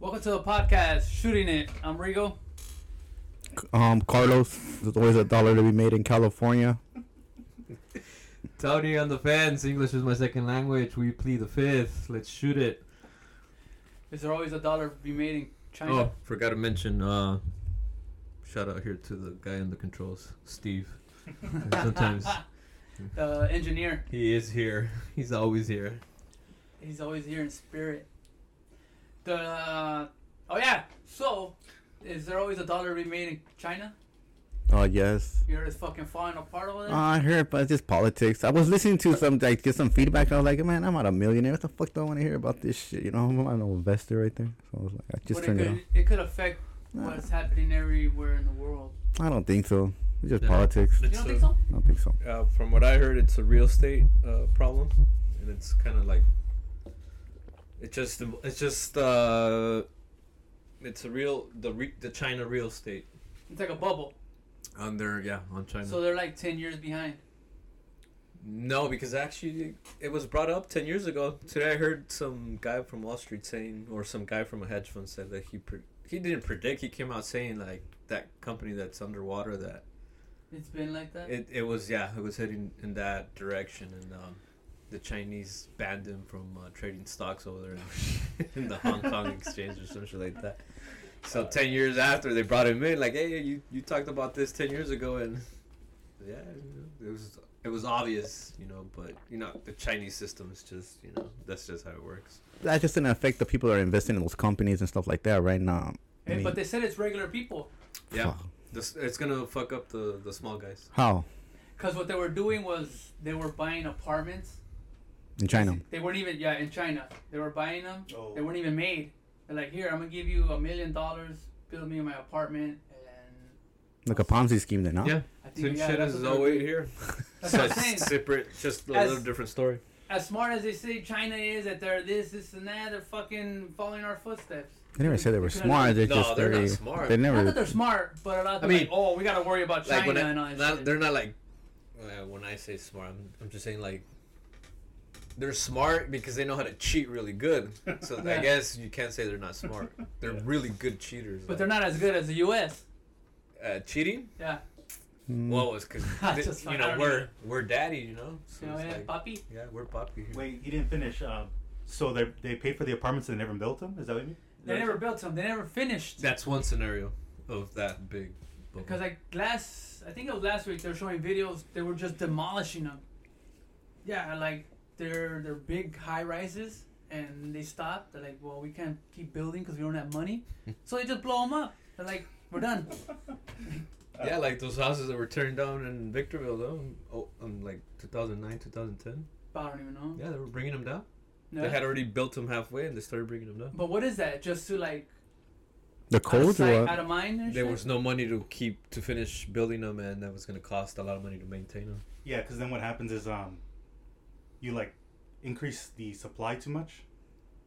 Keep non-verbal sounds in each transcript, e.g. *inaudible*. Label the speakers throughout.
Speaker 1: Welcome to the podcast, Shooting It. I'm Rigo.
Speaker 2: Um, Carlos, there's always a dollar to be made in California.
Speaker 3: Tony on the fence. English is my second language. We plead the fifth. Let's shoot it.
Speaker 1: Is there always a dollar to be made in China?
Speaker 3: Oh, forgot to mention. Uh, shout out here to the guy in the controls,
Speaker 4: *laughs*
Speaker 3: Steve. Sometimes
Speaker 4: Oh.
Speaker 1: The engineer.
Speaker 3: he is here. He's always here.
Speaker 1: He's always here in spirit. The uh, oh yeah. So, is there always a dollar to be made in China?
Speaker 2: Oh yes.
Speaker 1: You're just fucking falling apart over there.
Speaker 2: I heard, but it's just politics. I was listening to some like get some feedback. And I was like, man, I'm not a millionaire. What the fuck do I want to hear about this shit? You know, I'm not an investor right there. So I was like, I just
Speaker 1: But
Speaker 2: turned
Speaker 1: it
Speaker 2: it
Speaker 1: could
Speaker 2: off.
Speaker 1: it could affect
Speaker 2: Nah.
Speaker 1: what's happening everywhere in the world.
Speaker 2: I don't think so. It's just
Speaker 3: Yeah.
Speaker 2: politics.
Speaker 1: You
Speaker 2: I
Speaker 4: It's
Speaker 1: don't
Speaker 4: a-
Speaker 1: think so?
Speaker 2: don't think so.
Speaker 4: Uh, from what I heard, it's a real estate uh, problem, and it's kind of like it just it's just uh, it's a real the re- the China real estate
Speaker 1: It's like a bubble.
Speaker 4: under yeah on China.
Speaker 1: So they're like ten years behind.
Speaker 4: no, because actually it was brought up ten years ago. Today I heard some guy from Wall Street saying, or some guy from a hedge fund said that he pre- he didn't predict. He came out saying like that company that's underwater that
Speaker 1: It's been like that.
Speaker 4: it, it was yeah it was heading in that direction and um, the chinese banned him from uh, trading stocks over there in, in *laughs* the hong kong exchange or something like that so 10 years after they brought him in like hey you, you talked about this 10 years ago and *laughs* yeah you know, it was it was obvious you know but you know the chinese system is just you know that's just how it works
Speaker 2: That just didn't affect the people that are investing in those companies and stuff like that, right? Now,
Speaker 1: Hey, Eh, but they said it's regular people.
Speaker 4: yeah this, it's gonna fuck up the the small guys
Speaker 2: how
Speaker 1: Because what they were doing was they were buying apartments.
Speaker 2: in China?
Speaker 1: They weren't even, yeah, in China. They were buying them. They weren't even made. They're like, here, I'm going to give you a million dollars, build me my apartment. And
Speaker 2: Like a Ponzi scheme, then, huh?
Speaker 4: yeah
Speaker 1: I think
Speaker 4: same
Speaker 1: yeah,
Speaker 4: shit
Speaker 1: that's
Speaker 4: as
Speaker 1: what they were
Speaker 4: always
Speaker 1: doing.
Speaker 4: here
Speaker 1: That's what I'm saying.
Speaker 4: separate just a
Speaker 1: As-
Speaker 4: little different story
Speaker 1: As smart as they say China is, that they're this, this, and that, they're fucking following our footsteps.
Speaker 2: They never said they were
Speaker 1: couldn't-
Speaker 2: smart. They're
Speaker 4: No,
Speaker 2: just
Speaker 4: they're not
Speaker 2: very-
Speaker 4: smart.
Speaker 2: They
Speaker 1: Not that
Speaker 2: never.
Speaker 1: they're smart, but a lot of
Speaker 4: I
Speaker 1: them are
Speaker 4: mean,
Speaker 1: like, oh, we got to worry about China
Speaker 4: like when I,
Speaker 1: and all that
Speaker 4: not-
Speaker 1: shit.
Speaker 4: they're not like uh, when I say smart, I'm, I'm just saying like they're smart because they know how to cheat really good.
Speaker 1: *laughs*
Speaker 4: So I
Speaker 1: Yeah.
Speaker 4: guess you can't say they're not smart.
Speaker 1: *laughs*
Speaker 4: They're really good cheaters.
Speaker 1: But they're not as good as the U.S.
Speaker 4: uh, cheating.
Speaker 1: Yeah.
Speaker 2: Mm.
Speaker 4: Well, it's because
Speaker 1: *laughs* I just
Speaker 4: you
Speaker 1: thought- I
Speaker 4: know
Speaker 1: don't
Speaker 4: we're
Speaker 1: even-
Speaker 4: we're daddy, you know. So
Speaker 1: You know,
Speaker 4: it's
Speaker 1: yeah,
Speaker 4: like,
Speaker 1: Papi.
Speaker 4: yeah, we're poppy. Here.
Speaker 5: Wait, you didn't finish. Um, so they they paid for the apartments and they never built them. Is that what you mean?
Speaker 1: They never built them. They never finished.
Speaker 4: That's one scenario of that big. bubble.
Speaker 1: Because like last, I think it was last week, they were showing videos. They were just demolishing them. Yeah, like they're they're big high rises, and they stopped. They're like, well, we can't keep building because we don't have
Speaker 4: *laughs*
Speaker 1: money, so they just blow them up. They're like, we're done.
Speaker 4: yeah, like those houses that were turned down in Victorville though, oh, um, like 2009, 2010.
Speaker 1: I don't even know.
Speaker 4: Yeah, they were bringing them down.
Speaker 1: No.
Speaker 4: They had already built them halfway, and they started bringing them down.
Speaker 1: but what is that? Just to like
Speaker 2: the
Speaker 1: out of
Speaker 2: codes
Speaker 1: sight,
Speaker 2: or
Speaker 1: out
Speaker 2: what?
Speaker 1: of mind. And
Speaker 4: There
Speaker 1: shit?
Speaker 4: was no money to keep to finish building them, and that was going to cost a lot of money to maintain them.
Speaker 5: Yeah, because then what happens is um, you like increase the supply too much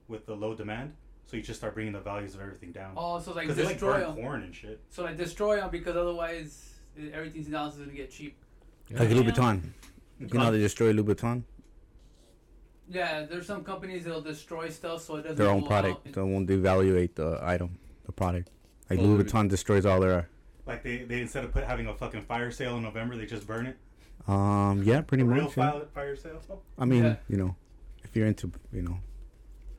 Speaker 5: with the low demand, so you just start bringing the values of everything down.
Speaker 1: Oh, so like
Speaker 5: Because they like
Speaker 1: destroy them.
Speaker 5: burn corn and shit.
Speaker 1: So like destroy them because otherwise eh, everything's else is gonna get cheap.
Speaker 2: Like
Speaker 1: Yeah.
Speaker 2: Louboutin. You know how they destroy Louboutin?
Speaker 1: Yeah, there's some companies that'll destroy stuff so it doesn't.
Speaker 2: their own
Speaker 1: go
Speaker 2: product.
Speaker 1: out.
Speaker 2: They won't devaluate the item, the product. Like
Speaker 4: Oh,
Speaker 2: Louis
Speaker 4: really?
Speaker 2: Vuitton destroys all their.
Speaker 5: Like they, they instead of put having a fucking fire sale in November, they just burn it.
Speaker 2: Um. Yeah. Pretty
Speaker 5: a
Speaker 2: much.
Speaker 5: real
Speaker 2: yeah.
Speaker 5: fire, fire sale. Oh,
Speaker 2: I mean,
Speaker 1: Yeah.
Speaker 2: you know, if you're into, you know,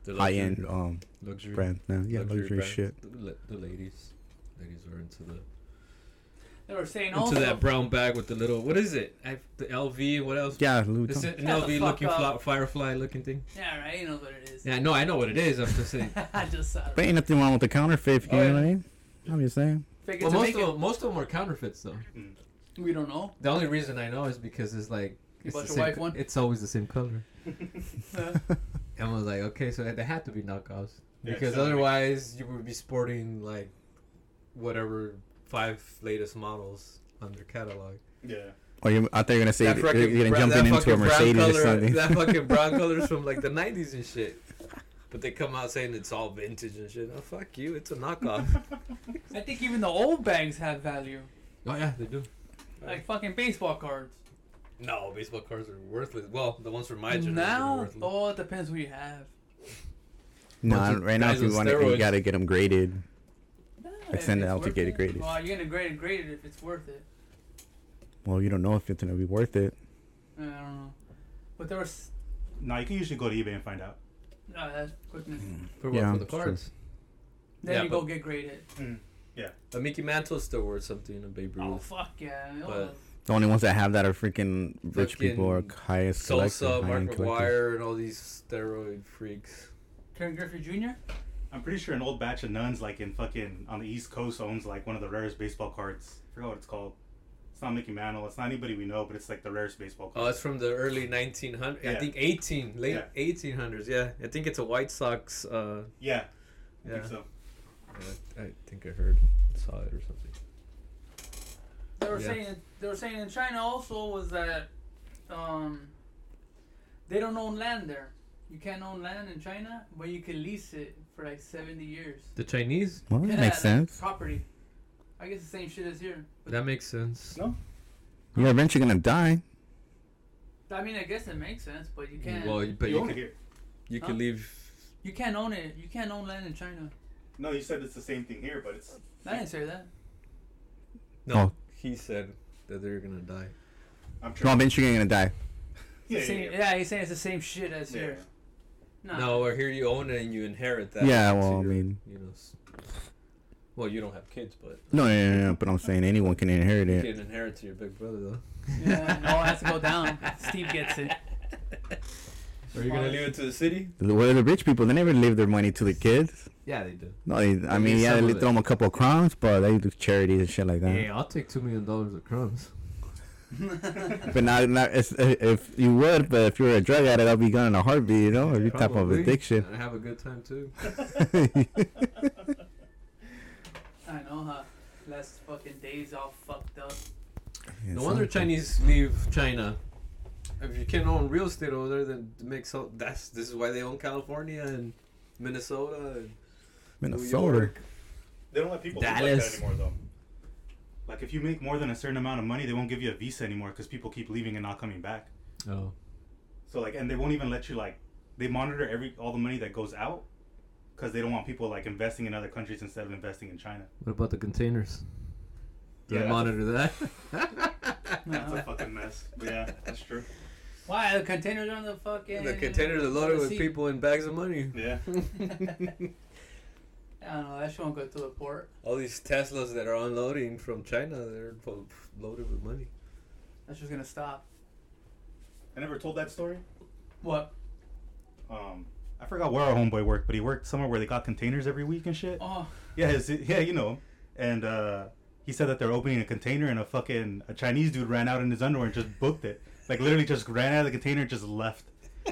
Speaker 4: The
Speaker 2: high end um
Speaker 4: luxury
Speaker 2: brands now, yeah, luxury,
Speaker 4: brands.
Speaker 2: shit.
Speaker 4: The, la- the ladies, ladies are into the
Speaker 1: They were saying
Speaker 4: into
Speaker 1: also
Speaker 4: that brown bag with the little what is it? I, the LV. What else?
Speaker 2: Yeah, Louis
Speaker 4: Is
Speaker 2: Vuitton.
Speaker 4: it an
Speaker 1: Shut the
Speaker 4: LV
Speaker 1: fuck
Speaker 4: looking
Speaker 1: up.
Speaker 4: fla- firefly looking thing?
Speaker 1: Yeah, right. You know what it is.
Speaker 4: Yeah, no, I know what it is. I'm just saying.
Speaker 1: *laughs* I just uh, saw
Speaker 2: But
Speaker 1: it.
Speaker 2: ain't nothing wrong with the counterfeit. You
Speaker 4: Oh,
Speaker 2: know
Speaker 4: yeah.
Speaker 2: what I mean? I'm just saying.
Speaker 1: Fake it
Speaker 4: well,
Speaker 1: to
Speaker 4: most
Speaker 1: make
Speaker 4: of
Speaker 1: it.
Speaker 4: them, most of them are counterfeits though.
Speaker 5: mm.
Speaker 1: We don't know.
Speaker 4: The only reason I know is because it's like it's,
Speaker 1: bought
Speaker 4: the
Speaker 1: your
Speaker 4: same
Speaker 1: wife
Speaker 4: co-
Speaker 1: one?
Speaker 4: it's always the same *laughs* color.
Speaker 1: Uh,
Speaker 4: And I was like, okay, so they had to be knockoffs
Speaker 5: Yeah,
Speaker 4: because
Speaker 5: so-
Speaker 4: otherwise you would be sporting like whatever five latest models on their catalog.
Speaker 5: Yeah.
Speaker 2: Or Oh, you, I thought you were gonna say
Speaker 4: That
Speaker 2: you're
Speaker 4: fucking
Speaker 2: you're gonna
Speaker 4: bra-
Speaker 2: jump
Speaker 4: that
Speaker 2: in into
Speaker 4: fucking
Speaker 2: a
Speaker 4: brown
Speaker 2: Mercedes or
Speaker 4: color-
Speaker 2: something. *laughs*
Speaker 4: That fucking brown color's from like the '90s and shit. But they come out saying it's all vintage and shit. Oh fuck you! It's a knockoff.
Speaker 1: I think even the old bags have value,
Speaker 4: *laughs* oh yeah, they do.
Speaker 1: like fucking baseball cards.
Speaker 4: No, baseball cards are worthless. Well, the ones from my generation are
Speaker 1: now,
Speaker 4: worthless.
Speaker 1: oh, it depends who you have.
Speaker 2: No,
Speaker 3: Bunch of
Speaker 2: right now
Speaker 3: guys
Speaker 2: if you
Speaker 3: on
Speaker 2: want to, you
Speaker 3: steroids.
Speaker 2: gotta get them graded.
Speaker 1: Nah,
Speaker 2: Like,
Speaker 1: if
Speaker 2: send it
Speaker 1: it's
Speaker 2: out to
Speaker 1: worth
Speaker 2: get it
Speaker 1: it
Speaker 2: graded.
Speaker 1: Well, you're gonna grade it, grade it if it's worth it.
Speaker 2: Well, you don't know if it's gonna be worth it.
Speaker 1: I don't know. But there was
Speaker 5: No, you can usually go to eBay and find out.
Speaker 1: uh, that's quickness.
Speaker 4: For,
Speaker 2: Yeah,
Speaker 4: yeah, for the
Speaker 2: it's true.
Speaker 4: cards.
Speaker 1: Then
Speaker 4: Hmm. Yeah,
Speaker 1: you
Speaker 4: but-
Speaker 1: go get graded.
Speaker 4: But Mickey Mantle's still worth something in Babe
Speaker 1: Oh
Speaker 4: Ruth.
Speaker 1: fuck yeah! Oh,
Speaker 4: But-
Speaker 2: The only ones that have that are freaking rich people or
Speaker 4: Fucking
Speaker 2: highest collectors.
Speaker 4: Sosa, Mark
Speaker 2: high-end collectors.
Speaker 4: McGuire, and all these steroid freaks.
Speaker 1: Karen Griffey Jr.
Speaker 5: I'm pretty sure an old batch of nuns, like in fucking on the East Coast, owns like one of the rarest baseball cards. I forgot what it's called. It's not Mickey Mantle. It's not anybody we know, but it's like the rarest baseball
Speaker 4: Oh,
Speaker 5: card.
Speaker 4: it's from the early 1900s. I
Speaker 5: Yeah.
Speaker 4: think 18, late
Speaker 5: Yeah.
Speaker 4: 1800s. Yeah, I think it's a White Sox. Uh,
Speaker 5: yeah, I
Speaker 4: yeah,
Speaker 5: think so.
Speaker 4: I, I think I heard, saw it or something.
Speaker 1: They were
Speaker 4: Yeah.
Speaker 1: saying they were saying in China also was that um, they don't own land there. You can't own land in China, but you can lease it for like seventy years.
Speaker 4: The Chinese?
Speaker 2: Well, that
Speaker 1: Yeah,
Speaker 2: makes
Speaker 1: like
Speaker 2: sense.
Speaker 1: Property. I guess the same shit as here. But
Speaker 4: That makes sense.
Speaker 5: No,
Speaker 2: You're eventually gonna die.
Speaker 1: I mean, I guess it makes sense, but you can't.
Speaker 3: Well,
Speaker 5: but
Speaker 3: but
Speaker 5: you,
Speaker 3: you
Speaker 5: own
Speaker 3: can,
Speaker 5: it here.
Speaker 3: you
Speaker 1: Huh?
Speaker 3: can leave.
Speaker 1: you can't own it. You can't own land in China.
Speaker 5: No, you said it's the same thing here, but it's
Speaker 1: I didn't say that.
Speaker 4: No,
Speaker 2: Oh.
Speaker 4: he said that they're gonna die.
Speaker 5: I'm sure.
Speaker 2: No, eventually you're gonna die.
Speaker 5: yeah, yeah,
Speaker 1: Same-
Speaker 5: yeah,
Speaker 1: he's saying it's the same shit as
Speaker 5: yeah.
Speaker 1: here. No.
Speaker 4: No, or here you own it and you inherit that.
Speaker 2: Yeah,
Speaker 4: to
Speaker 2: well, I
Speaker 4: your,
Speaker 2: mean-
Speaker 4: you know, s- well, you don't have kids, but
Speaker 2: No, no, no, no, but I'm saying anyone can inherit
Speaker 4: you
Speaker 2: it.
Speaker 4: can inherit to your big brother though.
Speaker 1: Yeah, no, it has to go down. Steve gets it. *laughs*
Speaker 4: Are you gonna leave it to the city?
Speaker 2: Well, the rich people they never leave their money to the kids.
Speaker 3: Yeah, they do.
Speaker 2: No, they, I mean,
Speaker 3: leave
Speaker 2: yeah,
Speaker 3: some
Speaker 2: they
Speaker 3: of it.
Speaker 2: throw them a couple of crumbs, but they do charities and shit like that.
Speaker 3: Hey, I'll take two million dollars of crumbs.
Speaker 2: But not, not it's, uh, if you would, but if you're a drug addict, I'll be gone in a heartbeat, Oh, you know, every type of
Speaker 4: Probably.
Speaker 2: addiction.
Speaker 3: *laughs*
Speaker 4: And have a good time too.
Speaker 1: I know, huh? Last fucking days all fucked up.
Speaker 4: No wonder Chinese leave China. If you can't own real estate over there, then it makes so that's this is why they own California and Minnesota and New
Speaker 2: Minnesota.
Speaker 4: York.
Speaker 5: *laughs* They don't let people live like
Speaker 2: Dallas.
Speaker 5: that anymore, though. Like if you make more than a certain amount of money, they won't give you a visa anymore because people keep leaving and not coming back.
Speaker 3: Oh,
Speaker 5: So like, and they won't even let you like. They monitor every all the money that goes out because they don't want people like investing in other countries instead of investing in China.
Speaker 3: what about the containers? Do
Speaker 5: Yeah,
Speaker 3: they
Speaker 5: that's-
Speaker 3: monitor that?
Speaker 5: That's a
Speaker 1: No.
Speaker 5: fucking mess. But *laughs* yeah, that's true.
Speaker 1: Why the containers on the fucking?
Speaker 4: *laughs* The containers are loaded with
Speaker 1: sea. *laughs*
Speaker 4: people and bags of money.
Speaker 5: *laughs* Yeah.
Speaker 1: I don't know. That shit won't go through the port.
Speaker 4: All these Teslas that are unloading from China, they're full, loaded with money.
Speaker 1: That's just gonna stop.
Speaker 5: I never told that story.
Speaker 1: What?
Speaker 5: Um, I forgot where our homeboy worked, but he worked somewhere where they got containers every week and shit.
Speaker 1: Oh,
Speaker 5: Yeah, his, yeah, you know. him. And uh, he said that they're opening a container, and a fucking a Chinese dude ran out in his underwear and just booked it. Like literally, just ran out of the container, and just left.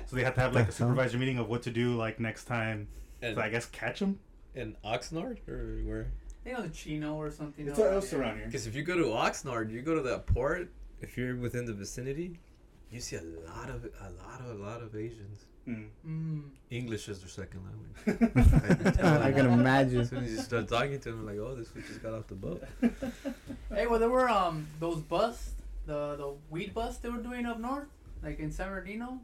Speaker 5: So they had to have like a supervisor meeting of what to do like next time.
Speaker 4: And,
Speaker 5: So I guess catch him.
Speaker 4: and Oxnard or where?
Speaker 1: they know the Chino or something.
Speaker 5: It's
Speaker 1: over
Speaker 5: else
Speaker 1: there.
Speaker 5: around here.
Speaker 4: Because if you go to Oxnard, you go to that port. If you're within the vicinity, you see a lot of a lot of a lot of Asians.
Speaker 5: Mm.
Speaker 1: Mm.
Speaker 4: English is their second language.
Speaker 5: *laughs*
Speaker 2: *laughs*
Speaker 5: Mm.
Speaker 2: I can
Speaker 4: As
Speaker 2: imagine.
Speaker 4: soon as you start talking to them, like, oh, this one just got off the boat.
Speaker 5: *laughs*
Speaker 1: Hey, well, there were um those busts, the the weed busts they were doing up north, like in San Bernardino.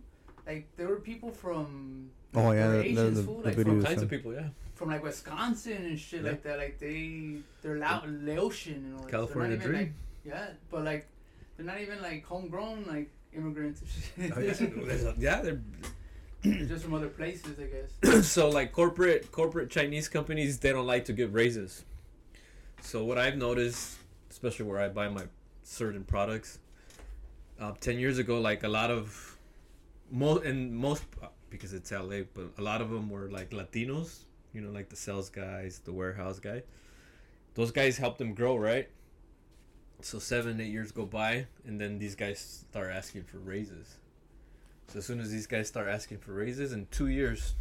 Speaker 1: Like there were people from
Speaker 2: Oh, yeah,
Speaker 1: there were
Speaker 2: the-
Speaker 1: Asians
Speaker 2: the-
Speaker 1: fool,
Speaker 2: the
Speaker 1: like
Speaker 2: video
Speaker 1: from,
Speaker 2: was-
Speaker 4: Kinds
Speaker 2: so-
Speaker 4: of people, yeah.
Speaker 1: from like Wisconsin and shit
Speaker 4: Yeah.
Speaker 1: like that. Like they they're loud Laotian and all that. They're not
Speaker 4: California
Speaker 1: even,
Speaker 4: Dream.
Speaker 1: like- yeah, but like they're not even like homegrown like immigrants. and
Speaker 4: Oh, yeah,
Speaker 1: shit.
Speaker 4: there's a- *laughs* yeah, they're
Speaker 1: *laughs*
Speaker 4: *laughs*
Speaker 1: They're just from other places, I guess.
Speaker 4: so like corporate corporate Chinese companies they don't like to give raises. So what I've noticed, especially where I buy my certain products, uh, ten years ago, like a lot of most and most because it's LA, but a lot of them were like Latinos. You know, like the sales guys, the warehouse guy. Those guys help them grow, right? So seven, eight years go by, and then these guys start asking for raises. So as soon as these guys start asking for raises, in two years,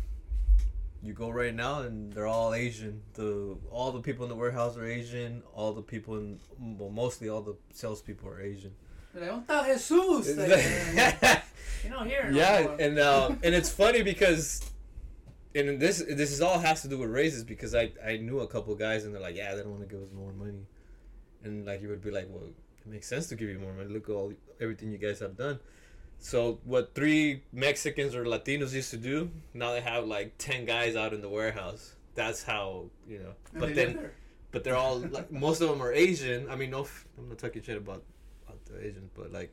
Speaker 4: you go right now and they're all Asian. The all the people in the warehouse are Asian. All the people in well, mostly all the salespeople are Asian.
Speaker 1: They're like, "Onta Jesus?" Like,
Speaker 4: *laughs*
Speaker 1: uh, you know, here. no
Speaker 4: yeah,
Speaker 1: more.
Speaker 4: and uh, and it's funny because. And this this is all has to do with raises because I, I knew a couple guys and they're like yeah they don't want to give us more money, and like you would be like well it makes sense to give you more money look at all everything you guys have done, So what three Mexicans or Latinos used to do, now they have like ten guys out in the warehouse. That's how you know.
Speaker 1: And
Speaker 4: but
Speaker 1: they
Speaker 4: then,
Speaker 1: live there.
Speaker 4: but they're all like most of them are Asian. I mean, no, f- I'm not talking shit about, about the Asians, but like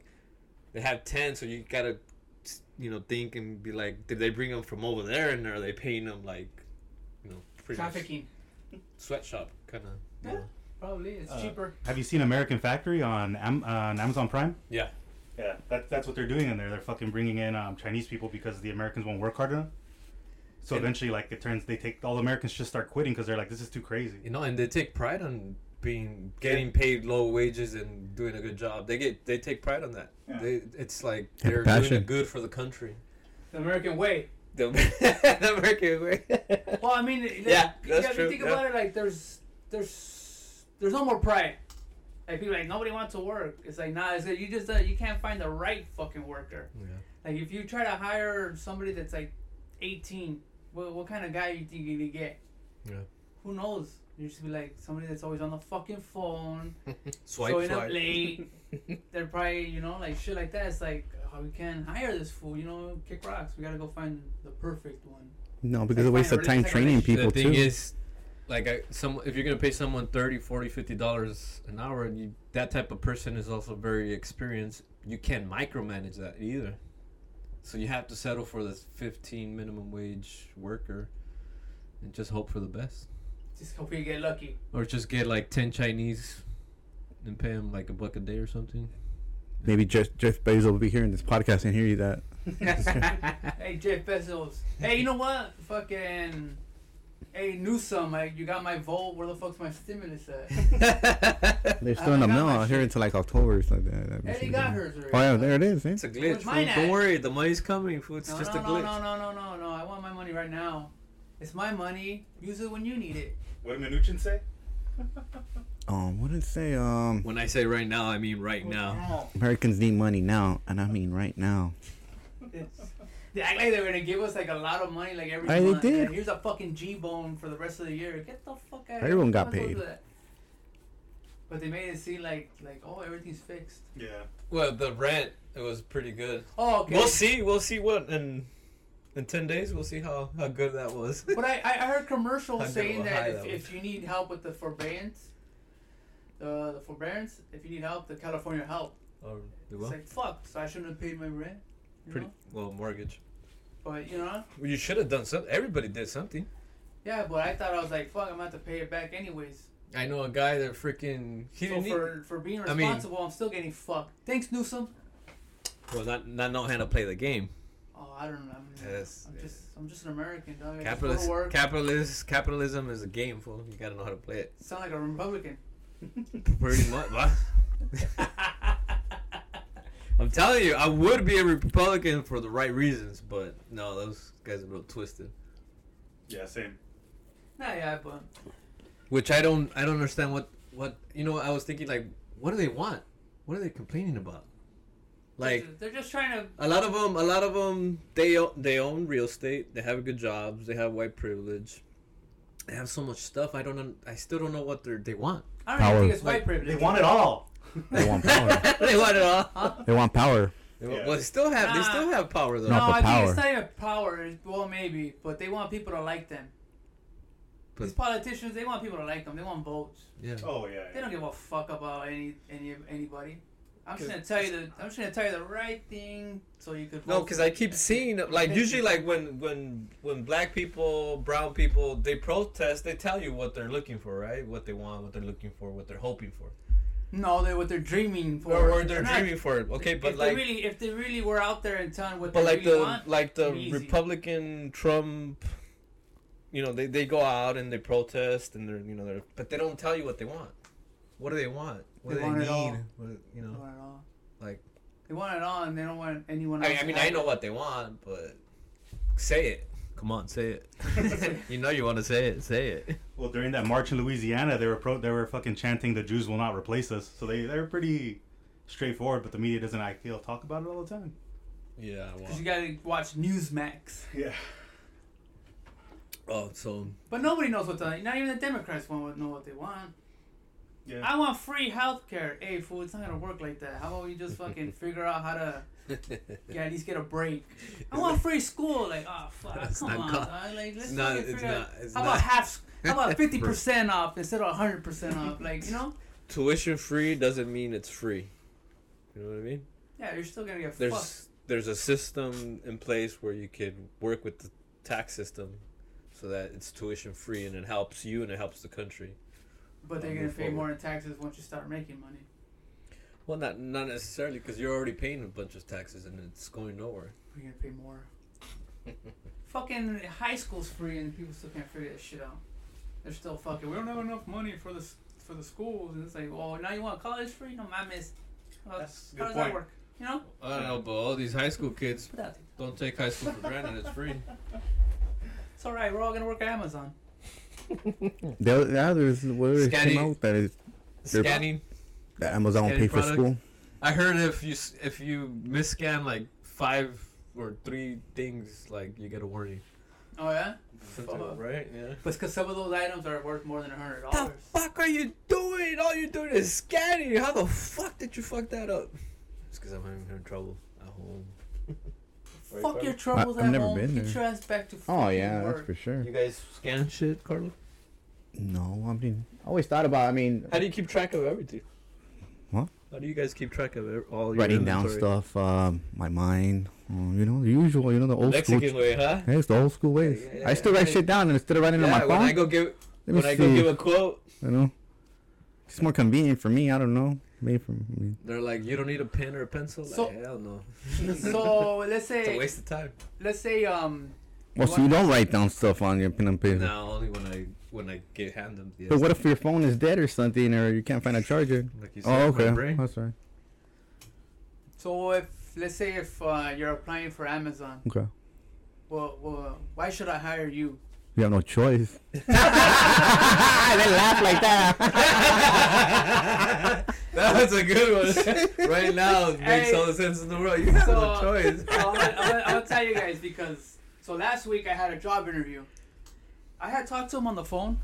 Speaker 4: they have ten, so you gotta you know think and be like, did they bring them from over there, and are they paying them like you know pretty much
Speaker 1: trafficking.
Speaker 4: sweatshop kind of?
Speaker 1: Yeah. Probably it's
Speaker 5: Uh,
Speaker 1: cheaper.
Speaker 5: Have you seen American Factory on Am- on Amazon Prime?
Speaker 4: Yeah.
Speaker 5: Yeah, that, that's what they're doing in there. They're fucking bringing in um, Chinese people because the Americans won't work hard enough. So
Speaker 4: And-
Speaker 5: eventually, like it turns, they take all the Americans just start quitting because they're like, this is too crazy.
Speaker 4: You know, and they take pride on being getting paid low wages and doing a good job. They get they take pride on that.
Speaker 5: Yeah.
Speaker 4: They it's like
Speaker 2: Yeah,
Speaker 4: they're doing
Speaker 2: passion.
Speaker 4: it good for the country. *laughs*
Speaker 1: The American way.
Speaker 4: The, the American way.
Speaker 1: Well, I mean, like,
Speaker 4: Yeah, that's
Speaker 1: if
Speaker 4: true,
Speaker 1: you think
Speaker 4: yeah.
Speaker 1: about it, like there's there's there's no more pride. Like people are like nobody wants to work. It's like nah, it's like, you just uh, you can't find the right fucking worker. Like if you try to hire somebody that's like 18, what, what kind of guy you think you gonna get?
Speaker 4: Yeah.
Speaker 1: Who knows? You should be like somebody that's always on the fucking phone,
Speaker 4: Swipe
Speaker 1: showing
Speaker 4: swipe.
Speaker 1: up
Speaker 4: *laughs*
Speaker 1: late. They're probably you know like shit like that. It's like oh, we can't hire this fool. You know, kick rocks. We gotta go find the perfect one.
Speaker 2: No, because
Speaker 1: Like,
Speaker 2: it waste
Speaker 1: fine,
Speaker 2: of
Speaker 1: really
Speaker 2: time
Speaker 1: second
Speaker 2: training
Speaker 1: rate.
Speaker 2: people
Speaker 4: the thing
Speaker 2: too.
Speaker 4: is like I, some if you're gonna pay someone 30 40 50 dollars an hour you, that type of person is also very experienced you can't micromanage that either so you have to settle for this 15 minimum wage worker and just hope for the best
Speaker 1: Just hope you get lucky.
Speaker 4: or just get like 10 chinese and pay them like a buck a day or something *laughs*
Speaker 2: Maybe Jeff, Jeff Bezos will be hearing this podcast and hear you that.
Speaker 1: Hey Jeff Bezos. Hey, you know what? Fucking. Hey Newsom, I, you got my vote. Where the fuck's my stimulus
Speaker 2: *laughs*
Speaker 1: at?
Speaker 2: They're
Speaker 1: I
Speaker 2: still in the
Speaker 1: got
Speaker 2: mail
Speaker 1: my
Speaker 2: out here
Speaker 1: shit.
Speaker 2: until like October or something. Like that.
Speaker 1: Hey, they got hers already.
Speaker 2: Oh yeah, there it is. eh?
Speaker 4: it's a glitch
Speaker 1: Where's mine
Speaker 4: fool.
Speaker 1: at?
Speaker 4: don't worry the money's coming fool. it's
Speaker 1: No,
Speaker 4: just
Speaker 1: no,
Speaker 4: a
Speaker 1: no,
Speaker 4: glitch
Speaker 1: no, no, no, no, no. I want my money right now. It's my money. Use it when you need it.
Speaker 5: What did Minuchin say?
Speaker 2: Um, what did it say? Um,
Speaker 4: when i say right now i mean right now
Speaker 2: Americans need money now, and I mean right now.
Speaker 1: It's- They act like they're gonna give us like a lot of money like every
Speaker 2: Hey, they
Speaker 1: month.
Speaker 2: did.
Speaker 1: Like, here's a fucking G bone for the rest of the year. Get the fuck out.
Speaker 2: Everyone got
Speaker 1: What's up
Speaker 2: paid.
Speaker 1: with that? But they made it seem like like oh everything's fixed.
Speaker 5: Yeah.
Speaker 4: well the rent it was pretty good
Speaker 1: Oh okay.
Speaker 4: We'll see. We'll see what in in ten days. We'll see how how good that was. *laughs*
Speaker 1: But I, I I heard
Speaker 4: I
Speaker 1: commercials
Speaker 4: don't
Speaker 1: saying
Speaker 4: know
Speaker 1: that
Speaker 4: how
Speaker 1: if,
Speaker 4: that
Speaker 1: if you need help with the forbearance, the, the forbearance, if you need help, the California help.
Speaker 4: or
Speaker 1: It's like, fuck, so I shouldn't have paid my rent. You
Speaker 4: pretty
Speaker 1: know?
Speaker 4: well mortgage.
Speaker 1: But, you know,
Speaker 4: Well, you should have done something. Everybody did something.
Speaker 1: yeah, but I thought I was like, fuck, I'm going to have to pay it back anyways.
Speaker 4: I know a guy that freaking he
Speaker 1: so
Speaker 4: didn't
Speaker 1: for, for being
Speaker 4: I mean-
Speaker 1: responsible, I am still getting fucked. Thanks, Newsom.
Speaker 4: need, well not not know how to play the game.
Speaker 1: Oh, I don't know. I'm,
Speaker 4: Yes,
Speaker 1: I'm
Speaker 4: yeah.
Speaker 1: just I'm just an American, dog. I just go to
Speaker 4: Capitalist
Speaker 1: work.
Speaker 4: capitalist capitalism is a game. Fool. You gotta know how to play it.
Speaker 1: Sound like a Republican.
Speaker 4: Pretty much. *laughs* What? I'm telling you, I would be a Republican for the right reasons, but no, those guys are a little twisted.
Speaker 5: Yeah, same.
Speaker 1: Nah, yeah, but
Speaker 4: which I don't I don't understand what what you know I was thinking like what do they want what are they complaining about
Speaker 1: they're
Speaker 4: like
Speaker 1: just, they're just trying to.
Speaker 4: a lot of them a lot of them they o- they own real estate they have good jobs they have white privilege they have so much stuff I don't un- I still don't know what they are they want
Speaker 1: I don't even
Speaker 2: Power.
Speaker 1: think it's
Speaker 4: Like,
Speaker 1: white
Speaker 5: They
Speaker 1: privilege.
Speaker 5: want it all.
Speaker 2: They want power.
Speaker 4: *laughs* they want it all
Speaker 2: they want power.
Speaker 4: They
Speaker 5: Yeah.
Speaker 4: wa- well they still have they
Speaker 1: Nah.
Speaker 4: still have power though
Speaker 1: No,
Speaker 2: Not
Speaker 1: I
Speaker 2: the
Speaker 1: think
Speaker 2: power.
Speaker 1: it's not even power. It's, well, maybe, but they want people to like them.
Speaker 4: But-
Speaker 1: These politicians, they want people to like them. They want votes.
Speaker 4: yeah
Speaker 5: Oh yeah.
Speaker 1: They don't give a fuck about any any anybody. I'm just gonna tell you the I'm just gonna tell you the right thing so you could.
Speaker 4: No,
Speaker 1: vote.
Speaker 4: because I keep seeing like usually like when when when black people, brown people, they protest, they tell you what they're looking for, right? What they want, what they're looking for, what they're hoping for,
Speaker 1: no, they're what they're dreaming for.
Speaker 4: or, or they're
Speaker 1: not-
Speaker 4: dreaming for it. Okay, but
Speaker 1: if
Speaker 4: like
Speaker 1: they really, if they really were out there and telling what
Speaker 4: but
Speaker 1: they
Speaker 4: like
Speaker 1: really
Speaker 4: the
Speaker 1: want,
Speaker 4: like the
Speaker 1: easy.
Speaker 4: Republican Trump, you know, they they go out and they protest and they're you know they're but they don't tell you what they want. What do they want? What
Speaker 1: They
Speaker 4: do
Speaker 1: want
Speaker 4: they
Speaker 1: it
Speaker 4: need?
Speaker 1: all.
Speaker 4: What, you
Speaker 1: they
Speaker 4: know,
Speaker 1: want it all.
Speaker 4: like-
Speaker 1: they want it all, and they don't want anyone.
Speaker 4: I
Speaker 1: else
Speaker 4: mean, I
Speaker 1: to
Speaker 4: mean,
Speaker 1: have
Speaker 4: I
Speaker 1: it.
Speaker 4: know what they want, but say it. Come on, say *laughs* it. you know you want to say it. Say it.
Speaker 5: Well, during that march in Louisiana, they were pro- they were fucking chanting the Jews will not replace us. So they they're pretty straightforward, but the media doesn't I feel talk about it all the time.
Speaker 4: Yeah.
Speaker 1: 'Cause you gotta watch Newsmax.
Speaker 5: Yeah.
Speaker 4: *laughs* Oh, so
Speaker 1: But nobody knows what the not even the Democrats want know what they want.
Speaker 5: Yeah.
Speaker 1: Ah,
Speaker 4: *laughs*
Speaker 1: I want free health care. Hey fool, it's not gonna work like that. How about we just fucking figure out how to yeah, at least get a break. I want free school. Like, oh fuck,
Speaker 4: It's
Speaker 1: come
Speaker 4: not
Speaker 1: on.
Speaker 4: co-
Speaker 1: dog. Like, let's
Speaker 4: it's not-
Speaker 1: fucking
Speaker 4: it's
Speaker 1: figure out-
Speaker 4: not- it's
Speaker 1: How about
Speaker 4: not-
Speaker 1: half? How about
Speaker 4: *laughs*
Speaker 1: fifty percent off instead of hundred percent off? Like, you know?
Speaker 4: Tuition free doesn't mean it's free. You know what I mean?
Speaker 1: Yeah, you're still gonna get
Speaker 4: There's
Speaker 1: fucked.
Speaker 4: there's a system in place where you can work with the tax system, so that it's tuition free and it helps you and it helps the country.
Speaker 1: But they're
Speaker 4: I'll
Speaker 1: gonna
Speaker 4: move
Speaker 1: pay
Speaker 4: forward.
Speaker 1: more in taxes once you start making money.
Speaker 4: Well, not not necessarily because you're already paying a bunch of taxes and it's going nowhere.
Speaker 1: We're gonna pay more. fucking high school's free and people still can't figure that shit out. They're still fucking. We don't have enough money for the s- for the schools, and it's like, well, now you want college free? No, my miss. Well,
Speaker 5: That's a
Speaker 1: how
Speaker 5: good
Speaker 1: does that
Speaker 5: point.
Speaker 1: work? You know,
Speaker 3: I don't know, but all these high school kids
Speaker 1: put that. out there.
Speaker 3: don't take high school for granted. It's
Speaker 4: *laughs*
Speaker 3: free.
Speaker 1: It's all right. We're all gonna work at Amazon.
Speaker 2: The other- yeah, there's what it came
Speaker 3: Scanning-
Speaker 2: out that is They're-
Speaker 3: Scanning.
Speaker 2: that Amazon will pay
Speaker 3: Scanning
Speaker 2: for
Speaker 3: product.
Speaker 2: school.
Speaker 3: I heard if you s- if you misscan like five or three things, like you get a warning.
Speaker 1: Oh yeah,
Speaker 4: Something, right? Yeah.
Speaker 1: but because some of those items are worth more than a hundred dollars.
Speaker 4: fuck are you doing? All you're doing is scanning. How the fuck did you fuck that up? It's because I'm having, having trouble at *laughs* home.
Speaker 1: Fuck your troubles
Speaker 2: I've
Speaker 1: at
Speaker 2: never
Speaker 1: home.
Speaker 2: been
Speaker 1: Get
Speaker 2: there.
Speaker 1: your ass back to
Speaker 2: Oh
Speaker 1: fucking
Speaker 2: yeah,
Speaker 1: work.
Speaker 2: that's for sure.
Speaker 4: You guys scan shit, Carlo?
Speaker 2: No, I mean, I always thought about. I mean,
Speaker 4: How do you keep track of everything?
Speaker 2: What?
Speaker 4: How do you guys keep track of ev- all your
Speaker 2: writing down
Speaker 4: inventory?
Speaker 2: stuff, um, my mind, um, you know, the usual, you know, the old
Speaker 4: Mexican
Speaker 2: school.
Speaker 4: way, huh?
Speaker 2: Hey, it's the old school ways.
Speaker 4: Yeah, yeah,
Speaker 2: I still write
Speaker 4: yeah.
Speaker 2: shit down instead of writing on my
Speaker 4: Yeah,
Speaker 2: phone.
Speaker 4: when I go give
Speaker 2: Let me
Speaker 4: when
Speaker 2: see.
Speaker 4: I go give a quote,
Speaker 2: you know, it's more convenient for me. I don't know. Maybe for me.
Speaker 4: they're like, "You don't need a pen or a pencil." Like,
Speaker 1: So-
Speaker 4: hell no,
Speaker 1: *laughs* So let's
Speaker 4: it's a
Speaker 1: say
Speaker 4: waste of time.
Speaker 1: let's say um
Speaker 2: Well, so you don't write down stuff on your pen and paper.
Speaker 4: No, only when I when I get hand them. The
Speaker 2: But what if your phone is dead or something, or you can't find a charger?
Speaker 4: Like you
Speaker 2: Oh,
Speaker 4: said, my
Speaker 2: okay.
Speaker 4: brain.
Speaker 2: That's right.
Speaker 1: so if let's say if uh, you're applying for Amazon,
Speaker 2: Okay.
Speaker 1: well, well why should I hire you?
Speaker 2: You have no choice. they *laughs* laugh like that.
Speaker 4: *laughs* that was a good one. right
Speaker 1: *laughs*
Speaker 4: now, it makes
Speaker 1: Hey.
Speaker 4: all the sense in the world. You have
Speaker 1: So-
Speaker 4: no
Speaker 1: *laughs*
Speaker 4: choice.
Speaker 1: I'll, I'll, I'll tell you guys because so last week I had a job interview. I had talked to him on the phone.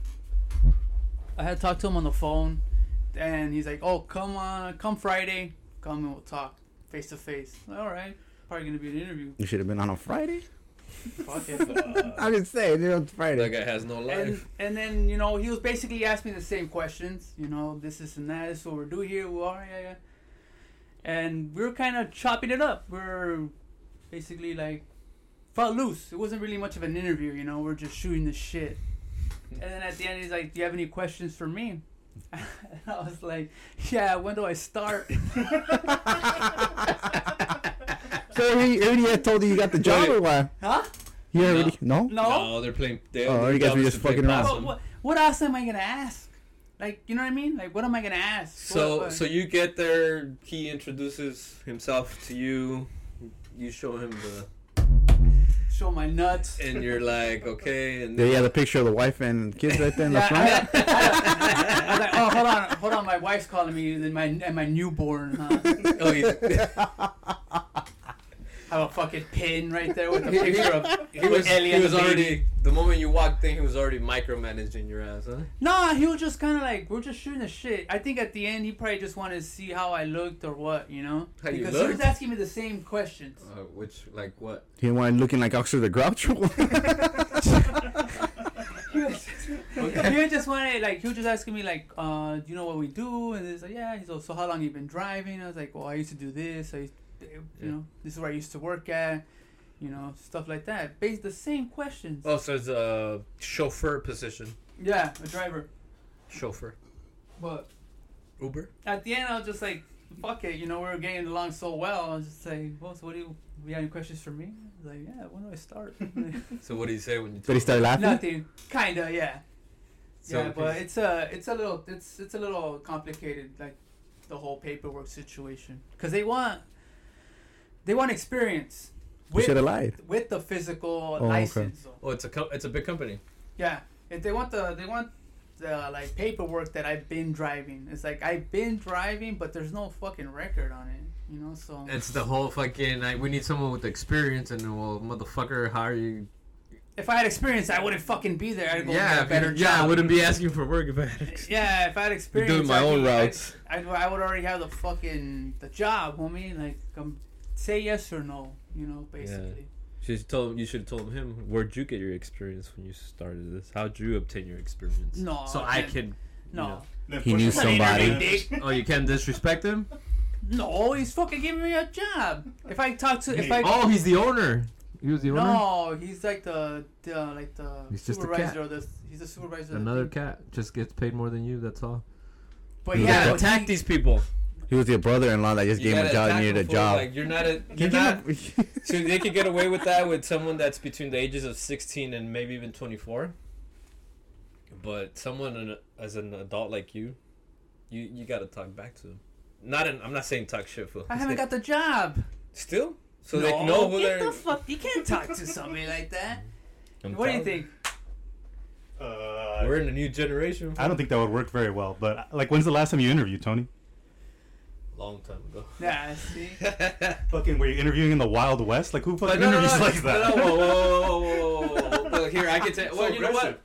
Speaker 1: I had talked to him on the phone, and he's like, "Oh, come on, come Friday, come and we'll talk face to face." I'm like, All right, probably gonna be an interview.
Speaker 2: you should have been on a Friday.
Speaker 1: Fuck it.
Speaker 4: Uh,
Speaker 2: *laughs* I'm just saying, you know, it's Friday.
Speaker 4: That guy has no
Speaker 1: and
Speaker 4: life.
Speaker 1: and then you know he was basically asking the same questions. You know this is and that. This is what we're doing here. We are yeah yeah. And we were kind of chopping it up. We are basically like felt loose. It wasn't really much of an interview. You know we are just shooting the shit. And then at the end he's like, "Do you have any questions for me?" *laughs* And I was like, "Yeah. When do I start?" *laughs*
Speaker 2: so he he already had told you you got the job or what?
Speaker 1: huh?
Speaker 2: He already no.
Speaker 1: No.
Speaker 4: No, they're playing. They,
Speaker 2: Oh,
Speaker 4: their
Speaker 2: you guys
Speaker 4: job
Speaker 2: were
Speaker 4: is
Speaker 2: just
Speaker 4: to play
Speaker 2: fucking around.
Speaker 1: But
Speaker 4: possum.
Speaker 1: what, what else am I gonna ask? Like you know what I mean? Like what am I gonna ask?
Speaker 4: So,
Speaker 1: What- what-
Speaker 4: so you get there. He introduces himself to you. You show him the,
Speaker 1: show my nuts.
Speaker 4: and you're like, okay. And
Speaker 2: Yeah, he had a picture of the wife and kids right there in the
Speaker 1: Yeah, I,
Speaker 2: front.
Speaker 1: had- I, had- I was like, *laughs* oh, hold on, hold on, my wife's calling me, and my and my newborn.
Speaker 4: *laughs*
Speaker 1: Huh?
Speaker 4: oh, he,
Speaker 1: I have a fucking pin right there *laughs*
Speaker 4: *laughs*
Speaker 1: with a picture of.
Speaker 4: he was,
Speaker 1: Ellie
Speaker 4: he
Speaker 1: and
Speaker 4: was
Speaker 1: the baby.
Speaker 4: already. The moment you walked in, he was already micromanaging your ass, huh?
Speaker 1: Nah, he was just kind of like, we're just shooting the shit. I think at the end, he probably just wanted to see how I looked or what, you know?
Speaker 4: How you
Speaker 1: because he was
Speaker 4: looked?
Speaker 1: asking me the same questions.
Speaker 4: Uh, which, like, *laughs* what?
Speaker 2: He wanted looking like Oxford the *laughs* Groucho.
Speaker 1: he
Speaker 4: *laughs*
Speaker 1: was he was just wanted like he was just asking me like uh do you know what we do and it's like yeah he's like so how long you been driving I was like well I used to do this I used to, you
Speaker 4: Yeah.
Speaker 1: know this is where I used to work at you know stuff like that based the same questions
Speaker 4: Oh, so it's a chauffeur position.
Speaker 1: yeah a driver
Speaker 4: Chauffeur.
Speaker 1: but
Speaker 4: Uber.
Speaker 1: at the end I was just like fuck it you know we were getting along so well I was just like well so what do you you got any questions for me I was like yeah when do I
Speaker 4: *laughs*
Speaker 1: start *laughs*
Speaker 4: So what do you say when you?
Speaker 2: Did he start laughing?
Speaker 1: nothing kinda yeah
Speaker 4: So
Speaker 1: yeah, but
Speaker 4: he's-
Speaker 1: it's a it's a little it's it's a little complicated like the whole paperwork situation because they want they want experience
Speaker 2: You should have
Speaker 1: with
Speaker 2: lied.
Speaker 1: with the physical
Speaker 2: okay.
Speaker 1: license.
Speaker 4: Oh, it's a co- it's a big company.
Speaker 1: Yeah, if they want the they want the like paperwork that I've been driving. It's like I've been driving, but there's no fucking record on it. You know, so
Speaker 3: It's the whole fucking. Like, we need someone with experience, and then, well, motherfucker, how are you?
Speaker 1: if I had experience, I wouldn't fucking be there. I'd go
Speaker 3: Yeah,
Speaker 1: get a better
Speaker 3: if you- yeah, I
Speaker 1: job.
Speaker 3: wouldn't be asking for work if I had. Ex-
Speaker 1: Yeah, if I had experience,
Speaker 4: my
Speaker 1: I'd
Speaker 4: own
Speaker 1: be- I'd-
Speaker 4: routes.
Speaker 1: I'd, I would already have the fucking the job, homie. Like, come say yes or no. You know, basically.
Speaker 4: Should have told you should have told him where'd you get your experience when you started this? How'd you obtain your experience?
Speaker 1: No,
Speaker 4: so
Speaker 1: I
Speaker 4: I
Speaker 1: can't-
Speaker 4: can.
Speaker 1: No.
Speaker 2: He knew somebody.
Speaker 4: Oh, you can't disrespect *laughs* him.
Speaker 1: No, he's fucking giving me a job. If I talk to, if I
Speaker 4: Oh, he's the owner. He was the owner.
Speaker 1: no, he's like the, the like the
Speaker 3: He's just a
Speaker 1: supervisor.
Speaker 3: cat.
Speaker 1: Of the, he's the supervisor. of the
Speaker 3: Another
Speaker 1: thing.
Speaker 3: cat just gets paid more than you. That's all.
Speaker 1: But
Speaker 2: You
Speaker 4: You
Speaker 1: yeah,
Speaker 4: gotta
Speaker 1: but
Speaker 4: attack
Speaker 1: he-
Speaker 4: *laughs* these people.
Speaker 2: He was your brother-in-law that just
Speaker 4: You
Speaker 2: gave him
Speaker 4: gotta
Speaker 2: a job and
Speaker 4: attack
Speaker 2: needed a
Speaker 4: them, fool.
Speaker 2: job. *laughs*
Speaker 4: Like you're not. A,
Speaker 2: Can
Speaker 4: you're
Speaker 2: you
Speaker 4: not
Speaker 2: give him
Speaker 4: *laughs* so they could get away with that with someone that's between the ages of 16 and maybe even 24. But someone in, as an adult like you, you you gotta talk back to them. Not in, I'm not saying talk shit fool.
Speaker 1: I haven't got the job.
Speaker 4: *laughs* Still, so
Speaker 1: no,
Speaker 4: they know who
Speaker 1: get
Speaker 4: they're.
Speaker 1: the fuck. You can't talk *laughs* to somebody like that.
Speaker 4: I'm
Speaker 1: what do you
Speaker 4: telling
Speaker 1: think?
Speaker 5: Uh,
Speaker 4: you, We're in a new generation.
Speaker 5: I don't think that would work very well. But like, when's the last time you interviewed Tony?
Speaker 4: Long time ago.
Speaker 1: Yeah, see.
Speaker 4: *laughs*
Speaker 5: Fucking, were you interviewing in the Wild West? Like, who
Speaker 4: But
Speaker 5: fucking
Speaker 4: no, no,
Speaker 5: interviews
Speaker 4: no,
Speaker 5: like that?
Speaker 4: no, no, whoa, whoa, whoa, whoa, whoa, whoa. Well,
Speaker 5: *laughs*
Speaker 4: here I can tell.
Speaker 5: So
Speaker 4: Well, you know
Speaker 5: aggressive.
Speaker 4: what?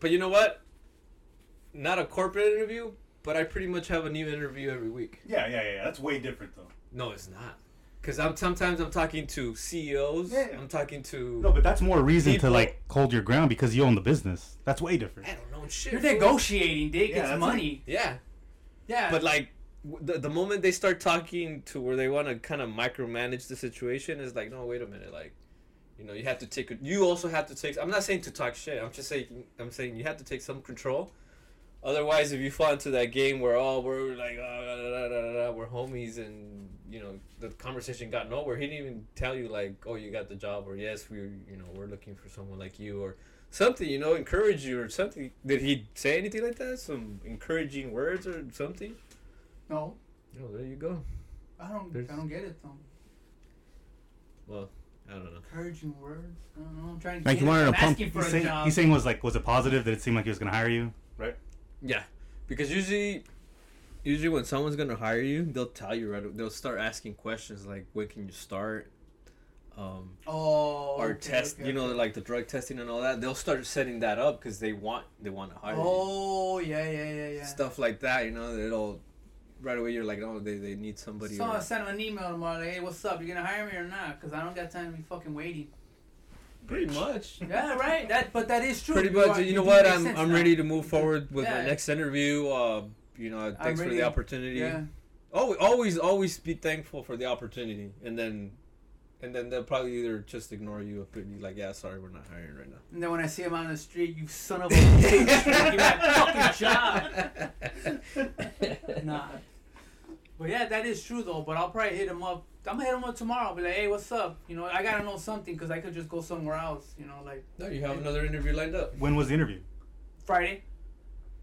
Speaker 4: But you know what? Not a corporate interview, but I pretty much have a new interview every week.
Speaker 5: *laughs* Yeah, yeah, yeah. That's way different though.
Speaker 4: No, it's not. Cause I'm sometimes I'm talking to CEOs.
Speaker 5: Yeah, yeah.
Speaker 4: I'm talking to.
Speaker 5: No, but that's more reason
Speaker 4: People-
Speaker 5: to like hold your ground because you own the business. That's way different.
Speaker 4: I don't know
Speaker 1: *laughs*
Speaker 4: shit.
Speaker 1: You're
Speaker 4: fool.
Speaker 1: negotiating, Dick.
Speaker 5: Yeah,
Speaker 1: it's
Speaker 5: that's
Speaker 1: money.
Speaker 4: Yeah,
Speaker 1: yeah,
Speaker 4: but like w- the the moment they start talking to where they want to kind of micromanage the situation is like, no, wait a minute, like. You know, you have to take. You also have to take. I'm not saying to talk shit. I'm just saying. I'm saying you have to take some control. Otherwise, if you fall into that game where all we're like, oh, da, da, da, da, da, da, we're homies, and you know the conversation got nowhere. He didn't even tell you like, oh, you got the job, or yes, we, you know, we're looking for someone like you, or something. You know, encourage you or something. Did he say anything like that? Some encouraging words or something?
Speaker 1: no,
Speaker 4: Oh, there you go.
Speaker 1: I don't.
Speaker 4: There's-
Speaker 1: I don't get it though.
Speaker 4: I don't know.
Speaker 1: Encouraging words. I don't know. I'm trying to.
Speaker 2: Like,
Speaker 1: get
Speaker 2: you
Speaker 1: it.
Speaker 2: wanted
Speaker 1: I'm
Speaker 2: to pump-
Speaker 1: asking for
Speaker 5: He's
Speaker 1: a
Speaker 5: saying,
Speaker 1: job.
Speaker 5: he's saying was like, was it positive that it seemed like he was gonna hire you? Right.
Speaker 4: Yeah, because usually, usually when someone's gonna hire you, they'll tell you right. They'll start asking questions like, when can you start? Um,
Speaker 1: oh,
Speaker 4: or
Speaker 1: okay,
Speaker 4: test
Speaker 1: okay,
Speaker 4: you know
Speaker 1: okay.
Speaker 4: like the drug testing and all that they'll start setting that up because they want they want to hire you.
Speaker 1: Oh yeah, yeah, yeah, yeah.
Speaker 4: stuff like that you know it'll right away you're like oh they, they need somebody
Speaker 1: So I
Speaker 4: or,
Speaker 1: sent him an email tomorrow. Like, hey, what's up? You gonna hire me or not? Cause I don't got time to be fucking waiting.
Speaker 4: pretty much
Speaker 1: Yeah, right. That, but that is true.
Speaker 4: pretty
Speaker 1: You
Speaker 4: much
Speaker 1: are-
Speaker 4: you, know
Speaker 1: do
Speaker 4: what
Speaker 1: make
Speaker 4: i'm,
Speaker 1: sense
Speaker 4: I'm
Speaker 1: now.
Speaker 4: ready to move forward with my
Speaker 1: Yeah.
Speaker 4: next interview uh, you know thanks for
Speaker 1: ready.
Speaker 4: the opportunity
Speaker 1: Yeah.
Speaker 4: always always always be thankful for the opportunity and then and then they'll probably either just ignore you or be like yeah sorry we're not hiring right now
Speaker 1: And then when I see him out on the street, you son of a
Speaker 4: *laughs*
Speaker 1: bitch, give me that fucking job. Nah. But yeah, that is true though. But I'll probably hit him up. I'm gonna hit him up tomorrow. I'll be like, hey, what's up? You know, I gotta know something because I could just go somewhere else. You know, like
Speaker 4: *laughs* no you have another interview lined up
Speaker 5: When was the interview?
Speaker 1: Friday.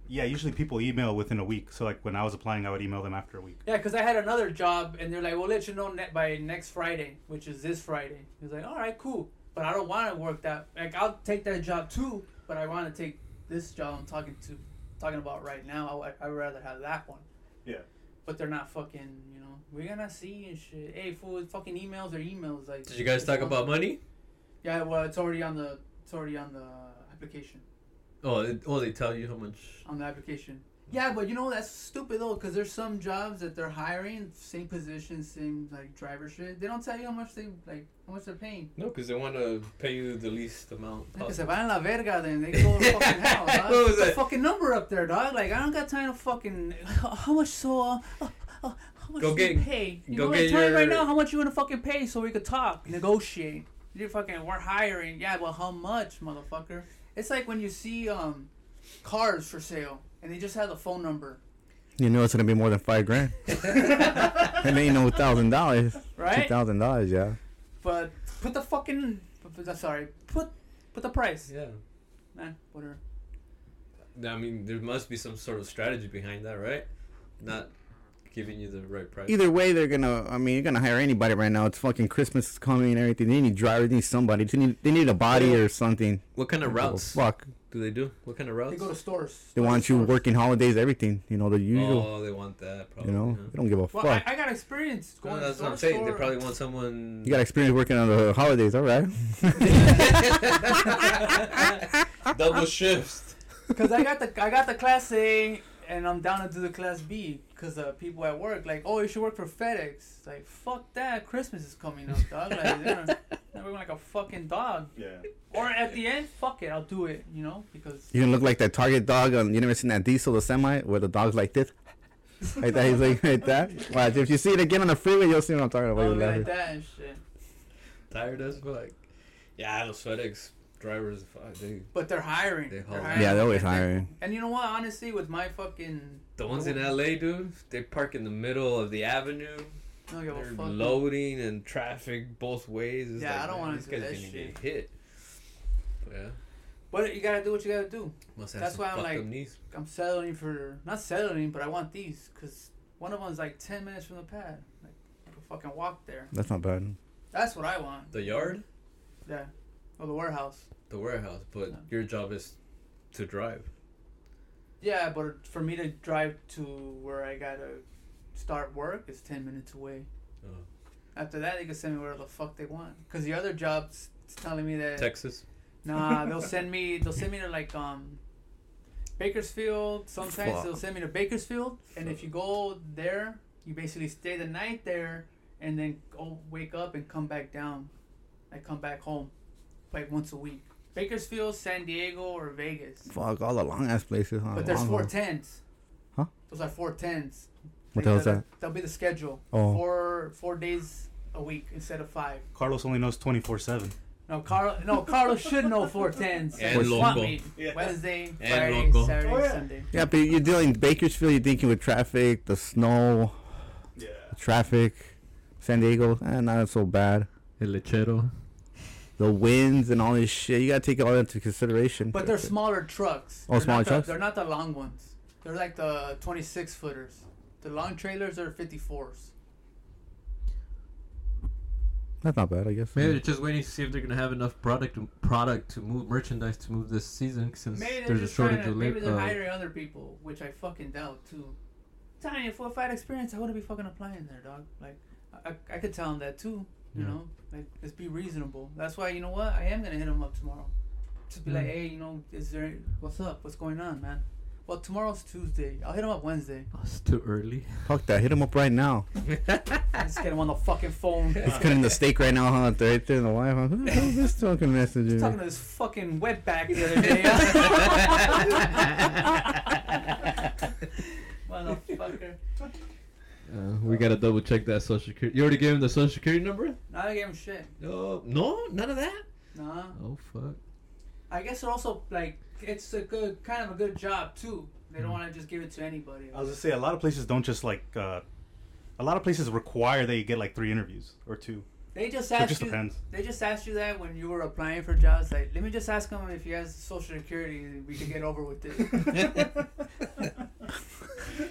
Speaker 5: Yeah, usually people email within a week. So like when I was applying, I would email them after a week.
Speaker 1: Yeah, because I had another job, and they're like, we'll let you know ne- by next Friday, which is this Friday. He was like, all right, cool. But I don't want to work that. Like, I'll take that job too, but I want to take this job I'm talking to, talking about right now. I, I'd rather have that one.
Speaker 5: Yeah.
Speaker 1: But they're not fucking, you know, we're gonna see and shit. Hey, fool, fucking emails are emails. Like,
Speaker 4: did you guys talk about money
Speaker 1: Yeah, well, it's already on the, it's already on the application,
Speaker 4: Oh, it, oh, they tell you how much.
Speaker 1: on the application. Yeah, but you know that's stupid though, because there's some jobs that they're hiring, same position, same like driver shit. They don't tell you how much they like, how much they're paying.
Speaker 4: No, because they want to pay you the least amount
Speaker 1: Like, se
Speaker 4: possible.
Speaker 1: van la verga, then they go to
Speaker 4: *laughs*
Speaker 1: fucking hell. Dog.
Speaker 4: Oh. What was
Speaker 1: Put the
Speaker 4: that?
Speaker 1: fucking number up there, dog. Like I don't got time to fucking. *laughs* How much so? Uh, uh, uh, how much
Speaker 4: Go
Speaker 1: do you
Speaker 4: get-
Speaker 1: pay? You
Speaker 4: go
Speaker 1: know,
Speaker 4: get
Speaker 1: tell me right
Speaker 4: your-
Speaker 1: now how much you wanna fucking pay so we could talk, negotiate. You fucking we're hiring. Yeah, well, how much, motherfucker? It's like when you see um cars for sale and they just have the phone number,
Speaker 2: *laughs* You know it's gonna be more than
Speaker 1: *laughs*
Speaker 2: five grand. it ain't no thousand dollars. Two
Speaker 1: right?
Speaker 2: thousand dollars, yeah.
Speaker 1: But put the fucking. Put the, sorry, put put the price.
Speaker 4: Yeah.
Speaker 1: Man, whatever.
Speaker 4: I mean, there must be some sort of strategy behind that, right? Not giving you the right price.
Speaker 2: Either way, they're gonna. I mean, you're gonna hire anybody right now. It's fucking Christmas is coming and everything. They need drivers. They need somebody. They need. They need a body or something.
Speaker 4: What kind of routes
Speaker 2: Oh, fuck.
Speaker 4: do they do? What kind of routes?
Speaker 1: They go to stores.
Speaker 2: They want you
Speaker 1: Stores.
Speaker 2: working holidays. Everything. You know the usual.
Speaker 4: Oh, they want that. Probably.
Speaker 2: you know
Speaker 4: yeah.
Speaker 2: they don't give a
Speaker 1: Well, I,
Speaker 2: fuck.
Speaker 1: I got experience going
Speaker 4: No,
Speaker 1: to
Speaker 4: that's what
Speaker 1: store
Speaker 4: I'm
Speaker 1: to
Speaker 4: saying. They
Speaker 1: store. *laughs*
Speaker 4: probably want *laughs* someone.
Speaker 2: you got experience working on the holidays, all right?
Speaker 4: double shifts. *laughs*
Speaker 1: Cause I got the I got the class A and I'm down to do the class B because uh, people at work like, oh, you should work for FedEx. It's like, fuck that. Christmas is coming up, dog. Like,
Speaker 2: *laughs*
Speaker 1: they're working like a fucking dog.
Speaker 5: Yeah.
Speaker 1: Or at the end, fuck it, I'll do it. You know, because
Speaker 2: You can look like that Target dog on. You never seen that Diesel the semi where the dog's like this, like that. He's like like that. Watch if you see it again on the freeway, you'll see what I'm talking about.
Speaker 1: I'll
Speaker 2: You'll
Speaker 1: be
Speaker 2: laugh.
Speaker 1: like that and shit.
Speaker 4: Tired as fuck. Yeah, those FedEx drivers, fuck, they,
Speaker 1: But they're hiring.
Speaker 4: They
Speaker 1: They're
Speaker 4: haul.
Speaker 1: hiring.
Speaker 2: yeah, they're always
Speaker 1: And-
Speaker 2: hiring.
Speaker 1: And you know what? Honestly, with my fucking
Speaker 4: the ones in LA, dude, they park in the middle of the avenue.
Speaker 1: I don't give a
Speaker 4: They're
Speaker 1: fuck.
Speaker 4: loading and traffic both ways. It's
Speaker 1: Yeah, I don't
Speaker 4: man,
Speaker 1: wanna
Speaker 4: these
Speaker 1: do
Speaker 4: guys
Speaker 1: that
Speaker 4: gonna
Speaker 1: shit.
Speaker 4: get hit. Yeah,
Speaker 1: But you gotta do what you gotta do.
Speaker 4: must have
Speaker 1: That's
Speaker 4: some
Speaker 1: why I'm
Speaker 4: fucked
Speaker 1: like-
Speaker 4: up knees.
Speaker 1: I'm settling for not settling, but I want these because one of them's like ten minutes from the pad. Like I can fucking walk there.
Speaker 2: That's not bad.
Speaker 1: That's what I want.
Speaker 4: The yard,
Speaker 1: Yeah. Or the warehouse.
Speaker 4: the warehouse, but
Speaker 1: No.
Speaker 4: your job is to drive.
Speaker 1: Yeah, but for me to drive to where I gotta start work is ten minutes away.
Speaker 4: Oh.
Speaker 1: After that, they can send me where the fuck they want. Cause the other jobs it's telling me that
Speaker 4: Texas.
Speaker 1: Nah, they'll send me. They'll send me to like um, Bakersfield. Sometimes
Speaker 2: Fuck.
Speaker 1: they'll send me to Bakersfield, and if you go there, you basically stay the night there, and then go wake up and come back down, like come back home, like once a week. Bakersfield, San Diego, or Vegas.
Speaker 2: Fuck all the long ass places. Huh?
Speaker 1: But there's
Speaker 2: Long
Speaker 1: four
Speaker 2: ones.
Speaker 1: tens.
Speaker 2: Oh, Huh?
Speaker 1: Those are four tens.
Speaker 2: What the
Speaker 1: Like,
Speaker 2: hell's that?
Speaker 1: That'll be the schedule.
Speaker 2: Oh.
Speaker 1: Four four days a week instead of five.
Speaker 5: Carlos only knows 24 7.
Speaker 1: No, Carl. No, Carlos should know four tens.
Speaker 4: And
Speaker 1: Want
Speaker 4: local.
Speaker 1: me.
Speaker 5: Yeah.
Speaker 1: Wednesday,
Speaker 4: And
Speaker 1: Friday,
Speaker 4: local.
Speaker 1: Saturday,
Speaker 5: Oh, yeah.
Speaker 1: Sunday.
Speaker 2: Yeah, but you're dealing Bakersfield. You're thinking with traffic, the snow,
Speaker 5: Yeah.
Speaker 2: traffic, San Diego. Eh, not so bad.
Speaker 3: El lechero.
Speaker 2: The winds and all this shit. You gotta take all that into consideration.
Speaker 1: But they're smaller trucks.
Speaker 2: Oh,
Speaker 1: They're
Speaker 2: smaller
Speaker 1: not the-
Speaker 2: trucks?
Speaker 1: They're not the long ones. They're like the 26 footers. The long trailers are 54s.
Speaker 2: That's not bad, I guess.
Speaker 3: Maybe they're just waiting to see if they're gonna have enough product product to move merchandise to move this season since
Speaker 1: Maybe they're
Speaker 3: there's a
Speaker 1: just trying
Speaker 3: shortage
Speaker 1: to,
Speaker 3: of
Speaker 1: maybe
Speaker 3: late.
Speaker 1: they're
Speaker 3: Uh,
Speaker 1: hiring other people, which I fucking doubt too. Tiny for a fight experience, I wouldn't be fucking applying there, dog. Like, I, I- I could tell them that too. You
Speaker 3: Yeah.
Speaker 1: know, like let's be reasonable. That's why you know what I am gonna hit them up tomorrow. Just be like,
Speaker 3: Yeah.
Speaker 1: hey, you know, is there what's up? What's going on, man? Well, tomorrow's Tuesday. I'll hit them up Wednesday.
Speaker 3: it's too early.
Speaker 2: Fuck that. Hit him up right now.
Speaker 1: Let's get them on the
Speaker 3: *laughs*
Speaker 1: fucking phone.
Speaker 2: He's cutting the steak right now, huh? Right there in the wife. Huh? Who the hell's this talking messenger?
Speaker 1: talking to this fucking wetback the other
Speaker 3: *laughs*
Speaker 1: day. *laughs* Motherfucker.
Speaker 3: Uh, we gotta double check that social security. You already gave him the social security number?
Speaker 1: Now I gave him shit.
Speaker 4: No, no, none of that.
Speaker 1: Nah.
Speaker 3: Oh *laughs* fuck.
Speaker 1: Uh-huh. I guess they're also like it's a good kind of a good job too. They
Speaker 4: Mm-hmm.
Speaker 1: don't want to just give it to anybody.
Speaker 5: I was just say a lot of places don't just like, uh, a lot of places require that you get like three interviews or two.
Speaker 1: They just
Speaker 5: So it
Speaker 1: asked
Speaker 5: just
Speaker 1: you.
Speaker 5: depends.
Speaker 1: They just asked you that when you were applying for jobs. Like, let me just ask him if he has social security. and We could get over with
Speaker 4: *laughs*
Speaker 1: it.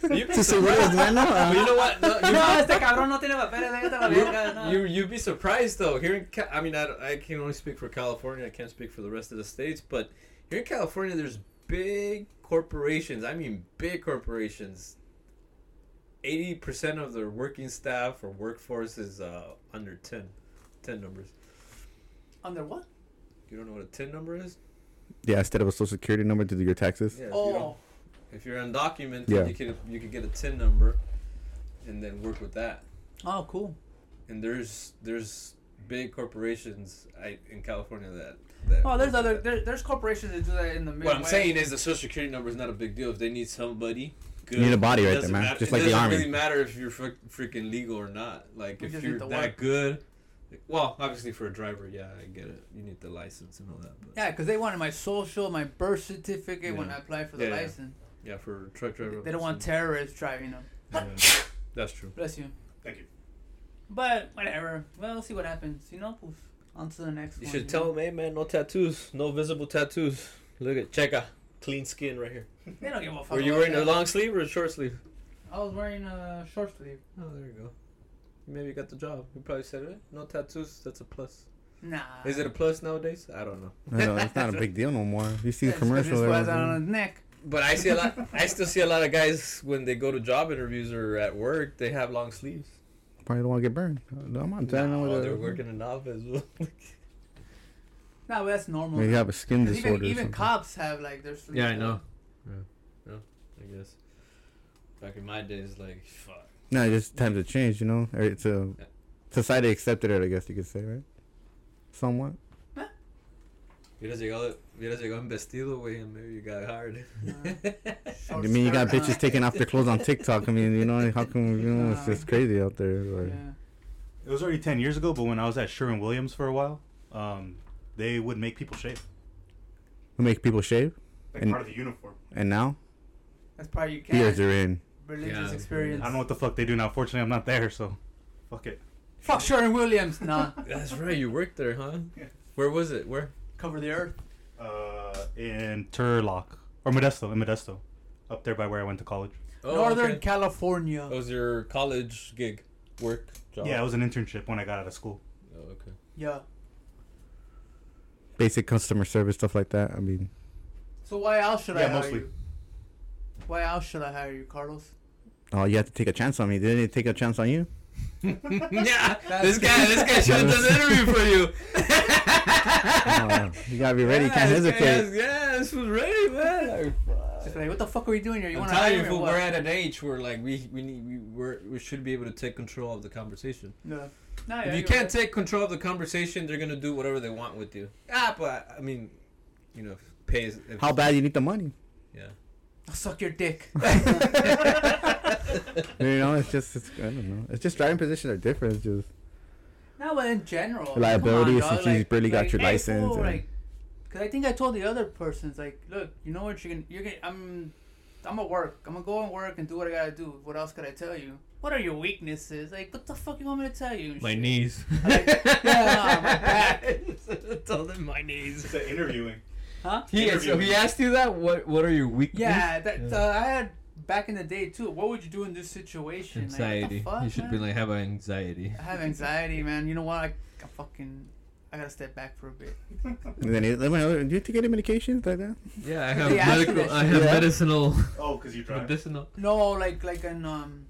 Speaker 4: You'd be
Speaker 2: To say, what is
Speaker 4: surprised.
Speaker 2: man
Speaker 3: uh,
Speaker 4: But you
Speaker 2: now?
Speaker 4: know what? No,
Speaker 1: no,
Speaker 4: you'd be-
Speaker 1: este cabrón no tiene papeles. déjate la *laughs* verga, no.
Speaker 4: You you'd be surprised though. Here in Ca- I mean I, don't- I can only speak for California. I can't speak for the rest of the states, but here in California, there's big corporations. I mean, big corporations. Eighty percent of their working staff or workforce is uh, under 10. 10 numbers.
Speaker 1: Under what?
Speaker 4: You don't know what a ten number is?
Speaker 2: Yeah, instead of a social security number to do your taxes.
Speaker 4: Yeah. if you
Speaker 1: Oh,
Speaker 4: don't- If you're undocumented,
Speaker 2: Yeah.
Speaker 4: you could you could get a ten number, and then work with that.
Speaker 1: oh, cool.
Speaker 4: And there's there's big corporations I, in California that. that
Speaker 1: Oh,
Speaker 4: work
Speaker 1: there's
Speaker 4: with
Speaker 1: other
Speaker 4: that.
Speaker 1: there, there's corporations that do that in the
Speaker 4: What
Speaker 1: Midwest.
Speaker 4: I'm saying is the social security number is not a big deal. If they need somebody, good.
Speaker 2: You need a body
Speaker 4: It
Speaker 2: right there,
Speaker 4: doesn't
Speaker 2: man.
Speaker 4: matter-
Speaker 2: Just like the
Speaker 4: It
Speaker 2: army.
Speaker 4: doesn't really matter if you're fr- freaking legal or not. Like
Speaker 1: You
Speaker 4: if
Speaker 1: just
Speaker 4: you're
Speaker 1: need
Speaker 4: that
Speaker 1: the work.
Speaker 4: good. Well, obviously for a driver, yeah, I get it. You need the license and all that. But
Speaker 1: Yeah, because they wanted my social, my birth certificate when
Speaker 4: Yeah.
Speaker 1: I applied for the
Speaker 4: Yeah, yeah.
Speaker 1: license.
Speaker 4: yeah, for a truck driver,
Speaker 1: They don't want terrorists driving them.
Speaker 4: Yeah, that's true.
Speaker 1: Bless you.
Speaker 5: Thank you.
Speaker 1: But whatever. Well, we'll see what happens. You know, poof. On to the next
Speaker 4: You
Speaker 1: one.
Speaker 4: should tell
Speaker 1: know?
Speaker 4: them, hey man, no tattoos, no visible tattoos. Look at Cheka, clean skin right here.
Speaker 1: They don't give a fuck.
Speaker 4: Were you
Speaker 1: about
Speaker 4: wearing a
Speaker 1: that.
Speaker 4: long sleeve or a short sleeve?
Speaker 1: I was wearing a short sleeve.
Speaker 4: Oh, there you go. Maybe you got the job. You probably said it. No tattoos. That's a plus.
Speaker 1: Nah.
Speaker 4: Is it a plus nowadays? I don't know.
Speaker 2: I know, it's not a big deal no more. You see
Speaker 1: Yeah, just 'cause
Speaker 2: the commercial.
Speaker 1: This was
Speaker 2: everywhere.
Speaker 1: on his neck.
Speaker 4: But I see a lot. I still see a lot of guys when they go to job interviews or at work, they have long sleeves.
Speaker 2: Probably don't want to get burned. I'm not telling
Speaker 4: No,
Speaker 2: no,
Speaker 4: they're working in the office.
Speaker 1: Nah, but that's normal.
Speaker 2: Maybe you have a skin
Speaker 1: 'Cause
Speaker 2: disorder.
Speaker 1: even
Speaker 2: or
Speaker 1: even
Speaker 2: something.
Speaker 1: cops have like their sleeves.
Speaker 3: Yeah, I know.
Speaker 1: up.
Speaker 4: I guess. Back in my days, like fuck.
Speaker 2: No, just times have changed, you know. Or it's a
Speaker 4: Yeah.
Speaker 2: society accepted it, I guess you could say, right? Somewhat.
Speaker 4: Hubieras llegado, hubieras llegado en vestido, güey, and maybe you got hired.
Speaker 2: I mean, you got
Speaker 1: Short
Speaker 2: bitches taking off their clothes on TikTok. I mean, you know, how come you know it's just crazy out there? Like,
Speaker 1: Yeah.
Speaker 5: It was already 10 years ago, but when I was at Sherwin Williams for a while, um, they would make people shave.
Speaker 2: we make people shave,
Speaker 5: Like
Speaker 2: And-
Speaker 5: part of the uniform.
Speaker 2: and now
Speaker 1: That's probably you
Speaker 2: beards
Speaker 1: can.
Speaker 2: are in.
Speaker 1: Religious
Speaker 4: Yeah.
Speaker 1: experience.
Speaker 5: I don't know what the fuck they do now. Fortunately, I'm not there, so fuck it.
Speaker 1: Fuck Sharon Williams.
Speaker 4: *laughs*
Speaker 1: Nah.
Speaker 4: *laughs* That's right, you worked there, huh? Where was it? Where?
Speaker 1: Cover the earth.
Speaker 5: Uh, in Turlock. Or Modesto, in Modesto. Up there by where I went to college.
Speaker 4: Oh,
Speaker 1: Northern
Speaker 4: okay. Oh.
Speaker 1: California.
Speaker 4: That was your college gig, work job.
Speaker 5: Yeah, it was an internship when I got out of school.
Speaker 4: Oh, okay.
Speaker 1: *laughs*
Speaker 4: *laughs*
Speaker 1: Yeah.
Speaker 2: Basic customer service stuff like that. I mean,
Speaker 1: So why else should I
Speaker 5: Yeah,
Speaker 1: hire
Speaker 5: mostly.
Speaker 1: you? Why else should I hire you, Carlos?
Speaker 2: oh, you have to take a chance on me. Didn't they take a chance on you?
Speaker 4: *laughs* yeah,
Speaker 1: That's-
Speaker 4: this guy, this guy should have done the interview for you.
Speaker 2: Oh, you gotta be ready. you can't
Speaker 4: Yeah, this guy
Speaker 2: hesitate.
Speaker 4: has- yeah, this was ready, man. Like, fuck.
Speaker 1: Just like, what the fuck are we doing here? You
Speaker 4: I'm
Speaker 1: want to hire
Speaker 4: telling you,
Speaker 1: me? or
Speaker 4: fool,
Speaker 1: what?
Speaker 4: we're at an age where like we we need we we're, we should be able to take control of the conversation.
Speaker 1: No. No,
Speaker 4: if
Speaker 1: yeah,
Speaker 4: you
Speaker 1: you're
Speaker 4: can't
Speaker 1: right.
Speaker 4: take control of the conversation, they're gonna do whatever they want with you. Ah, but I mean, you know, if pay is if,
Speaker 2: How bad you need the money? *laughs*
Speaker 4: Yeah. *laughs*
Speaker 1: I'll suck
Speaker 3: *laughs*
Speaker 1: your dick.
Speaker 2: You know, it's just it's, I don't know. It's just driving positions are different. It's just
Speaker 1: No, but in general, like,
Speaker 2: Reliability,
Speaker 1: come on,
Speaker 2: since
Speaker 1: dog,
Speaker 2: you barely got your
Speaker 1: hey,
Speaker 2: license
Speaker 1: fool,
Speaker 2: and-
Speaker 1: like, cause I think I told the other persons, like, look, you know what, you're gonna, you're gonna, I'm, I'm gonna work. I'm gonna go and work and do what I gotta do. What else could I tell you? What are your weaknesses? Like, what the fuck you want me to tell you? and shit?
Speaker 4: knees.
Speaker 1: Like, yeah, my
Speaker 4: *laughs*
Speaker 1: back.
Speaker 4: Told him my knees.
Speaker 5: an interviewing. *laughs*
Speaker 3: *laughs*
Speaker 1: Huh?
Speaker 4: He, so he asked you that. What What are your weaknesses?
Speaker 1: Yeah, that Uh, I had back in the day too. What would you do in this situation?
Speaker 3: Anxiety.
Speaker 1: Like, what the fuck,
Speaker 3: you should
Speaker 1: man?
Speaker 3: be like, have anxiety.
Speaker 1: I have anxiety, man. You know what? I, I fucking, I gotta step back for a bit.
Speaker 2: and then he, let me know, do you take any medications like that?
Speaker 3: Yeah, I have
Speaker 1: They ask
Speaker 3: medical.
Speaker 1: you that
Speaker 3: I
Speaker 1: shit.
Speaker 3: have
Speaker 2: Yeah.
Speaker 3: medicinal.
Speaker 5: Oh, because you drive.
Speaker 3: Medicinal.
Speaker 1: No, like like an um,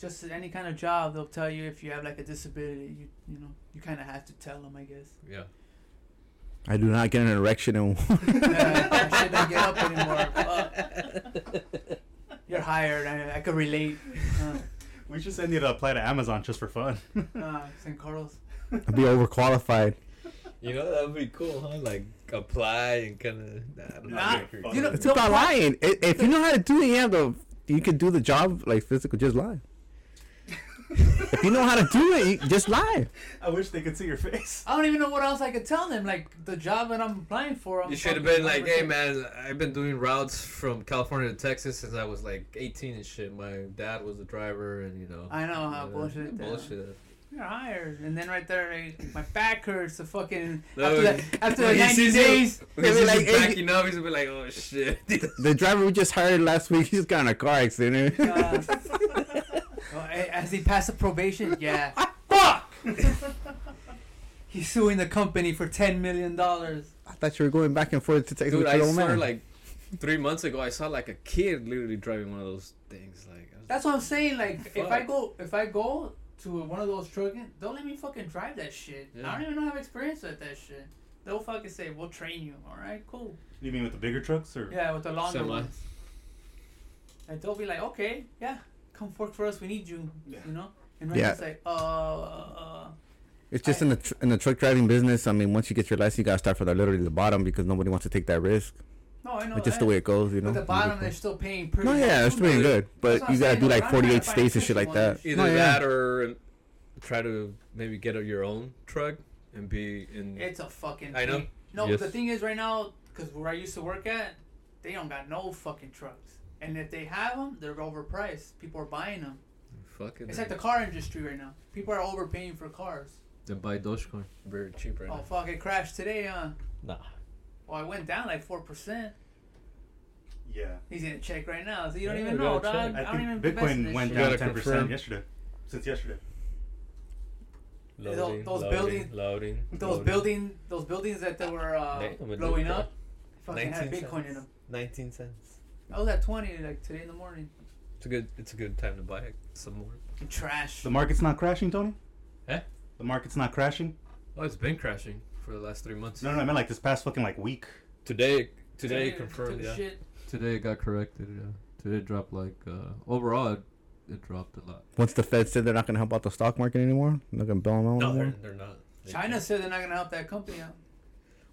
Speaker 1: just any kind of job, they'll tell you if you have like a disability. You you know you kind of have to tell them, I
Speaker 4: *laughs*
Speaker 1: guess.
Speaker 4: Yeah.
Speaker 2: I do not get an erection and *laughs*
Speaker 1: Yeah, I shouldn't get up anymore. Fuck. You're hired. I, I could relate. Uh,
Speaker 5: we should send you to apply to Amazon just for fun. *laughs*
Speaker 1: uh, St. Carlos.
Speaker 2: I'd be overqualified.
Speaker 4: You know that would be cool, huh? Like apply and kind of.
Speaker 1: Nah, you know,
Speaker 2: It's about lying. I- If you know how to do it, you have the you can do the job like physical. Just lie. if you know how to do it, you just lie.
Speaker 5: I wish they could see your face.
Speaker 1: I don't even know what else I could tell them. Like the job that I'm applying for. I'm
Speaker 4: You should have
Speaker 1: fucking
Speaker 4: been like, hey
Speaker 1: 100%
Speaker 4: man, I've been doing routes from California to Texas since I was like 18 and shit. My dad was a driver, and you know.
Speaker 1: I know how
Speaker 4: Yeah,
Speaker 1: bullshit that-
Speaker 4: Bullshit.
Speaker 1: You're hired, and then right there, like, my back hurts. The fucking
Speaker 4: No,
Speaker 1: after that, after
Speaker 4: When
Speaker 1: the
Speaker 4: he
Speaker 1: 90
Speaker 4: sees you-
Speaker 1: days.
Speaker 4: When
Speaker 2: They
Speaker 4: he
Speaker 2: were
Speaker 4: sees
Speaker 2: like,
Speaker 4: you
Speaker 2: "Hey,
Speaker 4: backing up, he's gonna be like, oh shit. *laughs*
Speaker 2: The driver we just hired last week, *laughs* he just got in a car accident. *laughs*
Speaker 1: Uh, oh, a- has he passed the probation? Yeah. Fuck! He's suing the company for ten million dollars.
Speaker 2: I thought you were going back and forth to take
Speaker 4: Dude,
Speaker 2: with your
Speaker 4: I
Speaker 2: old
Speaker 4: swear,
Speaker 2: man.
Speaker 4: like three months ago, I saw like a kid literally driving one of those things. Like, I was
Speaker 1: That's what I'm saying. Like, if I
Speaker 4: Fuck.
Speaker 1: go, if I go to one of those trucking, don't let me fucking drive that shit. I don't
Speaker 4: Yeah.
Speaker 1: even know have experience with that shit. They'll fucking say, "We'll train you." All right, cool.
Speaker 5: You mean with the bigger trucks or?
Speaker 1: Yeah, with the longer
Speaker 4: Semi.
Speaker 1: ones. And they'll be like, "Okay, yeah, come work for us. We need you."
Speaker 5: Yeah.
Speaker 1: You know. And
Speaker 2: Yeah.
Speaker 1: yeah. it's like, uh, uh,
Speaker 2: it's just in the tr- in the truck driving business. I mean, once you get your license, you gotta start from the literally the bottom because nobody wants to take that risk.
Speaker 1: no, I know.
Speaker 2: It's just
Speaker 1: that.
Speaker 2: the way it goes, you know.
Speaker 1: At the bottom, they're still paying pretty.
Speaker 2: No, yeah,
Speaker 1: much.
Speaker 2: it's pretty good,
Speaker 1: That's
Speaker 2: but
Speaker 1: what
Speaker 2: you
Speaker 1: I'm
Speaker 2: gotta
Speaker 1: saying,
Speaker 2: do
Speaker 1: though,
Speaker 2: like
Speaker 1: I'm trying to
Speaker 2: 48
Speaker 1: find
Speaker 2: states and
Speaker 1: efficient
Speaker 2: shit like that.
Speaker 1: ones.
Speaker 4: either
Speaker 2: No, yeah.
Speaker 4: that or try to maybe get your own truck and be in.
Speaker 1: It's a fucking.
Speaker 4: I know.
Speaker 1: pain. No,
Speaker 3: Yes.
Speaker 1: the thing is, right now, because where I used to work at, they don't got no fucking trucks. And if they have them, they're overpriced. People are buying them.
Speaker 4: fucking.
Speaker 1: It's like the car industry right now. People are overpaying for cars.
Speaker 3: Then buy Dogecoin.
Speaker 4: very cheap right
Speaker 1: Oh
Speaker 4: now.
Speaker 1: fuck! It crashed today, huh?
Speaker 3: Nah.
Speaker 1: Well, I went down like four percent.
Speaker 5: Yeah.
Speaker 1: He's gonna check right now. So you don't
Speaker 4: Yeah,
Speaker 1: even
Speaker 4: we
Speaker 1: know,
Speaker 4: gotta
Speaker 1: dog. I,
Speaker 4: check.
Speaker 5: I,
Speaker 1: don't even.
Speaker 5: think
Speaker 1: invest in
Speaker 5: Bitcoin
Speaker 1: this
Speaker 5: went
Speaker 1: shit.
Speaker 5: down
Speaker 4: gotta
Speaker 5: 10%
Speaker 4: confirm.
Speaker 5: yesterday. Since yesterday.
Speaker 1: Those- those buildings-
Speaker 4: Loading.
Speaker 1: Those
Speaker 4: loading.
Speaker 1: building, those buildings that they were uh,
Speaker 4: Damn, it did
Speaker 1: blowing
Speaker 4: crash.
Speaker 1: up, fucking had
Speaker 4: 19
Speaker 1: Bitcoin in
Speaker 4: cents.
Speaker 1: them.
Speaker 4: 19 cents.
Speaker 1: I was at twenty like today in the morning.
Speaker 4: It's a good. It's a good time to buy some more.
Speaker 1: Trash.
Speaker 5: The market's not crashing, Tony?
Speaker 4: Eh?
Speaker 5: The market's not crashing?
Speaker 4: Oh, it's been crashing for the last three months.
Speaker 5: No, no, I meant like this past fucking like week.
Speaker 4: Today, today
Speaker 1: Took
Speaker 4: confirmed.
Speaker 1: the
Speaker 4: Yeah.
Speaker 1: shit.
Speaker 3: Today it got corrected. Yeah. Did it drop like uh, overall? It, it dropped a lot.
Speaker 2: Once the Fed said they're not going to help out the stock market anymore, they're not going to bail them out
Speaker 4: No, they're,
Speaker 2: anymore.
Speaker 4: they're not. They
Speaker 1: China
Speaker 4: can't.
Speaker 1: said they're not gonna help that company out.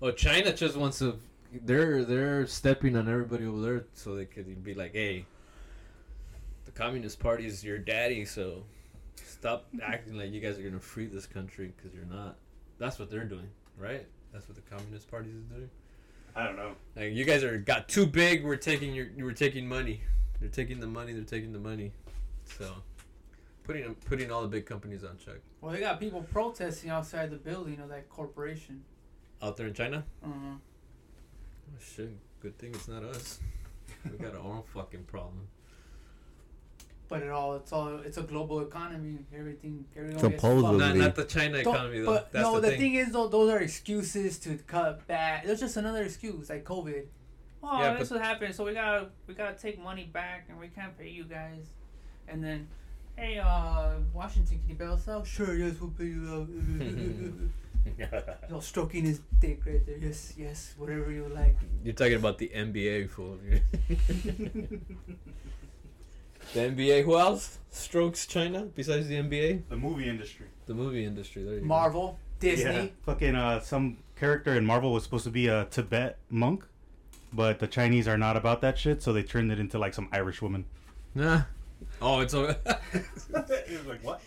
Speaker 4: Well, China just wants to. They're they're stepping on everybody over there so they could be like, hey, the Communist Party is your daddy, so stop acting like you guys are gonna free this country because you're not. That's what they're doing, right? That's what the Communist Party is doing.
Speaker 5: I don't know.
Speaker 4: Like you guys are got too big. We're taking your we're taking money. They're taking the money. They're taking the money. So putting putting all the big companies on check
Speaker 1: Well, they got people protesting outside the building of that corporation.
Speaker 4: out there in China.
Speaker 1: Uh-huh.
Speaker 4: Oh, shit. Good thing it's not us. We got our own fucking problem.
Speaker 1: But it all it's all it's a global economy. Everything everyone
Speaker 2: Supposedly.
Speaker 1: gets
Speaker 4: Not,
Speaker 1: fucked.
Speaker 4: not the China
Speaker 1: Don't-
Speaker 4: economy though.
Speaker 1: but
Speaker 4: That's
Speaker 1: no,
Speaker 4: the,
Speaker 1: the
Speaker 4: thing.
Speaker 1: is though, those are excuses to cut back. It's just another excuse like COVID. Oh,
Speaker 4: Yeah,
Speaker 1: this will happen, so we gotta we gotta take money back, and we can't pay you guys. And then, hey, uh, Washington, can you bail us out? Sure, yes, we'll pay you
Speaker 4: *laughs*
Speaker 3: *laughs*
Speaker 1: out. *laughs* you know, stroking his dick right there. Yes, yes, whatever you like.
Speaker 4: You're talking about the NBA fool. *laughs* the NBA. Who else strokes China besides the NBA?
Speaker 5: The movie industry.
Speaker 4: The movie industry. There you go.
Speaker 1: Marvel, Disney.
Speaker 5: Yeah. Fucking uh, some character in Marvel was supposed to be a Tibet monk, but the Chinese are not about that shit, so they turned it into like some
Speaker 1: *laughs*
Speaker 5: Irish woman.
Speaker 4: Nah. Oh, it's over. *laughs*
Speaker 5: it was like what?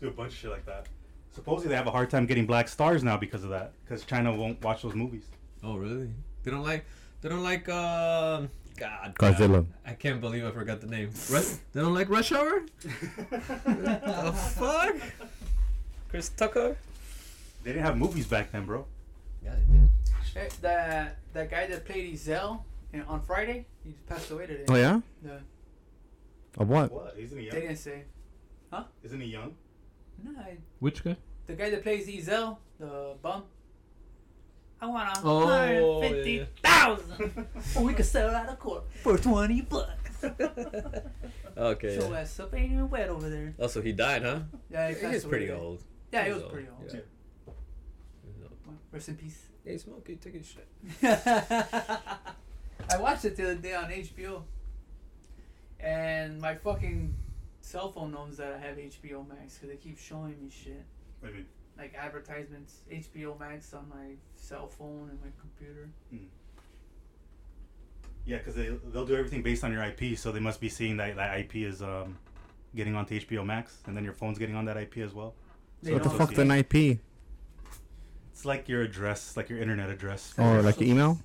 Speaker 5: Do a bunch of shit like that. Supposedly they have a hard time getting black stars now because of that, because China won't watch those *laughs* movies.
Speaker 4: oh, really? They don't like. They don't like. Um. God.
Speaker 2: Godzilla.
Speaker 4: I can't believe I forgot the name. Rus- they don't like Rush Hour. the fuck? Chris Tucker.
Speaker 5: They didn't have movies back then, bro.
Speaker 4: Yeah, they did.
Speaker 1: Hey, That that guy that played Ezel in- on Friday, he just passed away today.
Speaker 2: Oh, yeah?
Speaker 1: The-
Speaker 2: Of what?
Speaker 5: What? Isn't he
Speaker 1: They didn't say.
Speaker 5: Isn't he young?
Speaker 1: No, I-
Speaker 3: Which guy?
Speaker 1: the guy that plays Ezel, the bum. I want a
Speaker 4: Oh,
Speaker 1: hundred fifty thousand. or *laughs* we could sell it out of court for twenty bucks. *laughs*
Speaker 4: Okay.
Speaker 1: Show ass up ain't even wet uh, over there.
Speaker 4: Also, he died, huh?
Speaker 1: Yeah,
Speaker 4: He
Speaker 1: passed
Speaker 4: was
Speaker 1: away
Speaker 4: pretty
Speaker 1: today.
Speaker 4: old.
Speaker 1: Yeah, he
Speaker 4: He's
Speaker 1: was pretty old.
Speaker 4: Yeah.
Speaker 1: Rest in peace.
Speaker 4: Hey, Smokey, take a shit.
Speaker 1: I watched it the other day on HBO, and my fucking cell phone knows that I have HBO Max because they keep showing me shit.
Speaker 5: Wait a minute.
Speaker 1: like advertisements, HBO Max on my cell phone and my computer.
Speaker 5: Yeah, because they they'll do everything based on your IP, so they must be seeing that that IP is um getting onto HBO Max, and then your phone's getting on that IP as well.
Speaker 1: They
Speaker 2: what the
Speaker 1: don't
Speaker 2: fuck's
Speaker 1: see-
Speaker 2: an IP?
Speaker 5: It's like your address, like your internet address.
Speaker 4: Oh.
Speaker 2: Or like your email?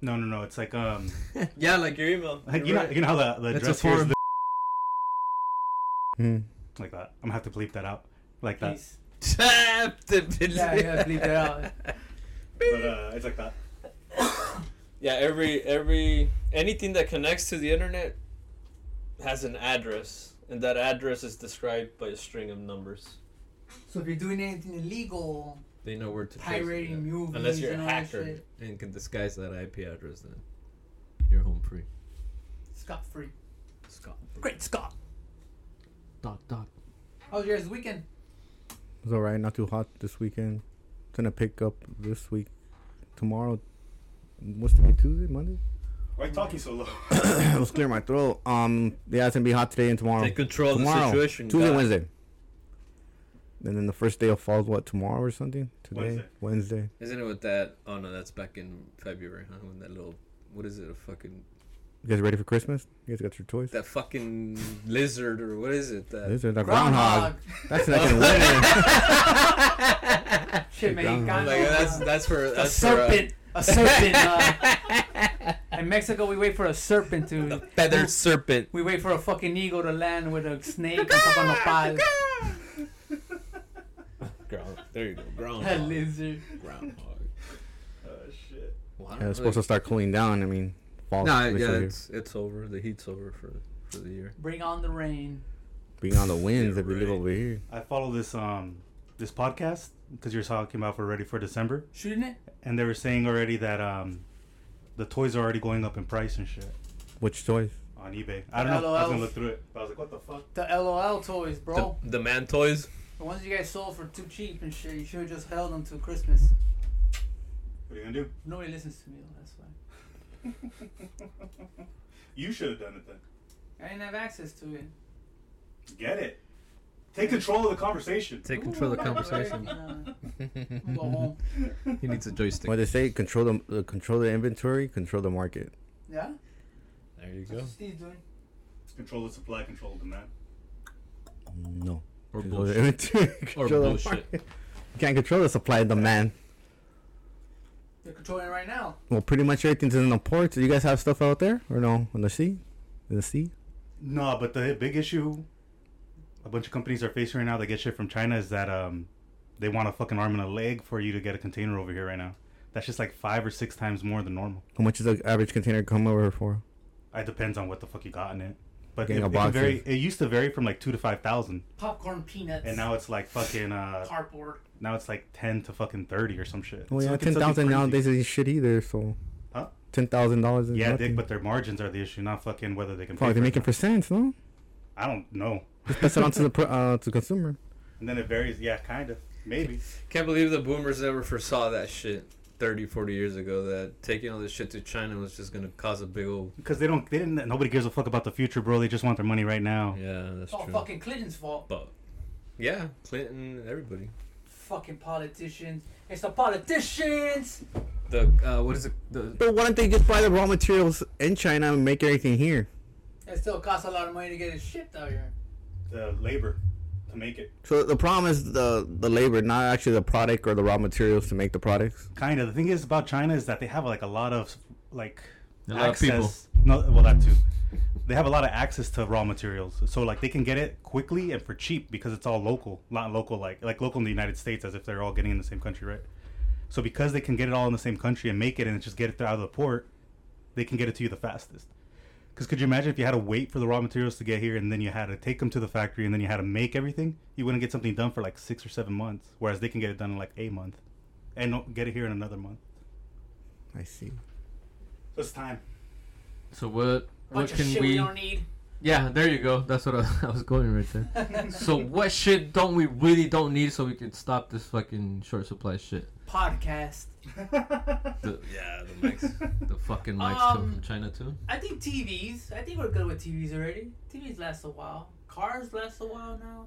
Speaker 5: No, no, no. It's like um,
Speaker 4: *laughs*
Speaker 5: *laughs*
Speaker 4: Yeah, like your email.
Speaker 5: like, you
Speaker 4: You're
Speaker 5: know,
Speaker 4: right.
Speaker 5: you
Speaker 4: *laughs*
Speaker 5: know how the the
Speaker 4: It's a
Speaker 5: address here is
Speaker 4: foreign-
Speaker 5: the,
Speaker 2: Hmm.
Speaker 5: *laughs* like that. I'm gonna have to bleep that out, like
Speaker 2: *laughs*
Speaker 5: that.
Speaker 1: Please.
Speaker 4: Tapped it, bitch.
Speaker 1: Yeah, yeah, bleep that out.
Speaker 5: But uh, it's like that.
Speaker 4: *laughs* Yeah, every every anything that connects to the internet has an address, and that address is described by a string of numbers.
Speaker 1: So if you're doing anything illegal,
Speaker 4: They know where to trace it,
Speaker 1: pirating
Speaker 4: yeah.
Speaker 1: movies,
Speaker 4: unless you're a
Speaker 1: and all that
Speaker 4: hacker
Speaker 1: shit.
Speaker 4: and can disguise that IP address. Then you're home free.
Speaker 1: scot free.
Speaker 4: Scott.
Speaker 1: Great Scott.
Speaker 3: Doc Doc.
Speaker 1: How was your guys' weekend?
Speaker 2: It's alright, not too hot this weekend. Gonna pick up this week. Tomorrow, what's today? Tuesday? Monday?
Speaker 5: Why are you talking so low?
Speaker 2: *coughs* Let's clear my throat. Um, yeah, it's gonna be hot today and tomorrow.
Speaker 4: Take control of
Speaker 2: Oh. tomorrow,
Speaker 4: the situation.
Speaker 2: Tuesday,
Speaker 4: God.
Speaker 2: Wednesday. And then the first day of fall is what tomorrow or something. Today, Wednesday.
Speaker 4: Isn't it with that? Oh no, that's back in February, huh? When that little, what is it? A fucking
Speaker 2: You guys ready for Christmas? You guys got your toys.
Speaker 4: that fucking lizard or what is it? That
Speaker 2: This is the groundhog. *laughs* That's not gonna
Speaker 1: Shit, man.
Speaker 2: Groundhog.
Speaker 1: Groundhog.
Speaker 4: like that's that's for uh,
Speaker 1: a
Speaker 4: that's
Speaker 1: serpent. A serpent. Uh, *laughs* in Mexico, we wait for a serpent
Speaker 4: For a,
Speaker 1: to.
Speaker 4: a *laughs*
Speaker 2: *laughs*
Speaker 4: feathered serpent.
Speaker 1: We wait for a fucking eagle to land with a snake on top of nopal.
Speaker 4: Ground. There you go.
Speaker 1: A
Speaker 4: Groundhog.
Speaker 1: lizard.
Speaker 4: groundhog.
Speaker 5: *laughs* oh shit.
Speaker 4: Well, I
Speaker 2: Yeah,
Speaker 4: don't
Speaker 2: it's
Speaker 4: really-
Speaker 2: supposed to start cooling down. I mean, fall.
Speaker 4: Nah,
Speaker 2: this
Speaker 4: yeah,
Speaker 2: year.
Speaker 4: it's it's over. The heat's over for for the year.
Speaker 1: Bring on the rain.
Speaker 2: being on the winds
Speaker 4: Yeah,
Speaker 2: if we live
Speaker 4: right.
Speaker 2: over here.
Speaker 5: I follow this um this podcast because you're talking about we're ready for December,
Speaker 1: Shooting it?
Speaker 5: and they were saying already that um the toys are already going up in price and shit
Speaker 2: Which toys?
Speaker 5: on eBay. I don't know. I
Speaker 1: LOL.
Speaker 5: was gonna look through it, but I was like, what the fuck?
Speaker 1: The LOL toys, bro.
Speaker 4: The, the man toys.
Speaker 1: The ones you guys sold for too cheap and shit, you should have just held them till Christmas.
Speaker 5: What are you gonna do?
Speaker 1: Nobody listens to me, though, that's why.
Speaker 5: You should have done it then.
Speaker 1: I didn't have access to it.
Speaker 5: Get it. Take control of the conversation.
Speaker 4: Take control of the conversation.
Speaker 1: Nah, go
Speaker 4: *laughs*
Speaker 1: home.
Speaker 4: He needs a joystick.
Speaker 2: What they say, control the uh, control the inventory, control the market.
Speaker 1: Yeah.
Speaker 6: There you
Speaker 1: That's
Speaker 6: go.
Speaker 1: what Steve's doing.
Speaker 5: Control the supply, control the demand.
Speaker 2: No.
Speaker 4: Or
Speaker 2: Control the
Speaker 4: bullshit.
Speaker 2: inventory, *laughs*
Speaker 4: Or
Speaker 2: control the market.
Speaker 4: bullshit.
Speaker 2: You can't control the supply and demand.
Speaker 1: They're controlling it right now.
Speaker 2: Well, pretty much everything's in the port. Do you guys have stuff out there or no? On the sea, in the sea.
Speaker 5: No, but the big issue a bunch of companies are facing right now that get shit from China is that um they want a fucking arm and a leg for you to get a container over here right now. That's just like five or six times more than normal.
Speaker 2: How much is the average container come over for?
Speaker 5: It depends on what the fuck you got in it. But it,
Speaker 2: Getting a
Speaker 5: it,
Speaker 2: box
Speaker 5: can
Speaker 2: of-
Speaker 5: vary, it used to vary from like two to five thousand,
Speaker 1: Popcorn peanuts.
Speaker 5: and now it's like fucking uh
Speaker 1: cardboard.
Speaker 5: now it's like ten to fucking thirty or some shit.
Speaker 2: Well,
Speaker 5: So
Speaker 2: yeah,
Speaker 5: it can
Speaker 2: ten
Speaker 5: still be
Speaker 2: thousand
Speaker 5: crazy.
Speaker 2: nowadays is shit either. So,
Speaker 5: Huh?
Speaker 2: ten thousand dollars.
Speaker 5: Yeah,
Speaker 2: nothing.
Speaker 5: Dick, but their margins are the issue, not fucking whether they can.
Speaker 2: Fuck,
Speaker 5: pay
Speaker 2: they're
Speaker 5: for
Speaker 2: making
Speaker 5: it.
Speaker 2: percents, no?
Speaker 5: I don't know.
Speaker 2: Just pass it on to the pro- uh, to consumer.
Speaker 5: And then it varies. Yeah, kind of. Maybe.
Speaker 6: Can't believe the boomers never foresaw that shit 30, 40 years ago. That taking all this shit to China was just gonna cause a big old.
Speaker 5: Because they don't, they didn't. Nobody gives a fuck about the future, bro. They just want their money right now.
Speaker 6: Yeah, that's
Speaker 1: It's all
Speaker 4: Oh,
Speaker 6: true.
Speaker 1: fucking Clinton's fault.
Speaker 6: But yeah, Clinton, everybody.
Speaker 1: Fucking politicians. It's the politicians.
Speaker 6: The uh, what is it? The
Speaker 2: *laughs* But why don't they just buy the raw materials in China and make everything here?
Speaker 1: It still costs a lot of money to get it shipped out here.
Speaker 5: The labor to make it.
Speaker 2: So the problem is the the labor, not actually the product or the raw materials to make the products.
Speaker 5: Kind of. The thing is about China is that they have like a lot of like
Speaker 4: A lot of people.
Speaker 5: No, well that too. They have a lot of access to raw materials, so like they can get it quickly and for cheap because it's all local, not local like like local in the United States, as if they're all getting in the same country, right? So because they can get it all in the same country and make it and just get it out of the port, they can get it to you the fastest. Because could you imagine if you had to wait for the raw materials to get here and then you had to take them to the factory and then you had to make everything, you wouldn't get something done for like six or seven months, whereas they can get it done in like a month and don't- get it here in another month.
Speaker 2: I see.
Speaker 5: So it's time.
Speaker 4: So what? What
Speaker 1: Bunch of
Speaker 4: can
Speaker 1: shit
Speaker 4: we?
Speaker 1: don't need.
Speaker 4: Yeah, there you go. That's what I, *laughs* I was going right there. so what shit don't we really don't need so we can stop this fucking short supply shit?
Speaker 1: Podcast.
Speaker 4: The,
Speaker 6: yeah, the mics.
Speaker 4: the fucking mics come
Speaker 1: Um,
Speaker 4: from China too.
Speaker 1: I think TVs. I think we're good with TVs already. TVs last a while. Cars last a while now.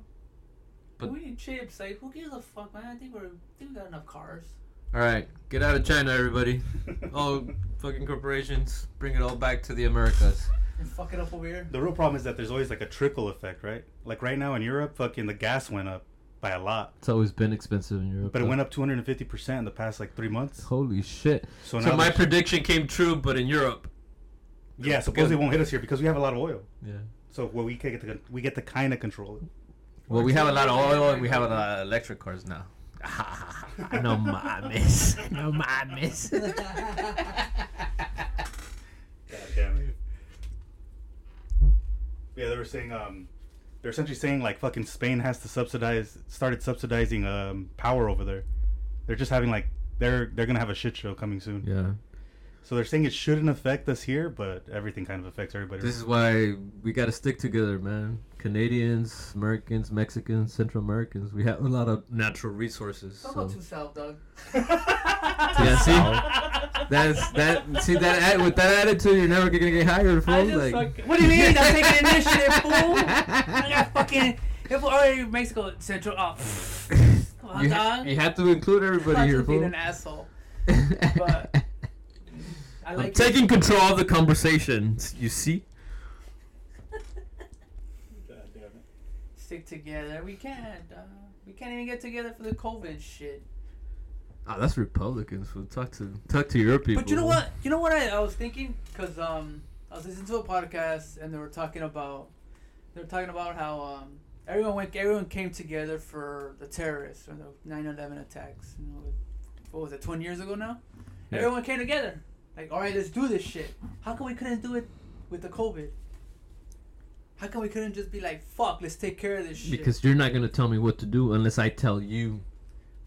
Speaker 4: But-
Speaker 1: But we need chips. Like, who gives a fuck, man? I think we're. I think we got enough cars.
Speaker 4: All right, get out of China,
Speaker 5: *laughs*
Speaker 4: everybody. All fucking corporations, bring it all back to the Americas.
Speaker 1: And fuck it up over
Speaker 5: *laughs*
Speaker 1: here. *laughs*
Speaker 5: The real problem is that there's always like a trickle effect, right? Like right now in Europe, fucking the gas went up by a lot,
Speaker 4: It's always been expensive in Europe.
Speaker 5: but it went up 250% in the past like three months.
Speaker 4: Holy shit!
Speaker 5: So now,
Speaker 4: So my
Speaker 5: there's-
Speaker 4: prediction came true, but in Europe.
Speaker 5: yeah, suppose they won't hit us here because we have a lot of oil.
Speaker 4: Yeah.
Speaker 5: So well, we can get to, we get to kind of control it.
Speaker 4: Well, we have a lot of oil and we have a lot of electric cars now.
Speaker 2: *laughs*
Speaker 5: *laughs*
Speaker 4: no mames. No mames.
Speaker 5: God damn it. Yeah, they were saying um, they're essentially saying like fucking Spain has to subsidize, started subsidizing um power over there. They're just having like they're they're gonna have a shit show coming soon.
Speaker 4: Yeah.
Speaker 5: So they're saying it shouldn't affect us here, but everything kind of affects everybody.
Speaker 4: This is why we gotta stick together, man. Canadians, Americans, Mexicans, Central Americans. We have a lot of
Speaker 6: natural resources.
Speaker 1: Don't
Speaker 4: So-
Speaker 1: go too *laughs* south, dog.
Speaker 4: yeah.
Speaker 1: *laughs*
Speaker 4: See, that's that. See that at- with that attitude, you're never gonna get hired,
Speaker 1: I
Speaker 4: fool.
Speaker 1: just
Speaker 4: Like,
Speaker 1: fucking, what do you mean? I'm taking initiative,
Speaker 4: *laughs*
Speaker 1: fool. I got fucking. If already Mexico Central, oh, come on,
Speaker 4: you, ha-
Speaker 1: dog.
Speaker 4: you have to include everybody here,
Speaker 1: Imagine being
Speaker 4: fool.
Speaker 1: an asshole. but I like
Speaker 4: *laughs* I'm
Speaker 1: it.
Speaker 4: taking control of the conversation. You see.
Speaker 5: God damn it.
Speaker 1: Stick together. We can't. dog. we can't even get together for the COVID shit.
Speaker 4: Ah, that's Republicans. Fool. Talk to talk to your people.
Speaker 1: But you know what? You know what I, I was thinking? Because um, I was listening to a podcast and they were talking about they were talking about how um, everyone went everyone came together for the terrorists or the 9/11 attacks. You know, what was it? 20 years ago now.
Speaker 4: Yeah.
Speaker 1: Everyone came together. Like, all right, let's do this shit. How come we couldn't do it with the COVID? How come we couldn't just be like, fuck, let's take care of this shit?
Speaker 4: Because you're not gonna tell me what to do unless I tell you.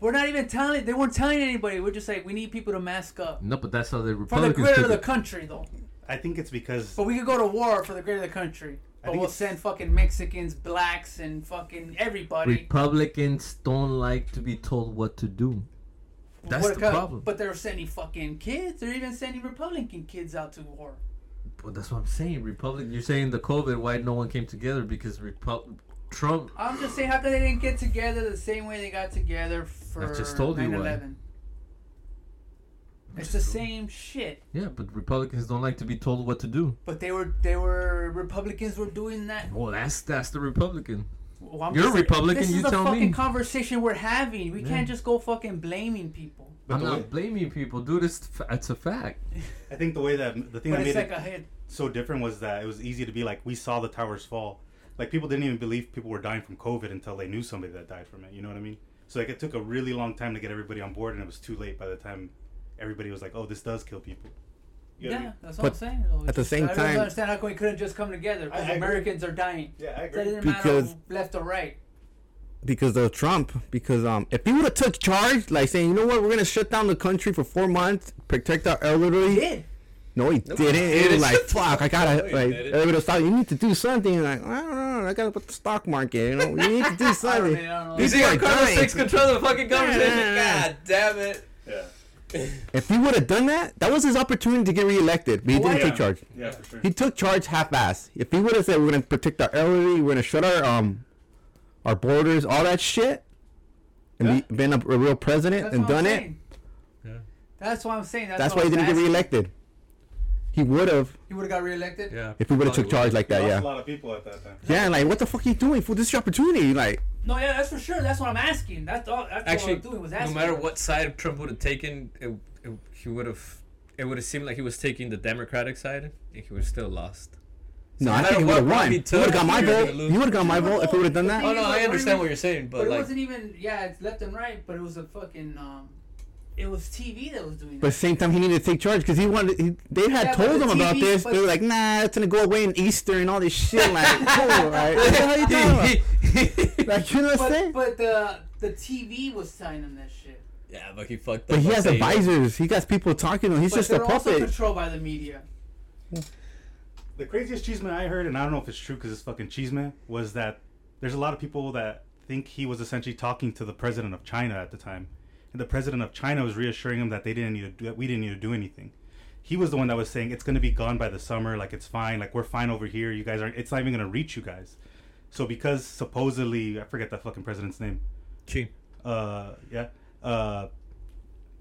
Speaker 1: we're not even telling. They weren't telling anybody. We're just like, we need people to mask up
Speaker 4: No, but that's how the
Speaker 1: for the
Speaker 4: Republicans
Speaker 1: greater
Speaker 4: took
Speaker 1: of the
Speaker 4: it.
Speaker 1: country, though.
Speaker 5: I think it's because
Speaker 1: But we could go to war for the greater of the country.
Speaker 5: I
Speaker 1: But
Speaker 5: think
Speaker 1: we'll
Speaker 5: it's-
Speaker 1: send fucking Mexicans, blacks, and fucking everybody.
Speaker 4: Republicans don't like to be told what to do. that's
Speaker 1: What
Speaker 4: the
Speaker 1: co-
Speaker 4: problem.
Speaker 1: But they're sending fucking kids. They're even sending Republican kids out to war.
Speaker 3: But that's what I'm saying. Republic. You're saying the COVID. Why no one came together? Because Repub- Trump.
Speaker 1: I'm just saying, how come they didn't get together the same way they got together for
Speaker 3: just told you why.
Speaker 1: 9/11? It's the same shit,
Speaker 3: Yeah, but Republicans don't like to be told what to do.
Speaker 1: but they were they were Republicans were doing that.
Speaker 3: Well, that's that's the Republican.
Speaker 1: Well, I'm
Speaker 3: You're
Speaker 1: just saying,
Speaker 3: Republican,
Speaker 1: This
Speaker 3: you
Speaker 1: is the
Speaker 3: tell me.
Speaker 1: fucking conversation we're having. We can't just go fucking blaming people.
Speaker 5: But
Speaker 3: I'm
Speaker 5: the
Speaker 3: not
Speaker 5: way,
Speaker 3: blaming people, dude. It's f- it's a fact.
Speaker 5: I think the way that the thing
Speaker 1: But
Speaker 5: that made
Speaker 1: it's like
Speaker 5: it
Speaker 1: a hit.
Speaker 5: so different was that it was easy to be like, we saw the towers fall. Like people didn't even believe people were dying from COVID until they knew somebody that died from it. You know what I mean? So like it took a really long time to get everybody on board, and it was too late by the time everybody was like, oh, this does kill people. You know what I
Speaker 1: Yeah,
Speaker 5: mean?
Speaker 1: that's
Speaker 2: But
Speaker 1: what I'm saying. though.
Speaker 2: at the
Speaker 1: Just-
Speaker 2: same
Speaker 1: I don't
Speaker 2: time-
Speaker 1: understand how come we couldn't just come together.
Speaker 5: I- I
Speaker 1: Because
Speaker 5: agree.
Speaker 1: Americans are dying.
Speaker 5: Yeah, I
Speaker 1: So it
Speaker 5: agree.
Speaker 1: didn't matter
Speaker 2: Because-
Speaker 1: left or right.
Speaker 2: because of Trump. Because um, if he would have took charge, like saying, you know what, we're gonna shut down the country for four months, protect our elderly.
Speaker 1: He did.
Speaker 2: No, he
Speaker 4: No, he
Speaker 2: didn't. It
Speaker 4: didn't.
Speaker 2: was like, fuck, I gotta,
Speaker 4: No, he
Speaker 2: like,
Speaker 4: didn't.
Speaker 2: everybody was talking, you need to do something. And like, I don't know, I gotta put the stock market, you know, we need to
Speaker 1: *laughs*
Speaker 2: do
Speaker 1: I don't
Speaker 2: something.
Speaker 1: really- I don't know.
Speaker 2: You
Speaker 4: He's
Speaker 2: see our
Speaker 4: in Carter
Speaker 2: dying.
Speaker 4: Six control the fucking conversation.
Speaker 2: Yeah.
Speaker 4: God damn it.
Speaker 5: Yeah.
Speaker 2: If he would have done that, that was his opportunity to get reelected, but he
Speaker 1: Why-
Speaker 2: didn't take charge.
Speaker 5: Yeah, for sure.
Speaker 2: He took charge half-ass. If he would have said, we're gonna protect our elderly, we're gonna shut our, um, our borders, all that shit, and be, been a, a real president
Speaker 1: That's
Speaker 2: and
Speaker 1: what I'm
Speaker 2: done it,
Speaker 1: saying. That's what I'm saying. Oh, That's,
Speaker 2: that's
Speaker 1: what
Speaker 2: why he
Speaker 1: I was
Speaker 2: didn't get
Speaker 1: asking.
Speaker 2: reelected. He would have
Speaker 1: He would have got reelected.
Speaker 3: Yeah.
Speaker 2: if he
Speaker 4: Oh,
Speaker 2: would have took charge like
Speaker 5: He
Speaker 2: that,
Speaker 5: lost a
Speaker 2: yeah.
Speaker 5: lot of people at that time.
Speaker 2: Yeah, like, what the fuck are you doing? For this is your opportunity, like.
Speaker 1: No, yeah, that's for sure. That's what I'm asking. That's all. That's
Speaker 4: Actually,
Speaker 1: what I'm doing was
Speaker 4: no
Speaker 1: asking.
Speaker 4: matter what side Trump would have taken, it, it, he would have. It would have seemed like he was taking the Democratic side, and he would have still lost. So
Speaker 2: No,
Speaker 4: no
Speaker 2: I think
Speaker 4: matter
Speaker 2: he would have
Speaker 4: what
Speaker 2: won.
Speaker 4: Robbie
Speaker 2: He would have
Speaker 4: took,
Speaker 2: got my
Speaker 4: he
Speaker 2: vote.
Speaker 4: would've
Speaker 2: He
Speaker 4: lose.
Speaker 2: would have got my vote if he would have done
Speaker 4: Oh
Speaker 2: that.
Speaker 4: no, I understand what you're saying,
Speaker 1: But
Speaker 4: but
Speaker 1: it
Speaker 4: like,
Speaker 3: *laughs*
Speaker 1: wasn't even. Yeah, it's left and right. But it was a fucking. Um, it was TV that was doing
Speaker 2: But
Speaker 1: it.
Speaker 2: same time, he needed to take charge because he wanted. He, they had
Speaker 1: Yeah, but
Speaker 2: told
Speaker 1: the
Speaker 2: him about
Speaker 1: TV
Speaker 2: this.
Speaker 1: was-
Speaker 2: They were like, "Nah, it's gonna go away in Easter and all this shit."
Speaker 4: *laughs*
Speaker 2: Like, cool, right? What the hell you talking about? Like, you know what I'm
Speaker 1: But,
Speaker 2: saying?
Speaker 1: but the the TV was telling him that shit.
Speaker 4: yeah, but he fucked up.
Speaker 2: But he
Speaker 4: by
Speaker 2: has
Speaker 4: saying-
Speaker 2: advisors. He got people talking to him. He's
Speaker 1: but
Speaker 2: just a
Speaker 1: they're also
Speaker 2: puppet.
Speaker 1: controlled by the media.
Speaker 5: The craziest cheeseman I heard, and I don't know if it's true because it's fucking cheeseman, was that there's a lot of people that think he was essentially talking to the president of China at the time, and the president of China was reassuring him that they didn't need to do that we didn't need to do anything. He was the one that was saying it's going to be gone by the summer, like it's fine, like we're fine over here. You guys aren't. It's not even going to reach you guys. So because supposedly I forget that fucking president's name,
Speaker 4: Gee.
Speaker 5: uh, yeah, uh,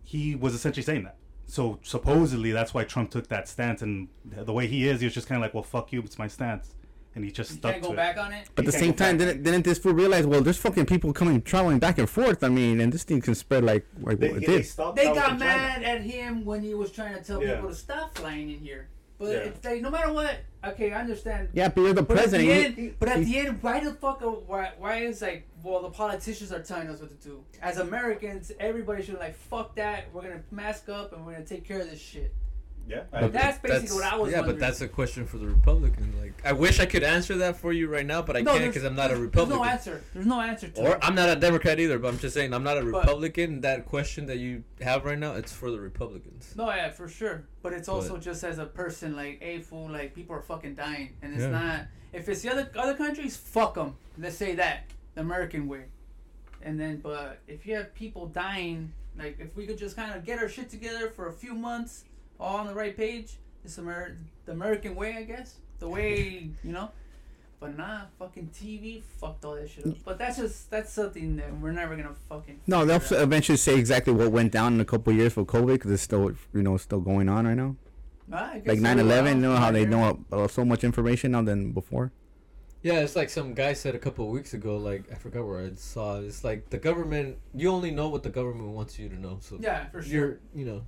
Speaker 5: he was essentially saying that. So supposedly that's why Trump took that stance, and th- the way he is, he was just kind of like, "Well, fuck you, it's my stance," and he just
Speaker 1: You
Speaker 5: stuck
Speaker 1: can't
Speaker 5: to
Speaker 1: go
Speaker 5: it.
Speaker 1: back on it.
Speaker 2: But at the
Speaker 5: can't
Speaker 2: same
Speaker 5: go back.
Speaker 2: time, didn't, didn't this fool realize? Well, there's fucking people coming traveling back and forth. I mean, and this thing can spread like like what it did.
Speaker 5: stopped
Speaker 1: They got mad at him when he was trying to tell
Speaker 5: Yeah.
Speaker 1: people to stop flying in here. But
Speaker 5: Yeah.
Speaker 1: it's like, no matter what, okay, I understand.
Speaker 2: Yeah, but you're the
Speaker 1: But at,
Speaker 2: president.
Speaker 1: the
Speaker 2: You-
Speaker 1: end, but at
Speaker 2: he-
Speaker 1: the end, why the fuck? Are, why, why is like, well, the politicians are telling us what to do. As Americans, everybody should like, fuck that. We're gonna mask up and we're gonna take care of this shit.
Speaker 5: Yeah,
Speaker 1: That's basically what I was.
Speaker 4: yeah,
Speaker 1: wondering.
Speaker 4: but that's a question for the Republican. Like, I wish I could answer that for you right now, but I
Speaker 1: No,
Speaker 4: can't
Speaker 1: there's-
Speaker 4: because I'm not a
Speaker 1: There's
Speaker 4: Republican.
Speaker 1: no answer. There's no answer to
Speaker 4: Or
Speaker 1: it.
Speaker 4: I'm not a Democrat either, but I'm just saying I'm not a Republican. that question that you have right now, it's for the Republicans.
Speaker 1: No, yeah, for sure. But it's also
Speaker 4: But-
Speaker 1: just as a person, like, hey, fool, like, people are fucking dying, and it's
Speaker 4: Yeah.
Speaker 1: not. If it's the other other countries, fuck them. Let's say that the American way. And then, but if you have people dying, like, if we could just kind of get our shit together for a few months, all on the right page, it's Amer- the American way, I guess. The way
Speaker 4: *laughs*
Speaker 1: you know. But nah, fucking TV fucked all that shit up. But that's just that's something that we're never gonna fucking.
Speaker 2: No, they'll
Speaker 1: figure
Speaker 2: s-
Speaker 1: out.
Speaker 2: eventually say exactly what went down in a couple of years for COVID because it's still, you know, it's still going on right now.
Speaker 1: Ah, I guess
Speaker 2: Like
Speaker 1: so.
Speaker 2: 9/11, you know how they
Speaker 1: Yeah.
Speaker 2: know uh, so much information now than
Speaker 1: *laughs*
Speaker 2: before.
Speaker 4: Yeah, it's like some guy said a couple of weeks ago. Like I forgot where I saw. it. It's like the government. You only know what the government wants you to know. So
Speaker 1: Yeah, for sure.
Speaker 4: you're, you know,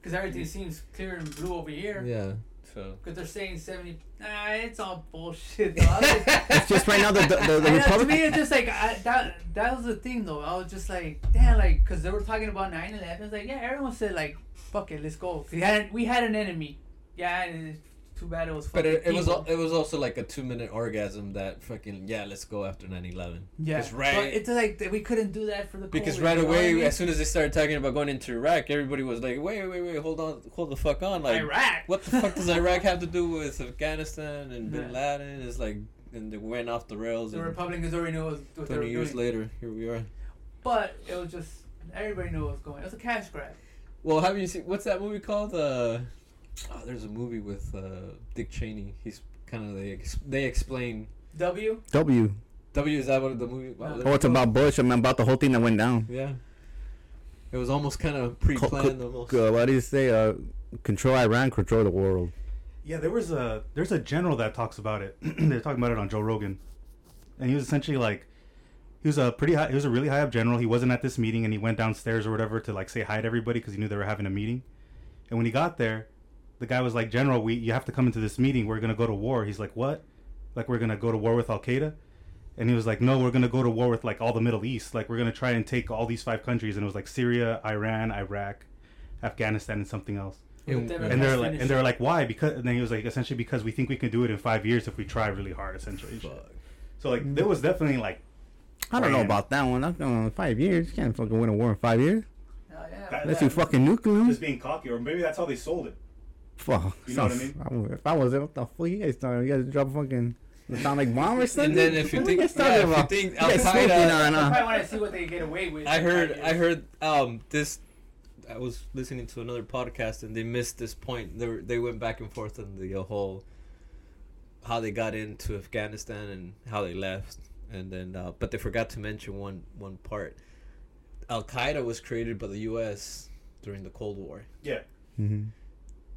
Speaker 1: Because everything seems clear and blue over here.
Speaker 4: yeah. So
Speaker 1: Because they're saying 70. Nah, it's all bullshit, though. I
Speaker 4: *laughs*
Speaker 1: was just-
Speaker 2: It's just right now the the, the, the
Speaker 1: I know, to me,
Speaker 2: Republican.
Speaker 1: it's just like, I, that That was the thing, though. I was just like, damn, like, because they were talking about 9 11. It's like, yeah, everyone said, like, fuck it, let's go. 'Cause We had, we had an enemy. Yeah, and it's too bad it was
Speaker 4: But
Speaker 1: fucking.
Speaker 4: it, it was
Speaker 1: people.
Speaker 4: al- it was also like a two minute orgasm that fucking yeah let's go after 9-11.
Speaker 1: Yeah.
Speaker 4: it's right-
Speaker 1: But it's like, that we couldn't do that for the
Speaker 4: Because
Speaker 1: COVID,
Speaker 4: right
Speaker 1: you know what I
Speaker 4: away,
Speaker 1: mean?
Speaker 4: as soon as they started talking about going into Iraq, everybody was like, "Wait, wait, wait, hold on, hold the fuck on!" Like,
Speaker 1: Iraq.
Speaker 4: what the fuck does Iraq have to do with Afghanistan and Bin
Speaker 1: Yeah.
Speaker 4: Laden? It's like, and they went off the
Speaker 1: *laughs*
Speaker 4: rails.
Speaker 1: The
Speaker 4: And
Speaker 1: Republicans already knew what what they were
Speaker 4: Twenty years
Speaker 1: doing.
Speaker 4: later, here we are.
Speaker 1: But it was just, everybody knew what was going It was a cash grab.
Speaker 4: Well, have you seen what's that movie called? Uh, Oh, there's a movie with uh, Dick Cheney. He's kind of they ex- they explain.
Speaker 1: W.
Speaker 2: W.
Speaker 4: W is that what the movie? Wow,
Speaker 1: No.
Speaker 2: Oh, it's about Bush. I mean, about the whole thing that went down.
Speaker 4: Yeah. It was almost kind of pre-planned almost.
Speaker 2: Uh, what do you say? Uh, control Iran, control the world.
Speaker 5: Yeah, there was a there's a general that talks about it. *clears throat* They're talking about it on Joe Rogan, and he was essentially like, he was a pretty high, he was a really high up general. He wasn't at this meeting, and he went downstairs or whatever to like say hi to everybody because he knew they were having a meeting. And when he got there, the guy was like, "General, we you have to come into this meeting. We're gonna go to war." He's like, "What? Like we're gonna go to war with Al Qaeda?" And he was like, "No, we're gonna go to war with like all the Middle East. Like we're gonna try and take all these five countries." And it was like Syria, Iran, Iraq, Afghanistan, and something else
Speaker 4: And-
Speaker 1: Damn it,
Speaker 5: and they're
Speaker 1: that's
Speaker 5: like,
Speaker 1: finished.
Speaker 5: and they're like, why? Because and then he was like, essentially because we think we can do it in five years if we try really hard, essentially.
Speaker 4: Fuck.
Speaker 5: So like, there was definitely like,
Speaker 2: I don't know
Speaker 5: Plan.
Speaker 2: about that one. Not going five years. You can't fucking win a war in five years.
Speaker 1: Oh, yeah,
Speaker 5: That-
Speaker 2: Unless
Speaker 1: yeah.
Speaker 2: you fucking nuclear. 'em.
Speaker 5: just being cocky, or maybe that's how they sold it.
Speaker 2: Fuck.
Speaker 5: You know what I
Speaker 2: sounds-
Speaker 5: mean?
Speaker 2: would- if I was there, what the fuck you guys talking? You guys drop a fucking atomic bomb or something?
Speaker 4: And then if you
Speaker 2: What
Speaker 4: think-
Speaker 2: you guys talking
Speaker 4: yeah, if you
Speaker 2: about?
Speaker 4: think
Speaker 2: guys
Speaker 4: Al-Qaeda-
Speaker 2: smoking on,
Speaker 1: I
Speaker 2: uh,
Speaker 1: probably want to see what they get away with.
Speaker 4: I
Speaker 1: in
Speaker 4: heard.
Speaker 1: five
Speaker 4: I
Speaker 1: years. *laughs*
Speaker 4: heard. Um, this. I was listening to another podcast and they missed this point. They were, they went back and forth on the uh, whole how they got into Afghanistan and how they left, and then uh, but they forgot to mention one one part. Al Qaeda was created by the U.S. during the Cold War.
Speaker 5: Yeah, Mm-hmm.
Speaker 2: Mhm.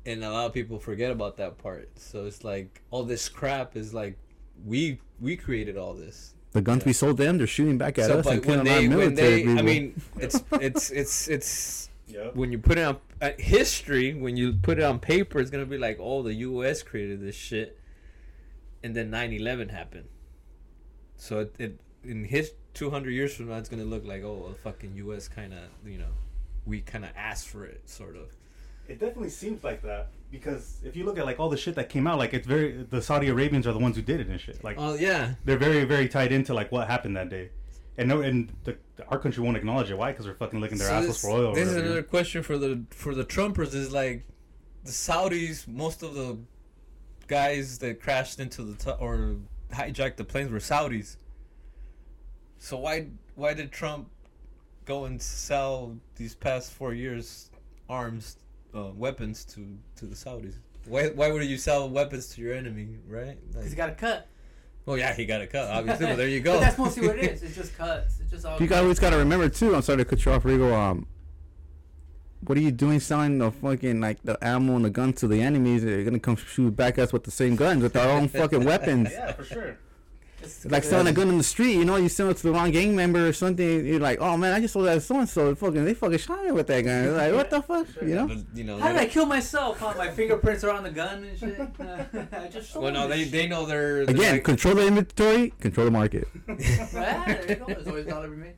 Speaker 4: and a lot of people forget about that part. So it's like all this crap is like we we created all this.
Speaker 2: The guns we sold them, they're shooting back at
Speaker 4: so
Speaker 2: us
Speaker 4: but
Speaker 2: and
Speaker 4: when
Speaker 2: killing
Speaker 4: they
Speaker 2: our
Speaker 4: when
Speaker 2: military
Speaker 4: they I
Speaker 2: people.
Speaker 4: mean
Speaker 2: *laughs*
Speaker 4: it's it's it's it's
Speaker 5: yeah.
Speaker 4: when you put it on uh, history when you put it on paper it's gonna be like oh the U.S. created this shit, and then 9-11 happened. So it, it in his two hundred years from now it's gonna look like oh the fucking U.S. kind of you know we kind of asked for it sort of.
Speaker 5: It definitely seems like that because if you look at like all the shit that came out, like it's very the Saudi Arabians are the ones who did it and shit. Like
Speaker 4: Oh yeah.
Speaker 5: they're very very tied into like what happened that day, and no, and the, our country won't acknowledge it. Why? Because we're fucking licking their
Speaker 4: So
Speaker 5: assholes
Speaker 4: this,
Speaker 5: for oil. or
Speaker 4: this is
Speaker 5: whatever.
Speaker 4: another question for the for the Trumpers. Is like the Saudis. Most of the guys that crashed into the tu- or hijacked the planes were Saudis. So why why did Trump go and sell these past four years arms uh, weapons to to the Saudis? Why why would you sell weapons to your enemy? Right?
Speaker 1: He's
Speaker 4: Like,
Speaker 1: got a cut.
Speaker 4: well, yeah, he got a cut, obviously. but
Speaker 1: *laughs*
Speaker 4: there you go.
Speaker 1: But that's mostly what it is. It's just cuts. It's just all.
Speaker 2: You always gotta remember too. I'm sorry to cut you off, Rigo. Um, what are you doing selling the fucking like the ammo and the gun to the enemies? They're gonna come shoot back us with the same guns with our own fucking
Speaker 4: *laughs*
Speaker 2: weapons.
Speaker 5: yeah, for sure.
Speaker 1: It's
Speaker 2: It's like selling a gun in the street, you know, you sell it to the wrong gang member or something. You're like, oh man, I just sold that so and so. Fucking, they fucking shot me with that gun. It's like, what the fuck, you know?
Speaker 4: *laughs* But, you *laughs* know,
Speaker 1: How
Speaker 4: they
Speaker 1: did I
Speaker 4: don't-
Speaker 1: kill myself? Huh? My fingerprints are on the gun and shit. *laughs* I just sold
Speaker 4: well, no, they
Speaker 1: this
Speaker 4: they know they're, they're
Speaker 2: Again,
Speaker 4: like-
Speaker 2: control the inventory, control the market.
Speaker 1: shit. Ah, there you go. There's always dollar remain.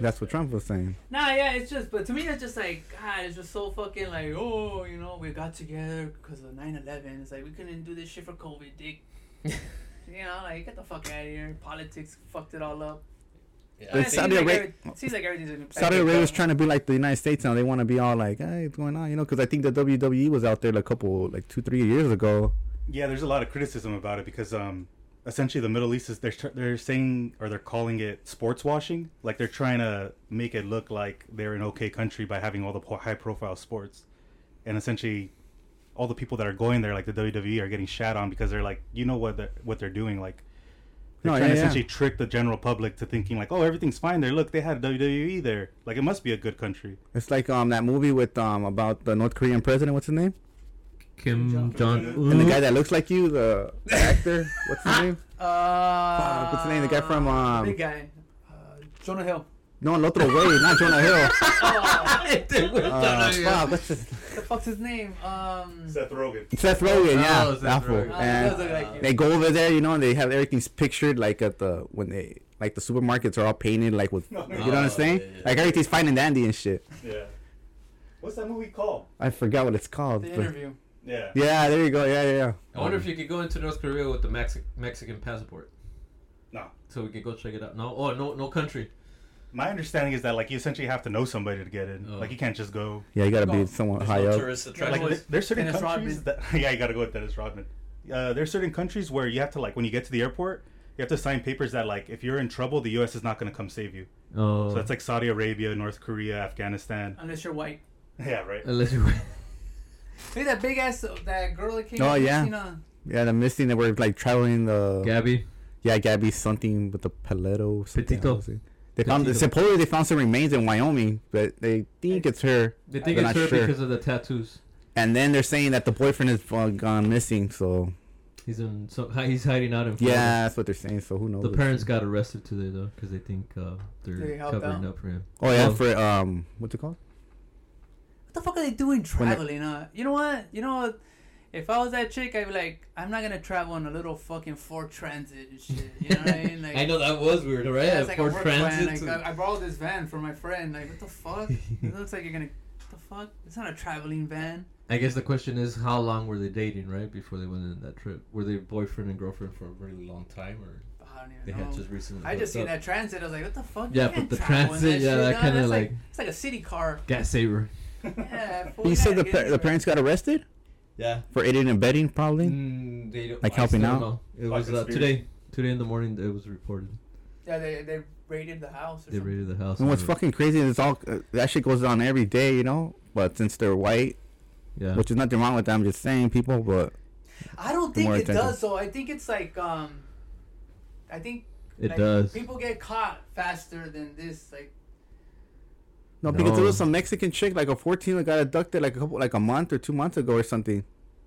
Speaker 2: That's what Trump was saying.
Speaker 1: Nah, yeah, it's just, but to me, it's just like, God, it's just so fucking like, oh, you know, we got together because of 9 11. It's like, we couldn't do this shit for COVID, dick.
Speaker 4: *laughs*
Speaker 1: you know, like, get the fuck out of here. Politics fucked it all up.
Speaker 4: Yeah.
Speaker 1: But it
Speaker 2: But
Speaker 1: seems,
Speaker 2: Saudi
Speaker 1: like
Speaker 2: Arabia,
Speaker 1: every- seems like everything's in
Speaker 2: Saudi Arabia's trying to be like the United States now. They want to be all like, hey, what's going on? You know, because I think the WWE was out there like, a couple, like two, three years ago.
Speaker 5: Yeah, there's a lot of criticism about it because um, essentially the Middle East is they're tr- they're saying or they're calling it sports washing. Like they're trying to make it look like they're an okay country by having all the po- high profile sports, and essentially all the people that are going there, like the WWE, are getting shat on because they're like, you know what they're, what they're doing, like. They're
Speaker 2: No,
Speaker 5: trying to
Speaker 2: Oh, yeah, yeah.
Speaker 5: essentially trick the general public to thinking like, oh, everything's fine there. Look, they had WWE there. Like, it must be a good country.
Speaker 2: It's like um that movie with um about the North Korean president. What's his name?
Speaker 3: Kim Jong
Speaker 2: *laughs*
Speaker 3: Un.
Speaker 2: And the guy that looks like you, the actor. What's his name?
Speaker 1: Uh,
Speaker 2: what's the name? The guy from, um,
Speaker 1: Big guy. Uh, Jonah
Speaker 2: *laughs*
Speaker 1: Hill.
Speaker 2: No, el otro way, not Jonah Hill.
Speaker 1: Oh,
Speaker 2: Uh, fuck, what's his-
Speaker 1: the fuck's his name? Um,
Speaker 5: Seth Rogen.
Speaker 2: Seth Rogen, yeah,
Speaker 3: Oh, Seth
Speaker 2: that fool.
Speaker 3: Rogen.
Speaker 1: uh,
Speaker 2: And
Speaker 1: does look like you.
Speaker 2: they go over there, you know, and they have everything's pictured like at the when they like the supermarkets are all painted
Speaker 3: *laughs*
Speaker 2: like with you know what I'm
Speaker 4: Oh,
Speaker 2: saying?
Speaker 4: yeah, yeah.
Speaker 2: Like everything's fine and dandy and shit.
Speaker 5: Yeah. What's that movie called?
Speaker 2: I forgot what it's called.
Speaker 1: the
Speaker 2: but-
Speaker 1: interview.
Speaker 5: Yeah.
Speaker 2: yeah, there you go. Yeah, yeah, yeah.
Speaker 3: I wonder if you could go into North Korea with the Mexi- Mexican passport.
Speaker 5: No.
Speaker 3: So we could go check it out. No, oh no, no country.
Speaker 5: My understanding is that like you essentially have to know somebody to get in.
Speaker 3: Oh.
Speaker 5: Like you can't just go.
Speaker 2: Yeah, you gotta be
Speaker 1: Well,
Speaker 2: somewhat
Speaker 4: There's
Speaker 2: high
Speaker 4: no
Speaker 2: up.
Speaker 4: tourist
Speaker 5: Like
Speaker 4: attractions.
Speaker 5: th- there's certain
Speaker 1: Dennis
Speaker 5: countries that *laughs* yeah, you gotta go with Dennis Rodman. Uh, there's certain countries where you have to like when you get to the airport, you have to sign papers that like if you're in trouble, the U.S. is not gonna come save you.
Speaker 3: Oh,
Speaker 4: *laughs*
Speaker 5: So that's like Saudi Arabia, North Korea, Afghanistan. *laughs*
Speaker 1: Unless you're white.
Speaker 5: Yeah, right.
Speaker 3: unless you.
Speaker 1: Look at that big ass that girl that came.
Speaker 2: Oh,
Speaker 1: out,
Speaker 2: yeah.
Speaker 1: You know,
Speaker 2: Yeah, the missing that we're like traveling the.
Speaker 4: Gabby.
Speaker 2: Yeah, Gabby something with the paletto. Something
Speaker 4: Petito.
Speaker 2: else. They found
Speaker 4: Petito.
Speaker 2: supposedly they found some remains in Wyoming, but they think it's her.
Speaker 4: They think
Speaker 2: They're not
Speaker 4: it's her
Speaker 2: sure.
Speaker 4: because of the tattoos.
Speaker 2: And then they're saying that the boyfriend is uh, gone missing. So
Speaker 4: He's in. So hi- he's hiding out in. Florida.
Speaker 2: yeah, that's what they're saying. So who knows?
Speaker 4: The parents got arrested today though because they think uh, they're
Speaker 1: They helped
Speaker 4: covering
Speaker 1: out.
Speaker 4: up for him.
Speaker 2: Oh yeah,
Speaker 4: Oh.
Speaker 2: for um, what's it called?
Speaker 1: what the fuck are they doing
Speaker 2: When they-
Speaker 1: traveling? Uh, you know what? You know what? If I was that chick, I'd be like, I'm not gonna travel on a little fucking Ford Transit and shit. You know what I
Speaker 4: *laughs*
Speaker 1: mean? Like,
Speaker 4: I know that was weird, right?
Speaker 1: Yeah, it's like a
Speaker 4: Ford
Speaker 1: work
Speaker 4: Transit.
Speaker 1: van. Like, I, I borrowed this van from my friend. Like, what the
Speaker 4: *laughs*
Speaker 1: fuck? it looks like you're gonna. What the fuck? It's not a traveling van.
Speaker 4: I guess the question is, how long were they dating, right, before they went on that trip? Were they boyfriend and girlfriend for a really long time, or
Speaker 1: I don't
Speaker 4: they
Speaker 1: even know.
Speaker 4: had just recently?
Speaker 1: I just
Speaker 4: hooked
Speaker 1: seen
Speaker 4: up?
Speaker 1: that transit. I was like, what the fuck?
Speaker 4: Yeah,
Speaker 1: You
Speaker 4: but
Speaker 1: can't
Speaker 4: the
Speaker 1: travel in
Speaker 4: transit, yeah,
Speaker 1: shit,
Speaker 4: that
Speaker 1: no,
Speaker 4: kinda
Speaker 1: that's
Speaker 4: like-
Speaker 1: It's like a city car.
Speaker 4: gas saver.
Speaker 5: *laughs*
Speaker 1: Yeah, fool,
Speaker 2: You
Speaker 1: you gotta
Speaker 2: said the
Speaker 1: get
Speaker 2: pa-
Speaker 1: into
Speaker 2: the
Speaker 1: it.
Speaker 2: parents got arrested
Speaker 4: Yeah.
Speaker 2: for aiding and abetting, probably.
Speaker 4: Mm, they don't,
Speaker 2: Like
Speaker 4: I
Speaker 2: helping
Speaker 4: still don't
Speaker 2: out?
Speaker 4: know. It
Speaker 5: Fucking
Speaker 4: was uh,
Speaker 5: spirit.
Speaker 4: today. Today in the morning, it was reported.
Speaker 1: Yeah, they, they raided the house. Or
Speaker 4: They
Speaker 1: something.
Speaker 4: raided the house.
Speaker 2: And what's
Speaker 4: it-
Speaker 2: fucking crazy is all uh, that shit goes on every day, you know. But since they're white,
Speaker 4: Yeah.
Speaker 2: which is nothing wrong with that, I'm just saying people. But
Speaker 1: I don't
Speaker 2: The
Speaker 1: think
Speaker 2: more
Speaker 1: it
Speaker 2: attention.
Speaker 1: does. though. I think it's like um, I think
Speaker 4: it
Speaker 1: like,
Speaker 4: does.
Speaker 1: People get caught faster than this. Like
Speaker 2: no, because there
Speaker 4: No.
Speaker 2: was some Mexican chick, like a 14, that got abducted like a couple, like a month or two months ago or something.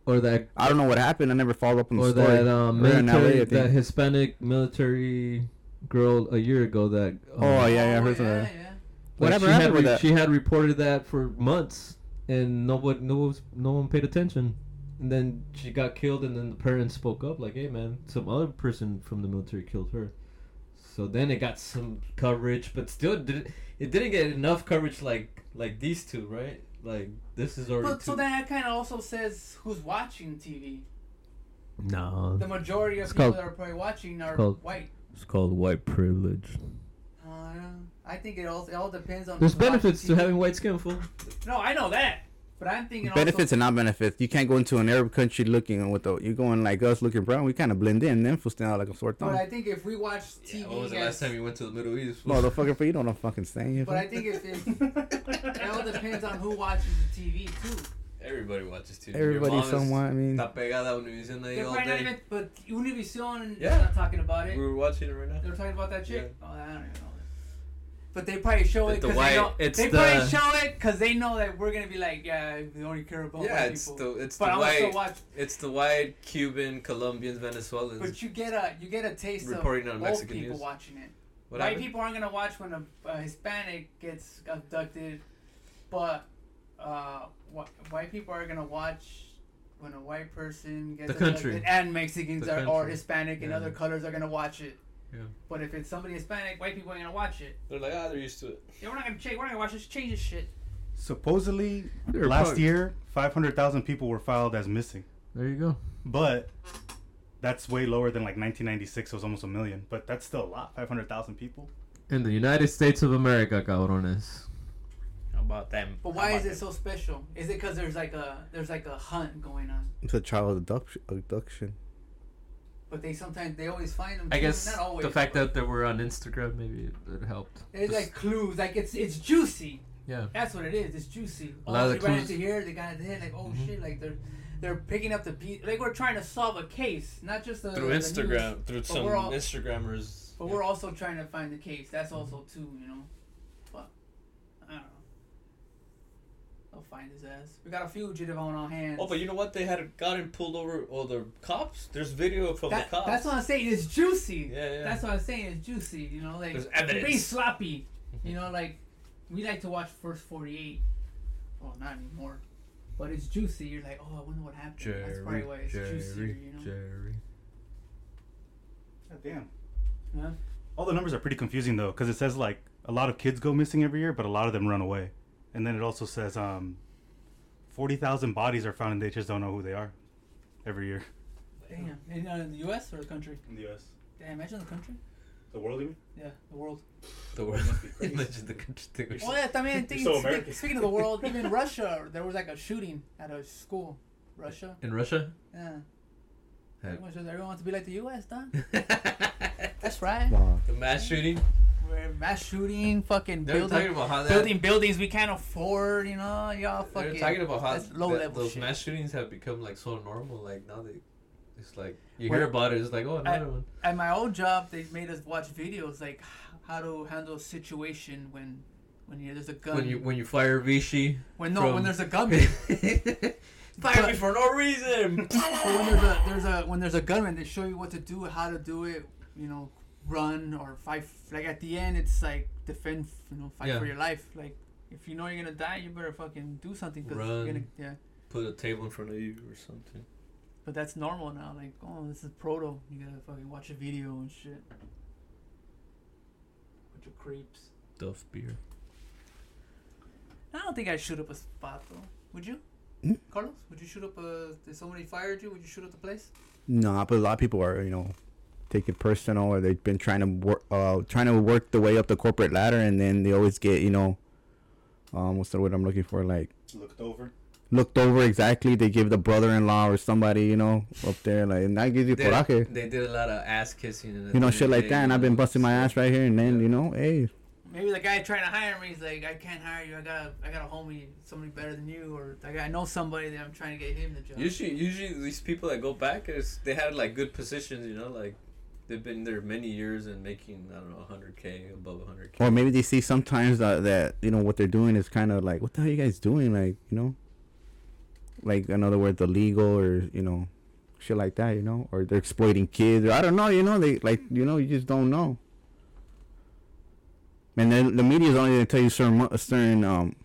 Speaker 4: Or that.
Speaker 2: I don't know what happened. I never followed up on the
Speaker 4: Or
Speaker 2: story.
Speaker 4: that um,
Speaker 2: We're in LA,
Speaker 4: military,
Speaker 2: I think.
Speaker 4: that Hispanic military girl a year ago that. um,
Speaker 2: Oh, yeah, yeah, I
Speaker 1: oh,
Speaker 2: heard some of
Speaker 1: yeah,
Speaker 2: that.
Speaker 1: yeah.
Speaker 4: Like,
Speaker 2: Whatever
Speaker 4: she
Speaker 2: happened
Speaker 4: had
Speaker 2: with
Speaker 4: re-
Speaker 2: that?
Speaker 4: She had reported that for months, and nobody, no one, no one paid attention. And then she got killed, and then the parents spoke up, like, "Hey, man, some other person from the military killed her." So then it got some coverage, but still, did it didn't get enough coverage like like these two, right? Like this is already.
Speaker 1: But so
Speaker 4: too-
Speaker 1: that kind of also says who's watching TV.
Speaker 4: no,
Speaker 1: The majority of
Speaker 4: It's
Speaker 1: people
Speaker 4: called-
Speaker 1: that are probably watching are
Speaker 4: called-
Speaker 1: white.
Speaker 4: it's called white privilege.
Speaker 1: Uh, I think it all it all depends on.
Speaker 4: There's
Speaker 1: who's watching
Speaker 4: benefits to
Speaker 1: TV.
Speaker 4: having white skin, fool.
Speaker 1: No, I know that, but I'm thinking
Speaker 2: benefits
Speaker 1: Also,
Speaker 2: and not benefits. You can't go into an Arab country looking with the you're going like us looking brown. We kind of blend in. Then for stand out like a sore
Speaker 1: but
Speaker 2: thumb.
Speaker 1: I think if we watch TV,
Speaker 4: what was the
Speaker 1: as-
Speaker 4: last time you went to the Middle East?
Speaker 2: Motherfucker, for you know what I'm fucking saying. you
Speaker 1: but I
Speaker 2: fool.
Speaker 1: think if, if
Speaker 7: *laughs*
Speaker 1: *laughs* it all depends on who watches the TV too.
Speaker 7: Everybody watches TV.
Speaker 2: everybody somewhat. I mean,
Speaker 7: Está pegada a Univision
Speaker 1: They're
Speaker 7: ahí all
Speaker 1: probably not
Speaker 7: day.
Speaker 1: even, but Univision
Speaker 7: Yeah.
Speaker 1: is not talking about it.
Speaker 7: We were watching it right now.
Speaker 1: They're talking about that chick. Oh, I don't even know. But they probably show
Speaker 7: The-
Speaker 1: it
Speaker 7: the
Speaker 1: because
Speaker 7: white-
Speaker 1: they know.
Speaker 7: it's
Speaker 1: they
Speaker 7: the-
Speaker 1: probably show it 'cause they know that we're gonna be like, yeah, we only care about
Speaker 7: Yeah,
Speaker 1: white
Speaker 7: it's
Speaker 1: people.
Speaker 7: the it's
Speaker 1: but
Speaker 7: the
Speaker 1: I'm gonna still
Speaker 7: white
Speaker 1: watch.
Speaker 7: it's the white Cuban, Colombians, Venezuelans.
Speaker 1: But you get a you get a taste
Speaker 7: Reporting on
Speaker 1: of old
Speaker 7: Mexican
Speaker 1: people
Speaker 7: news.
Speaker 1: watching it.
Speaker 7: What
Speaker 1: white
Speaker 7: happened?
Speaker 1: people aren't gonna watch when a, a Hispanic gets abducted, but uh, wh- white people are gonna watch when a white person gets
Speaker 4: The country.
Speaker 1: abducted, and Mexicans
Speaker 4: The
Speaker 1: are, or
Speaker 4: country.
Speaker 1: Hispanic and
Speaker 4: Yeah.
Speaker 1: other colors are gonna watch it.
Speaker 4: Yeah.
Speaker 1: But if it's somebody Hispanic, white people ain't gonna watch it.
Speaker 7: They're like, ah, they're used to it.
Speaker 1: Yeah, we're not gonna change. We're not gonna watch this. Change this shit.
Speaker 5: Supposedly,
Speaker 4: They were
Speaker 5: last
Speaker 4: probably-
Speaker 5: year, 500,000 people were filed as missing.
Speaker 4: There you go.
Speaker 5: But that's way lower than like 1996. It was almost a million. But that's still a lot. 500,000 people.
Speaker 4: In the United States of America, cabrones.
Speaker 7: How about them?
Speaker 1: But why is it so special? Is it because there's like a there's like a hunt going on?
Speaker 2: it's a child abduction. abduction.
Speaker 1: But they sometimes they always find them.
Speaker 4: I
Speaker 1: too.
Speaker 4: guess
Speaker 1: not always.
Speaker 4: the fact that they were on Instagram maybe it, it helped.
Speaker 1: it's
Speaker 4: Just-
Speaker 1: like clues. Like it's it's juicy.
Speaker 4: yeah,
Speaker 1: That's what it is. It's juicy.
Speaker 4: A
Speaker 1: Oh,
Speaker 4: lot of
Speaker 1: they
Speaker 4: the
Speaker 1: ran
Speaker 4: clues-
Speaker 1: into here. They got into here. Like oh
Speaker 4: Mhm.
Speaker 1: shit. Like they're they're picking up the piece. Like we're trying to solve a case, not just the,
Speaker 7: Through
Speaker 1: the news,
Speaker 7: Instagram, through some
Speaker 1: we're all-
Speaker 7: Instagrammers.
Speaker 1: but we're also trying to find the case. That's also too. You know. Fuck. I don't know. They'll find his ass. We got a fugitive on our hands.
Speaker 7: Oh, but you know what? They had gotten pulled over. Oh, the cops. There's video from
Speaker 1: That-
Speaker 7: the cops.
Speaker 1: That's what I'm saying. It's juicy.
Speaker 7: Yeah, yeah.
Speaker 1: That's what I'm saying. It's juicy. You know, like
Speaker 7: There's
Speaker 1: it's
Speaker 7: evidence.
Speaker 1: Pretty sloppy. You know, like we like to watch first 48. Well, not anymore. But it's juicy. You're like, oh, I wonder what happened. that's probably why it's juicier. You know.
Speaker 4: Jerry.
Speaker 5: God damn.
Speaker 1: Huh?
Speaker 5: All the numbers are pretty confusing though, because it says like a lot of kids go missing every year, but a lot of them run away. And then it also says um, 40,000 bodies are found and they just don't know who they are every year.
Speaker 1: Damn. In, uh, the U.S. or the country?
Speaker 5: In the U.S.
Speaker 1: Damn. Imagine the country.
Speaker 5: The world, you mean?
Speaker 1: Yeah, the world.
Speaker 7: the world.
Speaker 5: must be crazy.
Speaker 7: Imagine the country thing or
Speaker 1: Well, yeah, I mean,
Speaker 5: so
Speaker 1: thinking,
Speaker 5: American.
Speaker 1: speak, speaking of the world, even Russia, there was like a shooting at a school. Russia.
Speaker 4: In Russia?
Speaker 1: Yeah.
Speaker 4: Hey.
Speaker 1: Everyone, just, everyone wants to be like the U.S., done.
Speaker 7: something.
Speaker 1: That's right.
Speaker 2: Wow.
Speaker 7: the mass shooting.
Speaker 1: we're mass shooting, fucking
Speaker 4: They're talking
Speaker 1: building,
Speaker 4: about how that.
Speaker 1: building buildings we can't afford. You know, y'all
Speaker 4: they're
Speaker 1: fucking.
Speaker 4: talking about how
Speaker 1: that's low
Speaker 4: that-
Speaker 1: level
Speaker 4: those
Speaker 1: shit.
Speaker 4: mass shootings have become like so normal. Like now they, it's like you
Speaker 1: Well,
Speaker 4: hear about it, it's like oh another one.
Speaker 1: At my old job, they made us watch videos like h- how to handle a situation when when you, there's a gun.
Speaker 4: When you when you fire Vichy,
Speaker 1: when no,
Speaker 4: from-
Speaker 1: when there's a
Speaker 4: *laughs*
Speaker 1: gun.
Speaker 4: fire
Speaker 1: But-
Speaker 4: me for no reason.
Speaker 1: But when there's a there's a when there's a gunman, they show you what to do, how to do it. You know, run or fight. Like at the end, it's like defend. You know, fight
Speaker 4: Yeah.
Speaker 1: for your life. Like if you know you're gonna die, you better fucking do something. Cause you're
Speaker 4: Run.
Speaker 1: gonna, yeah.
Speaker 4: Put a table in front of you or something.
Speaker 1: But that's normal now. Like, oh, this is proto. You gotta fucking watch a video and shit. Bunch of creeps.
Speaker 4: Duff beer.
Speaker 1: I don't think I'd shoot up a spot though. Would you? Carlos, would you shoot up a? If somebody fired you, would you shoot up the place?
Speaker 2: Nah, but a lot of people are, you know, take it personal, or they've been trying to work, uh, trying to work the way up the corporate ladder, and then they always get, you know, um, what's the word I'm looking for? Like
Speaker 5: Looked over.
Speaker 2: looked over exactly. They give the brother-in-law or somebody, you know, up there, like, and that gives you
Speaker 4: They,
Speaker 2: coraje,
Speaker 4: they did a lot of ass kissing. and
Speaker 2: you know,
Speaker 4: at the
Speaker 2: shit
Speaker 4: end of
Speaker 2: like
Speaker 4: the
Speaker 2: that.
Speaker 4: day,
Speaker 2: And
Speaker 4: you
Speaker 2: I've been
Speaker 4: know,
Speaker 2: busting my ass
Speaker 4: it's-
Speaker 2: right here, and then you know, hey,
Speaker 1: Maybe the guy trying to hire me is like, I can't hire you. I got a, I got a homie, somebody better than you, or I, got, I know somebody that I'm trying to get him the job.
Speaker 4: Usually, usually these people that go back is they had like good positions, you know, like they've been there many years and making I don't know 100k above 100k.
Speaker 2: or maybe they see sometimes that, that you know what they're doing is kind of like, what the hell are you guys doing? Like, you know, like in other words, illegal or you know, shit like that, you know, or they're exploiting kids. Or, I don't know, you know, they like you know, you just don't know. And then the media's only gonna tell you certain mu- certain um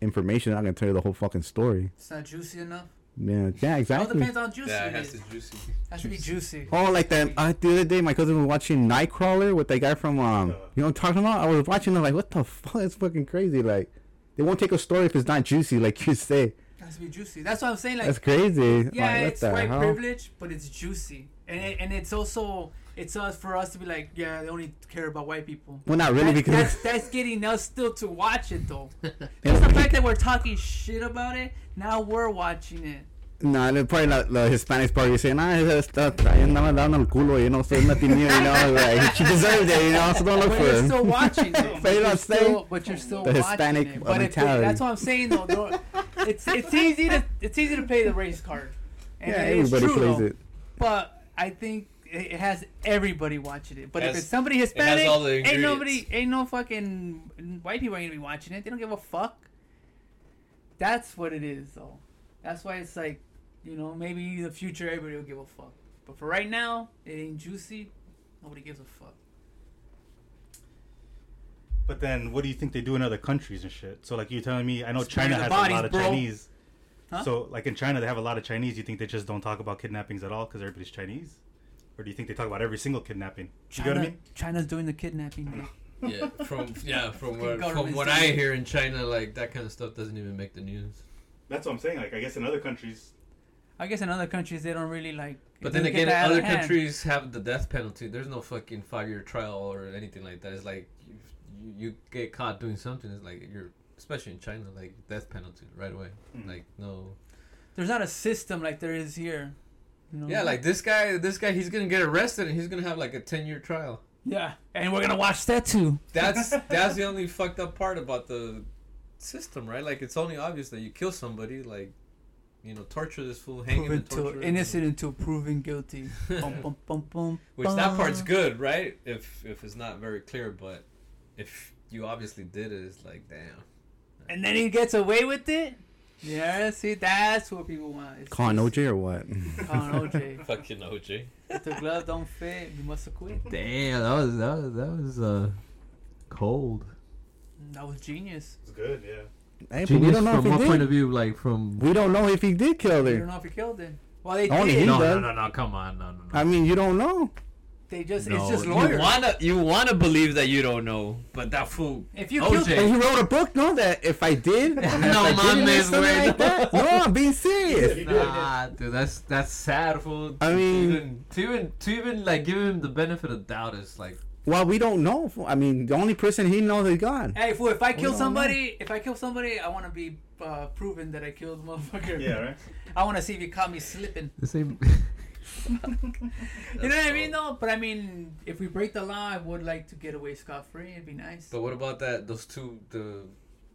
Speaker 2: information. They're Not gonna tell you the whole fucking story.
Speaker 1: It's not juicy enough.
Speaker 2: Yeah, yeah,
Speaker 1: It all
Speaker 2: exactly.
Speaker 1: depends on how juicy.
Speaker 4: Yeah, it
Speaker 1: it
Speaker 4: has
Speaker 1: is. *laughs*
Speaker 4: to juicy.
Speaker 1: Has to be juicy.
Speaker 2: Oh, like that. Uh, the other day, my cousin was watching Nightcrawler with that guy from um. You
Speaker 5: Yeah.
Speaker 2: know what I'm talking about? I was watching. I'm like, what the fuck? It's fucking crazy. Like, they won't take a story if it's not juicy, like you say.
Speaker 1: has to be juicy. That's what I'm saying. Like,
Speaker 2: That's crazy.
Speaker 1: yeah,
Speaker 2: like, what
Speaker 1: it's
Speaker 2: the
Speaker 1: white
Speaker 2: hell?
Speaker 1: privilege, but it's juicy, and it, and it's also it's us for us to be like, yeah, they only care about white people.
Speaker 2: Well, not really
Speaker 1: That-
Speaker 2: because
Speaker 1: that's, that's getting us still to watch it though. Just the fact that we're talking shit about it, now we're watching it.
Speaker 2: *laughs* nah, they're probably not the Hispanics probably saying, ah, esa está andaba dando el culo, you know, so it's nothing new, you know,
Speaker 1: *laughs*
Speaker 2: like she deserved it, you know, so don't look
Speaker 1: But
Speaker 2: for
Speaker 1: you're
Speaker 2: it.
Speaker 1: still watching though.
Speaker 2: But you know what I'm saying?
Speaker 1: Still, but you're still
Speaker 2: The
Speaker 1: watching
Speaker 2: Hispanic
Speaker 1: it. But it-
Speaker 2: mentality.
Speaker 1: that's what I'm saying though. though. It's it's easy to it's easy to play the race card. And
Speaker 2: *laughs* Yeah,
Speaker 1: it is
Speaker 2: everybody
Speaker 1: true,
Speaker 2: plays
Speaker 1: though.
Speaker 2: it.
Speaker 1: But I think it it has everybody watching it. But if
Speaker 4: Has-
Speaker 1: it's somebody
Speaker 4: has
Speaker 1: Hispanic,
Speaker 4: all the
Speaker 1: ain't
Speaker 4: ingredients.
Speaker 1: nobody, ain't no fucking white people ain't gonna be watching it. They don't give a fuck. That's what it is, though. That's why it's like, you know, maybe in the future everybody will give a fuck. But for right now, it ain't juicy. Nobody gives a fuck.
Speaker 5: But then, what do you think they do in other countries and shit? So, like, you're telling me, I know
Speaker 1: Spare
Speaker 5: China
Speaker 1: the
Speaker 5: has
Speaker 1: bodies,
Speaker 5: a lot of
Speaker 1: bro.
Speaker 5: Chinese.
Speaker 1: Huh?
Speaker 5: So, like in China, they have a lot of Chinese. You think they just don't talk about kidnappings at all because everybody's Chinese, or do you think they talk about every single kidnapping? You
Speaker 1: China,
Speaker 5: know what I mean?
Speaker 1: China's doing the kidnapping. bro.
Speaker 4: Yeah, from yeah from what from
Speaker 1: government's
Speaker 4: what
Speaker 1: doing
Speaker 4: I
Speaker 1: it.
Speaker 4: hear in China, like that kind of stuff doesn't even make the news.
Speaker 5: That's what I'm saying. Like, I guess in other countries,
Speaker 1: I guess in other countries they don't really like.
Speaker 4: But
Speaker 1: it
Speaker 4: then
Speaker 1: doesn't get
Speaker 4: again,
Speaker 1: that out of
Speaker 4: other
Speaker 1: hand.
Speaker 4: countries have the death penalty. There's no fucking five-year trial or anything like that. It's like you, you get caught doing something, it's like you're especially in China, like death penalty right away.
Speaker 5: Mm.
Speaker 4: Like no,
Speaker 1: there's not a system like there is here. You know?
Speaker 4: yeah, like this guy, this guy, he's gonna get arrested and he's gonna have like a ten-year trial.
Speaker 1: yeah, and we're gonna watch that too.
Speaker 2: *laughs*
Speaker 4: That's that's the only fucked up part about the system, right? Like it's only obvious that you kill somebody, like you know, torture this fool, hang him,
Speaker 1: proven
Speaker 4: and torture
Speaker 1: to
Speaker 4: him.
Speaker 1: innocent until proven *laughs* guilty. bum, bum, bum, bum,
Speaker 4: Which that part's
Speaker 1: bum.
Speaker 4: good, right? If if it's not very clear, but if you obviously did it, it's like damn.
Speaker 1: And then he gets away with it. Yeah, see, that's what people want. It's
Speaker 2: Con
Speaker 1: just-
Speaker 2: OJ or what? *laughs*
Speaker 1: Con OJ.
Speaker 4: Fucking OJ.
Speaker 1: if the glove don't fit, you must quit.
Speaker 3: Damn, that was that was that was uh cold.
Speaker 1: That was genius.
Speaker 5: it's good. Yeah.
Speaker 2: hey, but we
Speaker 3: Genius
Speaker 2: don't know if
Speaker 3: from
Speaker 2: he
Speaker 3: what
Speaker 2: did.
Speaker 3: point of view? Like from
Speaker 2: we don't know if he did kill
Speaker 1: You
Speaker 2: her.
Speaker 1: don't know if he killed him. Well, they
Speaker 2: Only
Speaker 1: did.
Speaker 2: he-
Speaker 3: no, no,
Speaker 2: does.
Speaker 3: no, no, come on, no, no, no.
Speaker 2: I mean, you don't know.
Speaker 1: They just
Speaker 3: No,
Speaker 1: it's just
Speaker 3: you
Speaker 1: lawyers.
Speaker 4: wanna you wanna believe that you don't know, but that fool.
Speaker 1: If you
Speaker 4: OJ.
Speaker 1: killed
Speaker 2: And he wrote a book, no? That if I
Speaker 3: *laughs*
Speaker 2: did, no,
Speaker 3: mames, güey, no.
Speaker 2: that. No, I'm being serious.
Speaker 3: Nah, dude, that's that's sad, fool.
Speaker 2: I
Speaker 3: To
Speaker 2: mean-
Speaker 3: even, to even to even like give him the benefit of doubt is like
Speaker 2: Well, we don't know. fool. I mean, the only person he knows is God.
Speaker 1: Hey, fool! If I kill
Speaker 2: don't
Speaker 1: somebody, if I kill somebody, I want to be uh, proven that I killed the motherfucker.
Speaker 5: *laughs* Yeah. Right.
Speaker 1: I want to see if he caught me slipping.
Speaker 3: the same.
Speaker 1: You know what I mean, though. But I mean, if we break the law, I would like to get away scot free. It'd be nice.
Speaker 4: But what about that? Those two, the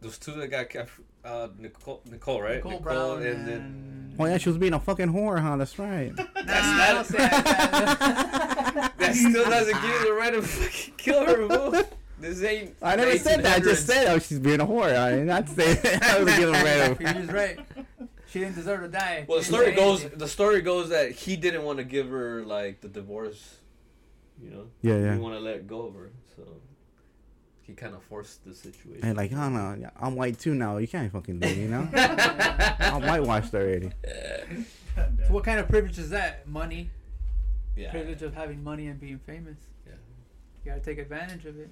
Speaker 4: those two that got kept, uh, Nicole, Nicole, right?
Speaker 1: Nicole Brown
Speaker 4: and
Speaker 1: and-
Speaker 4: then
Speaker 2: Oh yeah, she was being a fucking whore, huh? That's right.
Speaker 1: nah, I don't say
Speaker 5: *laughs*
Speaker 1: that. *laughs*
Speaker 4: that still doesn't give you the right to fucking kill her. bro. This ain't.
Speaker 2: I never said that. I just
Speaker 4: 1900s.
Speaker 2: said, oh, she's being a whore. I did not say *laughs* that. I was
Speaker 3: *laughs*
Speaker 2: giving away.
Speaker 1: You're just right. She didn't deserve to die.
Speaker 4: Well, the
Speaker 1: She didn't say
Speaker 4: story goes.
Speaker 1: anything.
Speaker 4: The story goes that he didn't want to give her like the divorce. You know.
Speaker 2: Yeah,
Speaker 4: He
Speaker 2: yeah.
Speaker 4: didn't want to let go of her, so he kind of forced the situation.
Speaker 2: And like, oh no, I'm white too now. You can't fucking do it, you know. I'm whitewashed already.
Speaker 1: So what kind of privilege is that? Money.
Speaker 4: yeah.
Speaker 1: Privilege of having money and being famous.
Speaker 4: Yeah.
Speaker 1: You gotta take advantage of it.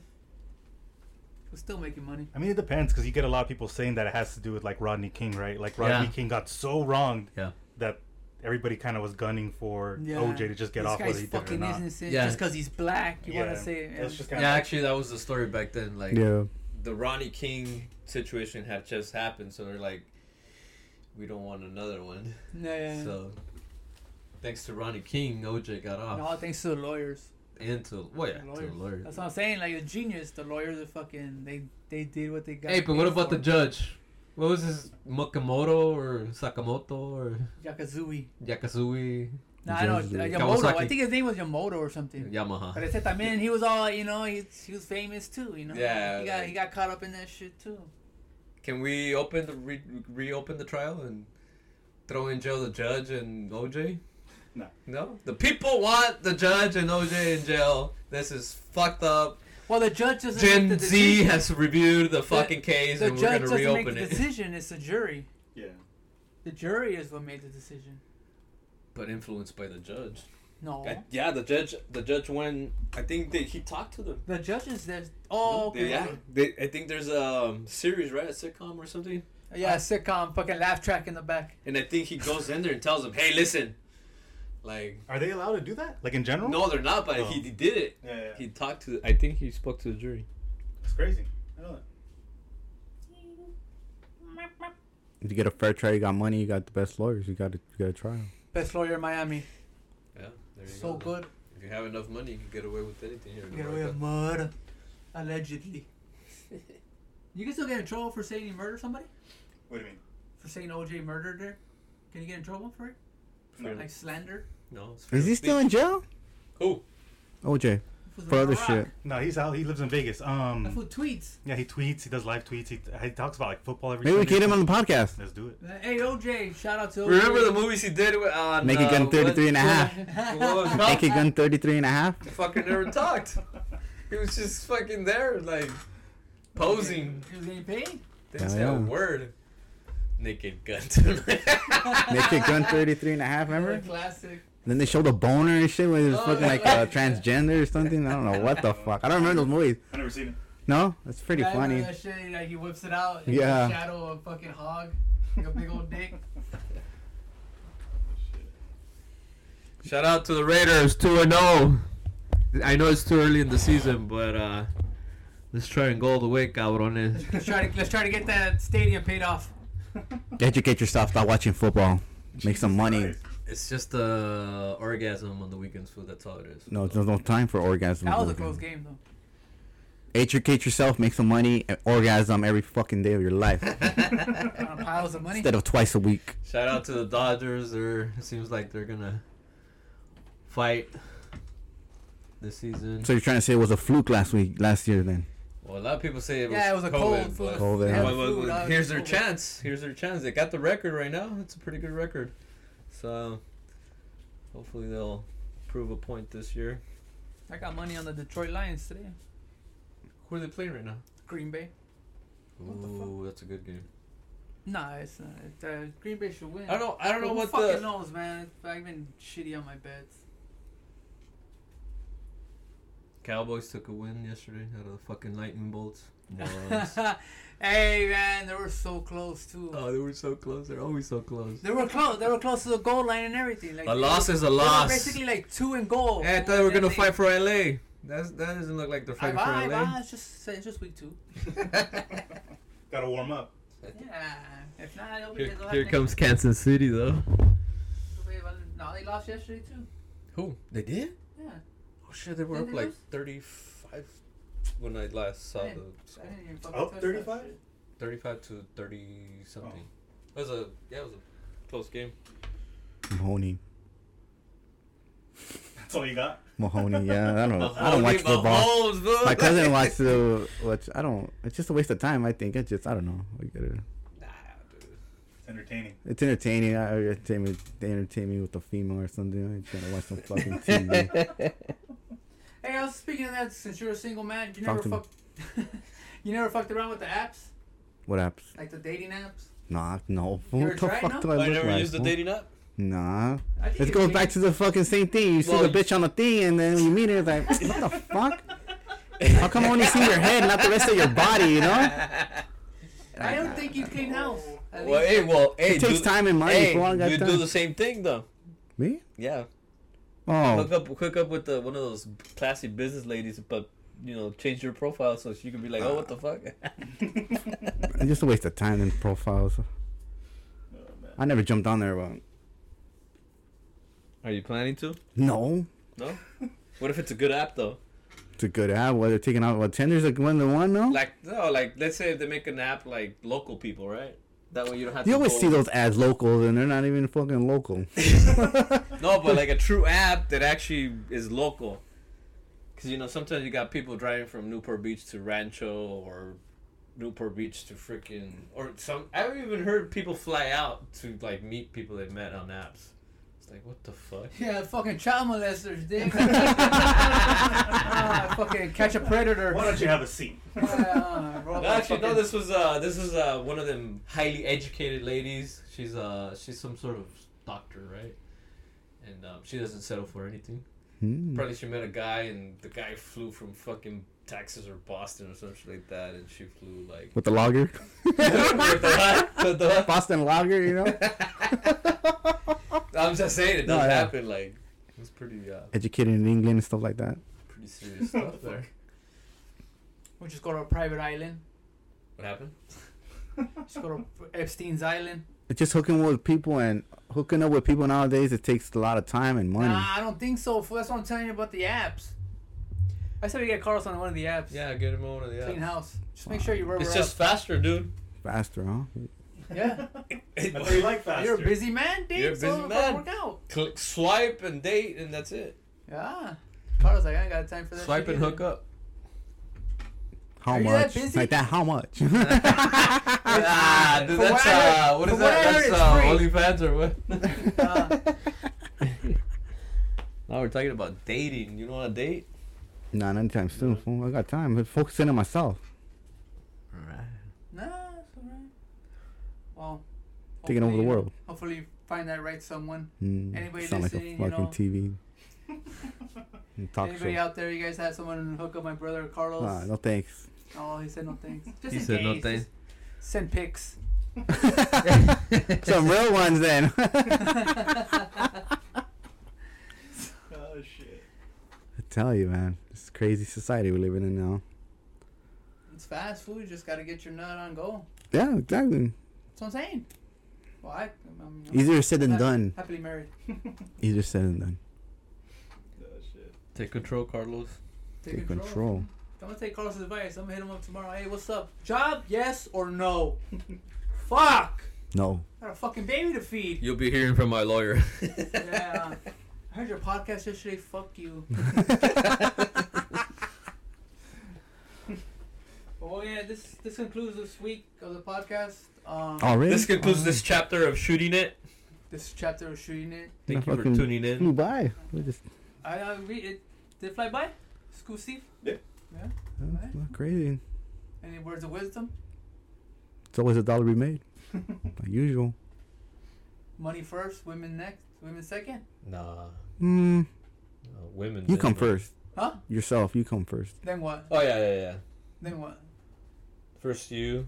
Speaker 1: We're still making money.
Speaker 5: I mean, it depends because you get a lot of people saying that it has to do with like Rodney King, right? Like Rodney
Speaker 4: Yeah.
Speaker 5: King got so wronged
Speaker 4: Yeah.
Speaker 5: that everybody kind of was gunning for
Speaker 1: Yeah.
Speaker 5: OJ to just get
Speaker 1: this
Speaker 5: off
Speaker 1: guy's
Speaker 5: whether he did it or
Speaker 1: fucking
Speaker 5: not.
Speaker 1: innocent.
Speaker 4: Yeah.
Speaker 1: Just because he's black, you
Speaker 5: Yeah.
Speaker 1: wanna say?
Speaker 5: It's just
Speaker 4: Yeah,
Speaker 5: kinda like-
Speaker 4: actually, that was the story back then. Like,
Speaker 2: Yeah.
Speaker 4: the Ronnie King situation had just happened, so they're like, we don't want another one.
Speaker 1: Yeah, yeah. yeah.
Speaker 4: So, thanks to Ronnie King, OJ got off.
Speaker 1: And all thanks to the lawyers.
Speaker 4: and to, well, yeah, to
Speaker 1: Lawyers.
Speaker 4: the lawyer.
Speaker 1: That's what I'm saying. Like a genius, the lawyers are fucking. They they did what they got.
Speaker 4: Hey, but what
Speaker 1: paid
Speaker 4: about the
Speaker 1: for.
Speaker 4: judge? What was his Makamoto or Sakamoto or
Speaker 1: Yakazui?
Speaker 4: Yakazui
Speaker 1: No, I know uh,
Speaker 2: Judge
Speaker 1: Yamoto. I
Speaker 4: Kawasaki.
Speaker 1: think his name was Yamoto or something. But
Speaker 4: Yamaha?
Speaker 1: I said that man, he was all you know. He he was famous too. You know.
Speaker 4: Yeah,
Speaker 1: He got
Speaker 4: like-
Speaker 1: he got caught up in that shit too.
Speaker 4: Can we open the re- reopen the trial and throw in jail the judge and OJ?
Speaker 5: No.
Speaker 4: No? The people want the judge and OJ in jail. This is fucked up.
Speaker 1: Well, the judge doesn't. make the
Speaker 4: Gen Z
Speaker 1: decision.
Speaker 4: has reviewed the fucking case
Speaker 1: The
Speaker 4: and we're
Speaker 1: judge
Speaker 4: gonna
Speaker 1: doesn't make
Speaker 4: reopen
Speaker 1: the
Speaker 4: it.
Speaker 1: decision. It's the jury.
Speaker 5: Yeah.
Speaker 1: The jury is what made the decision.
Speaker 4: But influenced by the judge.
Speaker 1: No.
Speaker 4: I- yeah, the judge. The judge went. I think they, he talked to them.
Speaker 1: The judges, there's oh okay.
Speaker 4: yeah, they, I think there's a um, series right, a sitcom or something.
Speaker 1: yeah, sitcom, fucking laugh track in the back.
Speaker 4: And I think he goes in there and tells them, "Hey, listen, like,
Speaker 5: Are they allowed to do that? Like in general?
Speaker 4: no, they're not." But
Speaker 5: Oh.
Speaker 4: he, he did it.
Speaker 5: Yeah, yeah.
Speaker 4: He talked to. I think he spoke to the jury.
Speaker 5: It's crazy. I know that.
Speaker 2: If you get a fair trial, you got money, you got the best lawyers, you got a, you got a trial.
Speaker 1: Best lawyer in Miami.
Speaker 4: Yeah, there you
Speaker 1: So
Speaker 4: go.
Speaker 1: good.
Speaker 4: If you have enough money, you can get away with anything here. in
Speaker 1: Get away
Speaker 4: America.
Speaker 1: with murder, allegedly. *laughs* you can still get in trouble for saying you murdered somebody.
Speaker 5: What do you mean?
Speaker 1: For saying OJ murdered her. Can you get in trouble for it?
Speaker 4: Freedom.
Speaker 1: Like slander.
Speaker 4: No, it's
Speaker 2: Is
Speaker 4: freedom
Speaker 2: he
Speaker 4: of
Speaker 2: still
Speaker 4: speech.
Speaker 2: in jail?
Speaker 4: Who?
Speaker 2: OJ
Speaker 1: That fool's
Speaker 2: for other
Speaker 1: Rock.
Speaker 2: shit.
Speaker 5: No, he's out. He lives in Vegas.
Speaker 1: That
Speaker 5: Um,
Speaker 1: fool tweets.
Speaker 5: yeah, he tweets. He does live tweets. He, he talks about like football every.
Speaker 2: Maybe we
Speaker 5: Sunday.
Speaker 2: get him on the
Speaker 3: *laughs*
Speaker 2: podcast.
Speaker 5: *laughs* Let's do it.
Speaker 1: Hey OJ, shout out to OJ.
Speaker 4: Remember the movies he did with on
Speaker 2: Naked
Speaker 4: uh,
Speaker 2: Gun
Speaker 4: what-
Speaker 2: 33 and a
Speaker 4: what- *laughs*
Speaker 2: half.
Speaker 4: what was it called?
Speaker 2: Naked Gun 33 and a half.
Speaker 4: He fucking never talked. He was just fucking there, like posing.
Speaker 1: He was getting paid.
Speaker 2: Yeah,
Speaker 4: Didn't say
Speaker 2: yeah.
Speaker 4: a word. Naked gun. *laughs*
Speaker 2: Naked Gun 33 and a half,
Speaker 1: Remember?
Speaker 2: remember?
Speaker 1: Classic.
Speaker 2: Then they show the boner and shit where there's
Speaker 4: Oh,
Speaker 2: fucking like
Speaker 4: yeah.
Speaker 2: uh, transgender or something. I don't know what the fuck. I don't remember those movies.
Speaker 5: I never seen it.
Speaker 2: No, that's pretty
Speaker 1: Yeah, I remember
Speaker 2: funny.
Speaker 1: That shit, like, he whips it out. It's
Speaker 2: Yeah.
Speaker 1: A shadow of a fucking hog, like a big old dick.
Speaker 4: Shout out to the Raiders, two and zero. I know it's too early in the season, but uh, let's try and go all the way, cabrones.
Speaker 1: Let's try to let's try to get that stadium paid off.
Speaker 2: Educate yourself. Stop watching football. Make some money.
Speaker 4: It's just uh, orgasm on the weekends, food. That's all it is.
Speaker 2: No, there's no time for orgasm.
Speaker 1: That was a close game though.
Speaker 2: Educate yourself. Make some money. And orgasm every fucking day of
Speaker 1: *laughs*
Speaker 2: your life
Speaker 1: On piles of money.
Speaker 2: instead of twice a week.
Speaker 4: Shout out to the Dodgers. They're it seems like they're gonna fight this season.
Speaker 2: So you're trying to say it was a fluke last week, last year? Then
Speaker 4: Well, a lot of people say it was
Speaker 1: Yeah, it was a
Speaker 4: COVID,
Speaker 1: cold.
Speaker 4: but-
Speaker 2: Cold,
Speaker 1: They
Speaker 2: yeah.
Speaker 1: had
Speaker 4: Well,
Speaker 1: the
Speaker 4: well,
Speaker 1: flu,
Speaker 4: well,
Speaker 1: that was
Speaker 4: here's their
Speaker 1: COVID.
Speaker 4: chance. Here's their chance. They got the record right now. It's a pretty good record. So hopefully they'll prove a point this year.
Speaker 1: I got money on the Detroit Lions today.
Speaker 4: Who are they playing right now?
Speaker 1: Green Bay.
Speaker 4: Ooh, that's a good game.
Speaker 1: Nah, it's not. It, uh, Green Bay should win.
Speaker 4: I don't. I don't
Speaker 1: Who
Speaker 4: know what
Speaker 1: fucking
Speaker 4: the.
Speaker 1: knows, man. I've been shitty on my
Speaker 4: *laughs*
Speaker 1: bets.
Speaker 4: Cowboys took a win yesterday out of the fucking
Speaker 1: *laughs*
Speaker 4: lightning bolts. Morons.
Speaker 1: hey man, they were so close too.
Speaker 4: oh, they were so close. They're always so close.
Speaker 1: They were close. They were close to the goal line and everything. Like
Speaker 4: A
Speaker 1: they
Speaker 4: loss
Speaker 1: were-
Speaker 4: is a
Speaker 1: they were
Speaker 4: loss.
Speaker 1: Basically, like two and goal.
Speaker 4: Hey, I thought they were gonna fight for LA. That's, that doesn't look like they're
Speaker 1: I,
Speaker 4: fighting
Speaker 1: I,
Speaker 4: for LA.
Speaker 1: it's just it's just week two.
Speaker 5: Gotta warm up.
Speaker 1: Yeah. If not, it'll be
Speaker 4: Here,
Speaker 1: it'll
Speaker 4: here
Speaker 1: happen.
Speaker 4: comes Kansas City though.
Speaker 1: It'll be- No, they lost yesterday too.
Speaker 4: Who? They did?
Speaker 1: Yeah,
Speaker 4: Oh shit, they were
Speaker 1: Did
Speaker 4: up
Speaker 1: they
Speaker 4: like
Speaker 1: lose?
Speaker 4: 35 when I last saw
Speaker 1: I
Speaker 4: the
Speaker 1: didn't-
Speaker 4: score.
Speaker 1: I didn't even fucking
Speaker 5: Up
Speaker 1: touch that
Speaker 5: 35?
Speaker 1: shit.
Speaker 4: 35 to 30 something.
Speaker 2: Oh.
Speaker 4: It was a yeah, it was a close game.
Speaker 2: Mahoney.
Speaker 5: That's all you got.
Speaker 2: Mahoney, yeah. I don't know. I don't watch football. My
Speaker 4: *laughs*
Speaker 2: cousin watches the watch. I don't. It's just a waste of time. I think. It's just. I don't know. I get it.
Speaker 4: Nah, dude.
Speaker 5: It's entertaining.
Speaker 2: It's entertaining. I I entertain me. They entertain me with a female or something. I ain't trying to watch some fucking TV.
Speaker 4: *laughs*
Speaker 1: Hey, I was speaking of that. Since you're a single man, you never
Speaker 2: Talk to me.
Speaker 1: fucked. *laughs* you never fucked around with the apps,
Speaker 2: what apps?
Speaker 1: like the dating apps.
Speaker 2: Nah, no. *laughs*
Speaker 1: You ever
Speaker 2: What the
Speaker 1: tried,
Speaker 2: fuck
Speaker 1: no?
Speaker 2: do I
Speaker 4: I,
Speaker 2: look
Speaker 4: never
Speaker 2: like?
Speaker 4: used the
Speaker 2: fool?
Speaker 4: dating app.
Speaker 2: Nah.
Speaker 1: I think
Speaker 2: It
Speaker 1: you
Speaker 2: goes
Speaker 1: cheat.
Speaker 2: back to the fucking same thing. You see
Speaker 4: Well,
Speaker 2: the
Speaker 4: you-
Speaker 2: bitch on the thing, and then you meet her. it's Like, what the fuck? How come I only see your head, not the rest of your body? You know?
Speaker 1: I don't think you clean house. At
Speaker 4: well,
Speaker 1: least.
Speaker 4: hey, well, hey,
Speaker 2: It takes
Speaker 4: do-
Speaker 2: time and money.
Speaker 4: Hey,
Speaker 2: fool, I don't got
Speaker 4: you do
Speaker 2: time.
Speaker 4: the same thing though.
Speaker 2: Me?
Speaker 4: Yeah,
Speaker 2: Oh,
Speaker 4: hook up, hook up with the, one of those classy business ladies, but you know, change your profile so she can be like, oh, what the fuck?
Speaker 2: it's just a waste of time and profiles.
Speaker 5: Oh, man.
Speaker 2: I never jumped on there, but
Speaker 4: Are you planning to?
Speaker 2: no.
Speaker 4: No. What if it's a good app though?
Speaker 2: It's a good app. Well, they're taking out. Well, Tinder's like one to one, no?
Speaker 4: Like no, like let's say if they make an app like local people, right? That way you don't have
Speaker 2: you
Speaker 4: to.
Speaker 2: always
Speaker 4: go-
Speaker 2: see those ads local, and they're not even fucking local.
Speaker 4: No, but like a true app that actually is local. Because you know sometimes you got people driving from Newport Beach to Rancho or Newport Beach to freaking or some. I've even heard people fly out to like meet people they met on apps. It's like what the fuck.
Speaker 1: Yeah, fucking child molesters,
Speaker 4: *laughs*
Speaker 1: dick. Ah, fucking catch a predator.
Speaker 5: Why don't you have a seat?
Speaker 1: Ah, bro,
Speaker 4: No, actually, no.
Speaker 1: fucking-
Speaker 4: This was uh, this was uh, one of them highly educated ladies. She's uh, she's some sort of doctor, right? And um, she doesn't settle for anything.
Speaker 2: Hmm.
Speaker 4: Probably she met a guy, and the guy flew from fucking Texas or Boston or something like that, and she flew like. *laughs*
Speaker 2: With the logger,
Speaker 4: With the- with the-
Speaker 2: *laughs* Boston logger, you know.
Speaker 4: I'm just saying it
Speaker 2: No,
Speaker 4: does
Speaker 2: yeah.
Speaker 4: happen. Like it's pretty uh,
Speaker 2: Educated in England and stuff like that.
Speaker 4: pretty serious stuff there.
Speaker 1: We just go to a private island.
Speaker 4: What happened?
Speaker 1: Just go to Epstein's island.
Speaker 2: It's just hooking with people and hooking up with people nowadays. It takes a lot of time and money.
Speaker 1: Nah, I don't think so. fool. That's what I'm telling you about the apps. I said we get Carlos on one of the apps.
Speaker 4: Yeah, get him on the
Speaker 1: Clean
Speaker 4: app.
Speaker 1: house. Just make sure you rubber
Speaker 4: It's
Speaker 1: up.
Speaker 4: just faster, dude.
Speaker 2: Faster, huh?
Speaker 4: *laughs*
Speaker 1: yeah.
Speaker 5: That's what you like faster.
Speaker 1: You're a busy man, dude.
Speaker 4: You're a
Speaker 1: so
Speaker 4: busy
Speaker 1: it'll
Speaker 4: man.
Speaker 1: Work out.
Speaker 4: Click, swipe and date, and that's it.
Speaker 1: Yeah. Carlos, like, I ain't got time for that. shit either.
Speaker 4: up.
Speaker 2: How
Speaker 1: Are you that
Speaker 2: much?
Speaker 1: busy?
Speaker 2: like that? How much? *laughs*
Speaker 4: Ah, dude,
Speaker 1: From
Speaker 4: that's
Speaker 1: what I heard-
Speaker 4: uh, what is
Speaker 1: from what
Speaker 4: that?
Speaker 1: I heard,
Speaker 4: That's
Speaker 1: it's
Speaker 4: uh,
Speaker 1: free.
Speaker 4: OnlyFans or what?
Speaker 1: Uh,
Speaker 4: now we're talking about dating. You know on a date?
Speaker 2: Not anytime soon. Fool. I got time. I'm focusing on myself.
Speaker 4: Right.
Speaker 1: nah, it's alright. Well. hopefully,
Speaker 2: Taking over the
Speaker 1: you know,
Speaker 2: world.
Speaker 1: Hopefully, you find that right someone.
Speaker 2: Hmm.
Speaker 1: Anybody
Speaker 2: Sound like a
Speaker 1: listening, you know-
Speaker 2: fucking
Speaker 1: *laughs*
Speaker 2: TV. And Talk
Speaker 1: Anybody
Speaker 2: show.
Speaker 1: out there, you guys have someone hook up my brother Carlos?
Speaker 2: Ah, no thanks. *laughs*
Speaker 1: Oh, he said no
Speaker 4: *laughs*
Speaker 1: thanks. Just
Speaker 4: He
Speaker 1: in
Speaker 4: said no
Speaker 1: case,
Speaker 4: thanks.
Speaker 1: just Send pics.
Speaker 2: Some real ones then.
Speaker 5: Oh shit.
Speaker 2: I tell you, man, this crazy society we're living in now.
Speaker 1: It's fast food. You just gotta get your nut on go.
Speaker 2: Yeah, exactly.
Speaker 1: That's what I'm saying. Well, I, I'm, I'm
Speaker 2: Easier said than
Speaker 1: hap-
Speaker 2: done.
Speaker 1: Happily married.
Speaker 2: Easier said than done.
Speaker 5: Oh shit.
Speaker 4: Take control, Carlos.
Speaker 1: Take,
Speaker 2: Take
Speaker 1: control.
Speaker 2: control.
Speaker 1: I'm gonna take Carlos' advice. I'm gonna hit him up tomorrow. Hey, what's up? Job? Yes or no? *laughs* Fuck!
Speaker 2: No.
Speaker 1: Got a fucking baby to feed.
Speaker 4: You'll be hearing from
Speaker 2: *laughs*
Speaker 4: my lawyer.
Speaker 1: yeah. I heard your podcast yesterday. Fuck *laughs* you. oh yeah, this this concludes this week of the podcast. Um,
Speaker 2: Already?
Speaker 4: this concludes this chapter of shooting it.
Speaker 1: This chapter of shooting it.
Speaker 4: Thank
Speaker 2: Yeah,
Speaker 4: you for
Speaker 2: fucking
Speaker 4: tuning in.
Speaker 2: Flew by. We just
Speaker 1: I, I read it. Did it fly by? School Steve.
Speaker 2: that's not crazy.
Speaker 1: Any words of wisdom?
Speaker 2: It's always a dollar we
Speaker 4: *laughs*
Speaker 2: made, like usual.
Speaker 1: Money first, women next, women second.
Speaker 4: Nah,
Speaker 2: Mm,
Speaker 4: no, women.
Speaker 2: you
Speaker 4: did,
Speaker 2: come
Speaker 4: man.
Speaker 2: first.
Speaker 1: Huh?
Speaker 2: Yourself. You come first.
Speaker 1: Then what?
Speaker 4: Oh yeah, yeah, yeah.
Speaker 1: Then what?
Speaker 4: First you.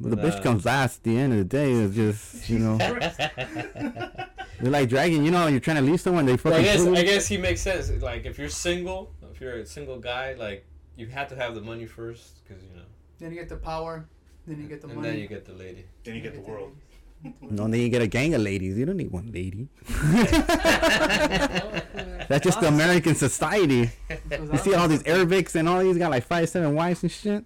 Speaker 2: The
Speaker 4: Nah.
Speaker 2: bitch comes last. At the end of the day, it's just you
Speaker 4: *laughs*
Speaker 2: know, they're like dragging. You know, you're trying to leave someone. They
Speaker 4: Well, I
Speaker 2: fucking.
Speaker 4: guess
Speaker 2: pull
Speaker 4: I
Speaker 2: you.
Speaker 4: guess he makes sense. Like if you're single, if you're a single guy, like you have to have the money first, because you know.
Speaker 1: Then you get the power. Then you get the
Speaker 4: and
Speaker 1: money.
Speaker 4: *laughs* then you get the lady.
Speaker 5: Then you get the world.
Speaker 2: No, then you get a gang of ladies. You don't need one
Speaker 4: *laughs*
Speaker 2: lady. *laughs*
Speaker 1: That's
Speaker 2: That's just the American society. You see all these Arabics and all these got like five, seven wives and shit.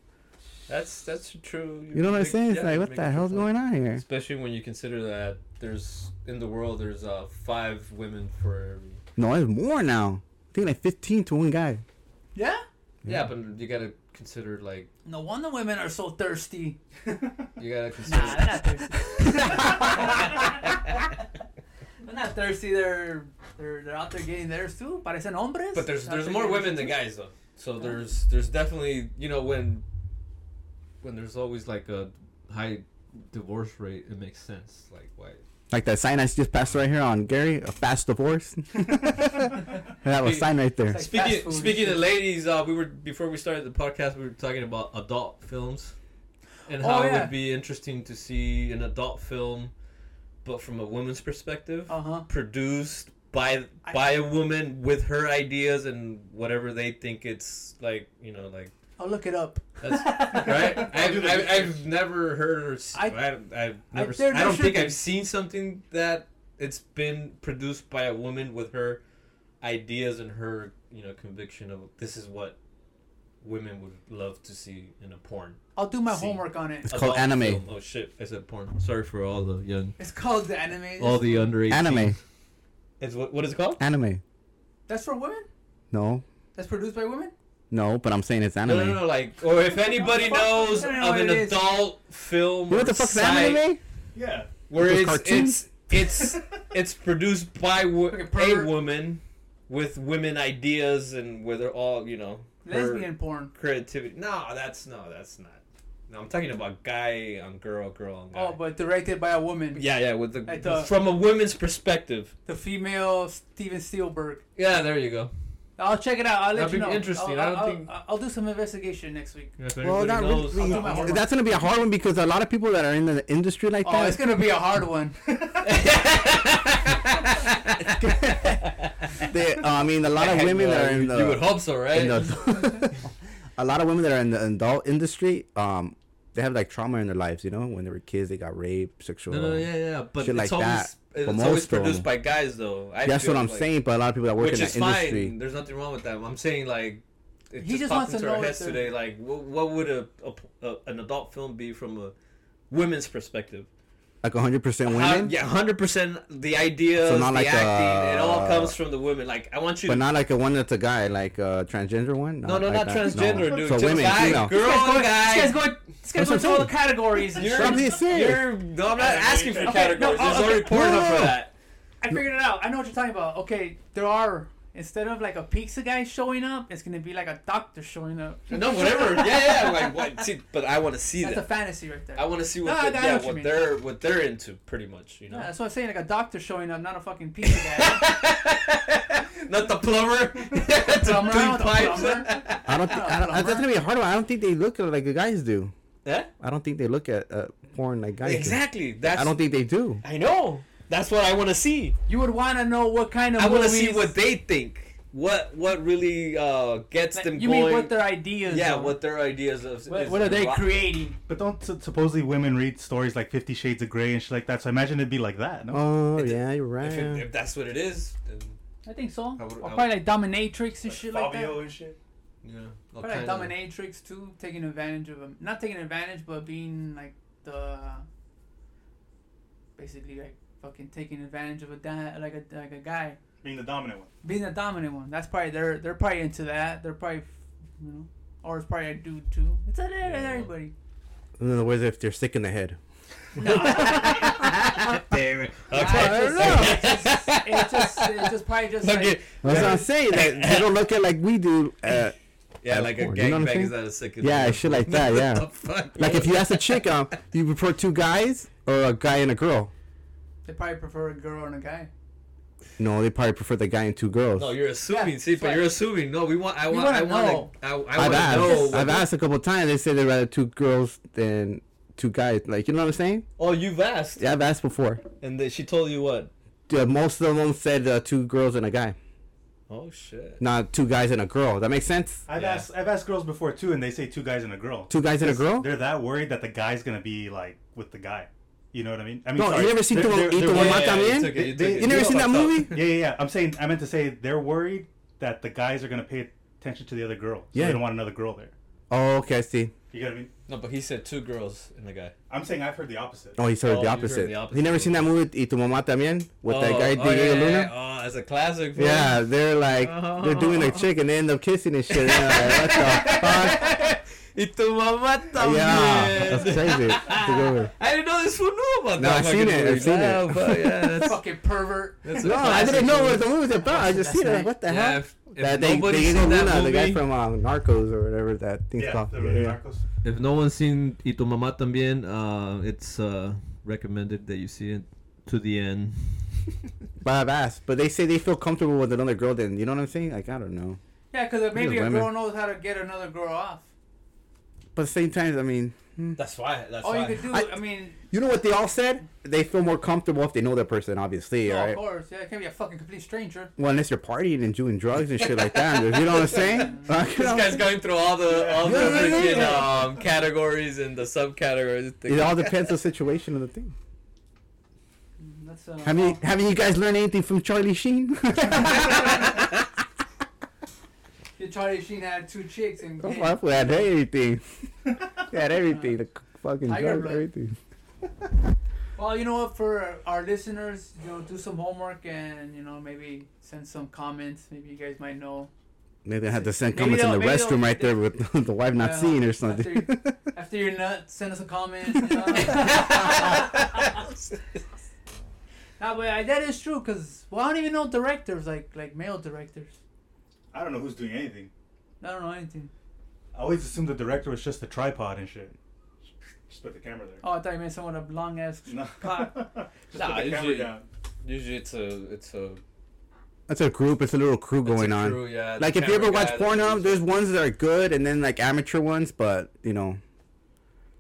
Speaker 4: That's that's true.
Speaker 2: You know what I'm saying? It's like, what the hell's going on here?
Speaker 4: Especially when you consider that there's in the world there's uh five women for every.
Speaker 2: No, it's more now. I think like 15 to one guy.
Speaker 1: Yeah.
Speaker 4: Yeah, but you gotta consider like
Speaker 1: No wonder women are so thirsty.
Speaker 4: you gotta
Speaker 1: Nah, they're
Speaker 4: consider.
Speaker 1: not *laughs* thirsty. they're not thirsty. They're they're they're out there getting theirs too. Parecen hombres.
Speaker 4: *laughs* but there's
Speaker 1: Out
Speaker 4: there's
Speaker 1: there
Speaker 4: more
Speaker 1: getting
Speaker 4: women
Speaker 1: theirs
Speaker 4: than
Speaker 1: too.
Speaker 4: guys though. So there's there's definitely you know when when there's always like a high divorce rate, it makes sense. Like why
Speaker 2: Like that sign I just passed right here on Gary, a fast divorce. *laughs* I have a sign right there.
Speaker 1: It's like fast
Speaker 4: Speaking
Speaker 1: food
Speaker 4: speaking
Speaker 1: and
Speaker 4: of
Speaker 1: shit.
Speaker 4: ladies, uh, we were before we started the podcast, we were talking about adult films and
Speaker 1: Oh,
Speaker 4: how it
Speaker 1: yeah.
Speaker 4: would be interesting to see an adult film, but from a woman's
Speaker 1: *laughs*
Speaker 4: perspective,
Speaker 1: Uh-huh.
Speaker 4: produced by by a woman with her ideas and whatever they think it's like. You know, like
Speaker 1: I'll look it up. *laughs*
Speaker 4: that's right.
Speaker 5: I'll do
Speaker 4: I've,
Speaker 5: the
Speaker 4: I've,
Speaker 5: research.
Speaker 4: I've never heard or s-
Speaker 1: I-
Speaker 4: I, have never. s- I,
Speaker 1: there- there
Speaker 4: don't
Speaker 1: should
Speaker 4: think
Speaker 1: be.
Speaker 4: I've seen something that it's been produced by a woman with her ideas and her you know conviction of this is what women would love to see in a porn.
Speaker 1: I'll do my
Speaker 4: See.
Speaker 1: homework on it.
Speaker 2: It's called
Speaker 4: Adult
Speaker 2: anime.
Speaker 4: film. Oh shit! I said porn. Sorry for all the young,
Speaker 1: It's called the anime.
Speaker 3: All the under 18.
Speaker 2: Anime.
Speaker 4: It's what what is it called?
Speaker 2: Anime.
Speaker 1: That's for women.
Speaker 2: No.
Speaker 1: That's produced by women.
Speaker 2: No, but I'm saying it's
Speaker 4: No,
Speaker 2: anime.
Speaker 4: no, no, like, or if anybody
Speaker 1: Fuck, I
Speaker 4: knows
Speaker 1: don't know
Speaker 4: of
Speaker 1: what
Speaker 4: an
Speaker 1: it is.
Speaker 4: adult film,
Speaker 2: You know what
Speaker 4: or
Speaker 2: the fuck's
Speaker 4: site
Speaker 2: anime?
Speaker 5: Yeah.
Speaker 4: where
Speaker 2: Those
Speaker 4: it's,
Speaker 2: cartoons?
Speaker 4: it's it's
Speaker 1: *laughs*
Speaker 4: it's produced by wo-
Speaker 1: Like a
Speaker 4: a
Speaker 1: pervert.
Speaker 4: woman with women ideas and where they're all you know her
Speaker 1: Lesbian porn.
Speaker 4: creativity. No, that's no, that's not. No, I'm talking about guy on girl, girl on guy.
Speaker 1: Oh, but directed by a woman.
Speaker 4: yeah, yeah, with the
Speaker 1: I thought-
Speaker 4: from a woman's perspective.
Speaker 1: The female Steven Spielberg.
Speaker 4: Yeah, there you go.
Speaker 1: I'll check it out. I'll let you
Speaker 4: That'd be
Speaker 1: know.
Speaker 4: interesting.
Speaker 1: I'll,
Speaker 4: I don't
Speaker 1: I'll-
Speaker 4: think-
Speaker 1: I'll, I'll do some investigation next week.
Speaker 2: Well, not really.
Speaker 1: I'll do my homework.
Speaker 2: That's gonna be a hard one because a lot of people that are in the industry like
Speaker 1: Oh,
Speaker 2: that.
Speaker 1: it's gonna be a hard one.
Speaker 2: they, uh, I mean, a lot
Speaker 4: *laughs*
Speaker 2: of women that are in the,
Speaker 4: You would hope so, right?
Speaker 2: in the- *laughs* a lot of women that are in the adult industry. Um, they have like trauma in their lives. You know, when they were kids, they got raped, sexual.
Speaker 4: No, no, yeah, yeah, but
Speaker 2: Shit like
Speaker 4: it's always
Speaker 2: that. But
Speaker 4: it's always
Speaker 2: most of
Speaker 4: produced
Speaker 2: them-
Speaker 4: by guys, though. I
Speaker 2: That's
Speaker 4: feel
Speaker 2: what I'm
Speaker 4: like-
Speaker 2: saying. But a lot of people that work
Speaker 4: which
Speaker 2: in
Speaker 4: is
Speaker 2: that industry.
Speaker 4: fine. There's nothing wrong with that. I'm saying like it
Speaker 1: He
Speaker 4: just,
Speaker 1: just wants
Speaker 4: popped
Speaker 1: to
Speaker 4: into our
Speaker 1: know if
Speaker 4: heads
Speaker 1: they're-
Speaker 4: today. Like what, what would a, a, a- an adult film be from a women's perspective?
Speaker 2: Like 100 percent
Speaker 4: How-
Speaker 2: women,
Speaker 4: Uh-huh, yeah, hundred percent. The ideas,
Speaker 2: So
Speaker 4: the
Speaker 2: not like,
Speaker 4: acting, it all
Speaker 2: uh,
Speaker 4: comes from the women. Like I want you.
Speaker 2: but
Speaker 4: to,
Speaker 2: not like a one that's a guy, like a transgender one.
Speaker 4: no, no,
Speaker 2: like
Speaker 4: not
Speaker 2: that,
Speaker 4: transgender,
Speaker 2: no.
Speaker 4: dude.
Speaker 2: So
Speaker 4: Just
Speaker 2: women,
Speaker 4: guy,
Speaker 2: female.
Speaker 4: girl,
Speaker 1: This guy's going-
Speaker 4: guy.
Speaker 1: This guy's going. This guy's
Speaker 2: That's
Speaker 1: going
Speaker 2: what
Speaker 1: through all the categories. and
Speaker 4: You're-
Speaker 1: shit.
Speaker 2: I'm being serious.
Speaker 4: You're, no, I'm not asking for
Speaker 1: Okay, no,
Speaker 4: categories.
Speaker 1: oh,
Speaker 4: There's already
Speaker 1: okay.
Speaker 4: porn
Speaker 2: No, no,
Speaker 4: for
Speaker 2: no.
Speaker 4: that.
Speaker 1: I figured it out. I know what you're talking about. Okay, there are instead of like a pizza guy showing up, it's gonna be like a doctor showing up.
Speaker 4: No, whatever. Yeah, yeah. Like, what? See, but I want to
Speaker 1: *laughs*
Speaker 4: see
Speaker 1: That's a
Speaker 4: that.
Speaker 1: fantasy right there.
Speaker 4: I want to see
Speaker 1: No,
Speaker 4: what,
Speaker 1: I- I
Speaker 4: the,
Speaker 1: know
Speaker 4: yeah,
Speaker 1: what you
Speaker 4: what
Speaker 1: mean.
Speaker 4: they're what they're into, pretty much. You know.
Speaker 1: No, that's what I'm saying. Like a doctor showing up, not a fucking pizza
Speaker 4: *laughs*
Speaker 1: guy.
Speaker 4: Not the plumber. *laughs* the
Speaker 1: Plumber, I don't know,
Speaker 4: pipes.
Speaker 1: plumber.
Speaker 2: I don't. Think, I don't that's gonna be a hard one. I don't think they look like the guys do.
Speaker 4: Yeah?
Speaker 2: I don't think they look at uh, porn like guys. do.
Speaker 4: Exactly. That's.
Speaker 2: I don't think they do.
Speaker 4: I know. That's what I want to see.
Speaker 1: You would want to know what kind of.
Speaker 4: I want to
Speaker 1: movies-
Speaker 4: see what they think. What what really uh, gets
Speaker 1: Like,
Speaker 4: them
Speaker 1: you
Speaker 4: going?
Speaker 1: mean what their ideas?
Speaker 4: yeah,
Speaker 1: are.
Speaker 4: what their ideas of.
Speaker 1: What,
Speaker 4: is
Speaker 1: what are they
Speaker 4: ro-
Speaker 1: creating?
Speaker 5: But don't su- supposedly women read stories like Fifty Shades of Grey and shit like that. So imagine it'd be like that. No.
Speaker 2: Oh
Speaker 4: It-
Speaker 2: yeah, you're right.
Speaker 4: If, it, if that's what it is, then
Speaker 1: I think so.
Speaker 4: I would-
Speaker 1: or
Speaker 4: I
Speaker 1: probably like dominatrix and shit like that.
Speaker 5: and shit.
Speaker 4: you know. all
Speaker 1: Probably like
Speaker 4: kinda-
Speaker 1: *laughs*
Speaker 4: *laughs*
Speaker 1: dominatrix too, taking advantage of them. Not taking advantage, but being like the basically like fucking taking advantage of a da- like a like a guy
Speaker 5: Being the dominant one.
Speaker 1: being the dominant one. That's probably they're they're probably into that. They're probably you know, or it's probably a dude too. It's a,
Speaker 4: Yeah, well.
Speaker 2: *laughs*
Speaker 1: everybody.
Speaker 2: In other words, if they're sick in the head.
Speaker 1: *laughs*
Speaker 5: Damn it.
Speaker 2: I
Speaker 4: Okay.
Speaker 2: don't know.
Speaker 1: It's just, it's just it's just probably
Speaker 4: *laughs*
Speaker 1: just
Speaker 4: Look
Speaker 1: like,
Speaker 4: at-
Speaker 2: That's what I'm saying. That they don't look at like we do. Uh,
Speaker 4: yeah, like a
Speaker 2: Porn, you know what I'm
Speaker 4: gangbang
Speaker 2: saying?
Speaker 4: is not a sick.
Speaker 2: Yeah, shit like that,
Speaker 4: *laughs* What
Speaker 2: yeah.
Speaker 4: the fuck?
Speaker 2: like if you ask a chick, um, do you prefer two guys or a guy and a girl?
Speaker 1: they probably prefer a girl and a guy.
Speaker 2: No, they probably prefer the guy and two girls.
Speaker 4: No, you're assuming.
Speaker 1: Yeah,
Speaker 4: see,
Speaker 1: it's
Speaker 4: but
Speaker 1: like-
Speaker 4: you're assuming. No, we want. I
Speaker 1: You
Speaker 4: want.
Speaker 1: wanna
Speaker 4: I
Speaker 1: know.
Speaker 4: want. to I, I
Speaker 2: I've
Speaker 4: want to
Speaker 2: asked.
Speaker 4: know.
Speaker 2: I've asked a couple times. They say they'd rather two girls than two guys. Like you know what I'm saying?
Speaker 4: Oh, you've asked,
Speaker 2: Yeah, I've asked before.
Speaker 4: and then she told you what?
Speaker 2: Yeah, most of them said uh, two girls and a guy,
Speaker 4: Oh shit.
Speaker 2: not two guys and a girl. That makes sense.
Speaker 5: I've
Speaker 4: Yeah.
Speaker 5: asked I've asked girls before too, and they say two guys and a girl.
Speaker 2: Two guys and a girl.
Speaker 5: They're that worried that the guy's gonna be like with the guy. You know what I mean? I mean,
Speaker 2: No, you never seen
Speaker 5: They're-
Speaker 2: Tu-
Speaker 5: they're-
Speaker 2: Y Tu
Speaker 5: they're
Speaker 2: Mamá
Speaker 5: worried-
Speaker 2: Mata
Speaker 4: yeah,
Speaker 2: Bien?
Speaker 4: you took it, you
Speaker 5: They-
Speaker 4: took
Speaker 2: You
Speaker 4: it.
Speaker 2: never seen that
Speaker 5: fucked up.
Speaker 2: movie?
Speaker 5: Yeah, yeah, yeah. I'm saying I meant to say they're worried that the guys are gonna pay attention to the other girl. So
Speaker 2: Yeah.
Speaker 5: they don't want another girl there.
Speaker 2: Oh, okay, I see.
Speaker 5: You get what I mean?
Speaker 4: *laughs* No, but he said two girls and a guy.
Speaker 5: I'm saying I've heard the opposite.
Speaker 2: Oh, he
Speaker 4: Oh,
Speaker 2: said
Speaker 4: you
Speaker 2: the
Speaker 4: heard
Speaker 2: opposite.
Speaker 4: the
Speaker 2: He never
Speaker 4: opposite.
Speaker 2: seen that movie. Y tu mamá también with that
Speaker 4: Oh,
Speaker 2: guy
Speaker 4: oh,
Speaker 2: Diego
Speaker 4: yeah,
Speaker 2: Luna.
Speaker 4: yeah, yeah. Oh, that's a classic. bro.
Speaker 2: Yeah, they're like they're doing their chick and they end up kissing and shit. And I'm like, what the fuck?
Speaker 4: *laughs* *laughs* Y tu mamá también.
Speaker 2: Yeah, that's crazy. That's a good one.
Speaker 4: I didn't know this fool knew about
Speaker 2: No,
Speaker 4: that.
Speaker 2: I've seen
Speaker 4: fucking
Speaker 2: it, I've
Speaker 4: movie.
Speaker 2: seen it.
Speaker 4: Yeah, but yeah,
Speaker 2: *laughs*
Speaker 4: that's,
Speaker 1: Fucking pervert.
Speaker 4: that's a
Speaker 2: No, I
Speaker 4: classic
Speaker 2: didn't know
Speaker 4: movie.
Speaker 2: what the movie was about. I
Speaker 1: That's
Speaker 2: just seen it.
Speaker 1: nice.
Speaker 2: Like, what the
Speaker 4: Yeah,
Speaker 2: hell?
Speaker 4: if, if
Speaker 2: That they,
Speaker 4: nobody's
Speaker 2: Diego
Speaker 4: seen
Speaker 2: Luna,
Speaker 4: that
Speaker 2: the
Speaker 4: movie,
Speaker 2: guy from um, Narcos or whatever that thing's
Speaker 5: yeah,
Speaker 2: called.
Speaker 5: the
Speaker 2: Yeah.
Speaker 5: Narcos.
Speaker 3: If no one's seen Y tu mamá también, uh, it's uh, recommended that you see it to the end.
Speaker 2: But I've asked, but they say they feel comfortable with another girl. Then you know what I'm saying? Like I don't know.
Speaker 1: Yeah, because maybe
Speaker 2: These
Speaker 1: a
Speaker 2: women.
Speaker 1: girl knows how to get another girl off.
Speaker 2: But at the same time, I mean,
Speaker 4: that's why. That's
Speaker 1: All
Speaker 4: why.
Speaker 1: you could do,
Speaker 2: I-
Speaker 1: I, mean,
Speaker 2: you know what they all said? They feel more comfortable if they know that person, obviously,
Speaker 1: oh,
Speaker 2: right?
Speaker 1: of course, yeah, it can't be a fucking complete stranger.
Speaker 2: Well, unless you're partying and doing drugs and shit like that. you know what I'm saying? *laughs* Like, you
Speaker 4: This
Speaker 2: know,
Speaker 4: guy's going through all the all the
Speaker 2: Yeah, yeah, yeah,
Speaker 4: freaking
Speaker 2: yeah.
Speaker 4: um, categories and the subcategories.
Speaker 2: it all depends on the situation of the thing.
Speaker 1: Mm, That's uh,
Speaker 2: Have you haven't you guys learned anything from Charlie *laughs* Sheen?
Speaker 1: Yeah, Charlie Sheen had two chicks and
Speaker 2: Come on, we Oh, had everything. we had everything. The c- fucking
Speaker 1: Tiger
Speaker 2: drugs,
Speaker 1: blood.
Speaker 2: everything.
Speaker 1: Well, you know what? For our listeners, you know, do some homework and you know maybe send some comments. Maybe you guys might know
Speaker 2: Maybe they had to send
Speaker 1: Maybe
Speaker 2: comments in
Speaker 1: they'll-
Speaker 2: the
Speaker 1: maybe they'll-
Speaker 2: restroom right there with *laughs* the wife not
Speaker 1: Yeah,
Speaker 2: seeing or
Speaker 1: after
Speaker 2: something. *laughs*
Speaker 1: you- after you're nuts. Send us a comment. You know? *laughs* no, but I, that is true. Cause well, I don't even know directors like like male directors.
Speaker 5: I don't know who's doing anything.
Speaker 1: I don't know anything.
Speaker 5: I always assumed the director was just a tripod and shit. Just put the camera there.
Speaker 1: Oh, I thought you meant someone with a long ass.
Speaker 5: No. *laughs*
Speaker 1: cock.
Speaker 2: *laughs*
Speaker 5: just
Speaker 4: Nah,
Speaker 5: put the
Speaker 4: it's
Speaker 5: camera
Speaker 4: ju-
Speaker 5: down.
Speaker 4: Usually it's a it's a
Speaker 2: That's a group. It's a little crew
Speaker 4: it's
Speaker 2: going
Speaker 4: a
Speaker 2: on.
Speaker 4: crew, yeah,
Speaker 2: Like
Speaker 4: the
Speaker 2: if you ever
Speaker 4: camera
Speaker 2: watch
Speaker 4: guy, the
Speaker 2: Pornhub,
Speaker 4: producer.
Speaker 2: there's ones that are good and then like amateur ones, but you know,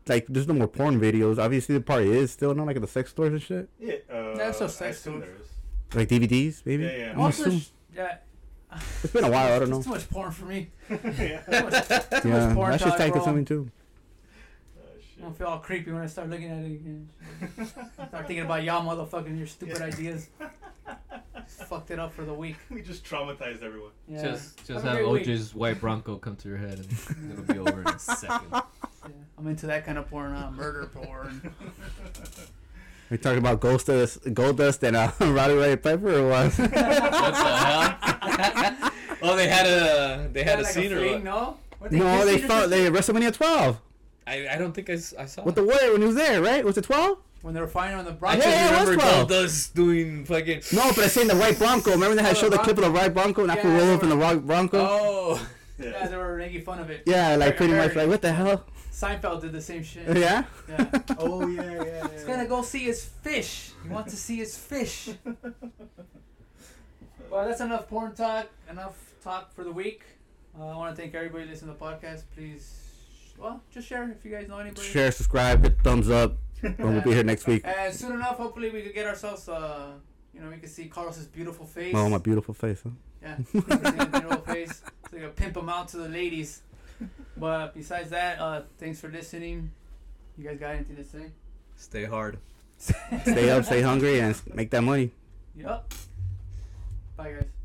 Speaker 2: like there's no more porn videos. Obviously, the party is still not like at the sex stores and shit,
Speaker 5: Yeah, uh,
Speaker 1: That's so
Speaker 5: I
Speaker 1: sexy.
Speaker 5: assume there is.
Speaker 2: like DVDs maybe.
Speaker 5: Yeah, yeah.
Speaker 2: I'm
Speaker 1: Also,
Speaker 2: assuming-
Speaker 1: sh- yeah.
Speaker 2: It's been a while. I
Speaker 1: It's *laughs*
Speaker 2: don't know.
Speaker 1: Too much porn for
Speaker 2: *laughs*
Speaker 1: me.
Speaker 5: *laughs* yeah.
Speaker 1: Too much, too
Speaker 2: Yeah,
Speaker 1: much porn.
Speaker 2: I should
Speaker 1: talk,
Speaker 2: type to
Speaker 1: bro.
Speaker 2: something too.
Speaker 5: Oh, shit.
Speaker 1: I'm gonna feel all creepy when I start looking at it again. Start thinking about y'all motherfucking your stupid ideas. Fucked it up for the week.
Speaker 5: we just traumatized everyone. *laughs*
Speaker 1: Yeah.
Speaker 3: Just just
Speaker 1: a
Speaker 3: have
Speaker 1: great week.
Speaker 3: OJ's white Bronco come to your head
Speaker 1: *laughs*
Speaker 3: and it'll be over in a second.
Speaker 1: Yeah. I'm into that kind of porn, uh, murder
Speaker 5: *laughs*
Speaker 1: porn. *laughs*
Speaker 2: We talking about Ghost Dust, Goldust, and uh, *laughs* Roddy Roddy Piper or what?
Speaker 4: What
Speaker 1: *laughs*
Speaker 4: the hell? oh, they had a they had a
Speaker 1: Like
Speaker 4: scene or
Speaker 1: fling,
Speaker 4: what?
Speaker 1: no? What,
Speaker 2: no,
Speaker 1: kissed
Speaker 2: they
Speaker 1: each other?
Speaker 2: fought. They WrestleMania 12
Speaker 4: I, I don't think I, s- I saw.
Speaker 2: with
Speaker 4: it.
Speaker 2: the Warrior when he was there, right? Was it 12?
Speaker 1: when they were fighting on the
Speaker 4: I
Speaker 1: broad.
Speaker 4: just
Speaker 2: Yeah, yeah, it was
Speaker 4: remember
Speaker 2: 12.
Speaker 4: Goldust doing fucking.
Speaker 2: No, but I seen the White Bronco. Remember they had
Speaker 1: Oh,
Speaker 2: showed the
Speaker 1: Bronco.
Speaker 2: clip of the White Bronco and after
Speaker 1: Yeah,
Speaker 2: rolling
Speaker 1: or-
Speaker 2: from the White Bronco.
Speaker 4: Oh,
Speaker 1: Yeah,
Speaker 5: Yeah.
Speaker 1: they were making fun of it.
Speaker 2: Yeah, like pretty much like what the hell?
Speaker 1: Seinfeld did the same shit.
Speaker 2: Yeah.
Speaker 1: Yeah.
Speaker 5: oh yeah, yeah, yeah.
Speaker 1: He's gonna go see his fish. He wants to see his fish. well, that's enough porn talk. Enough talk for the week. Uh, I want to thank everybody listening to the podcast. Please, well, just share if you guys know anybody.
Speaker 2: Share, subscribe, hit thumbs up, and we'll be here
Speaker 1: *laughs*
Speaker 2: next week.
Speaker 1: And soon enough, hopefully, we could get ourselves. Uh, you know, we could see Carlos's beautiful face.
Speaker 2: Oh, my beautiful face. Huh?
Speaker 1: Yeah, we could see his beautiful face. So we can pimp him out to the ladies. But besides that, uh, thanks for listening. You guys got anything to say?
Speaker 4: stay hard.
Speaker 2: Stay up, stay hungry, and make that money.
Speaker 1: Yup. Bye, guys.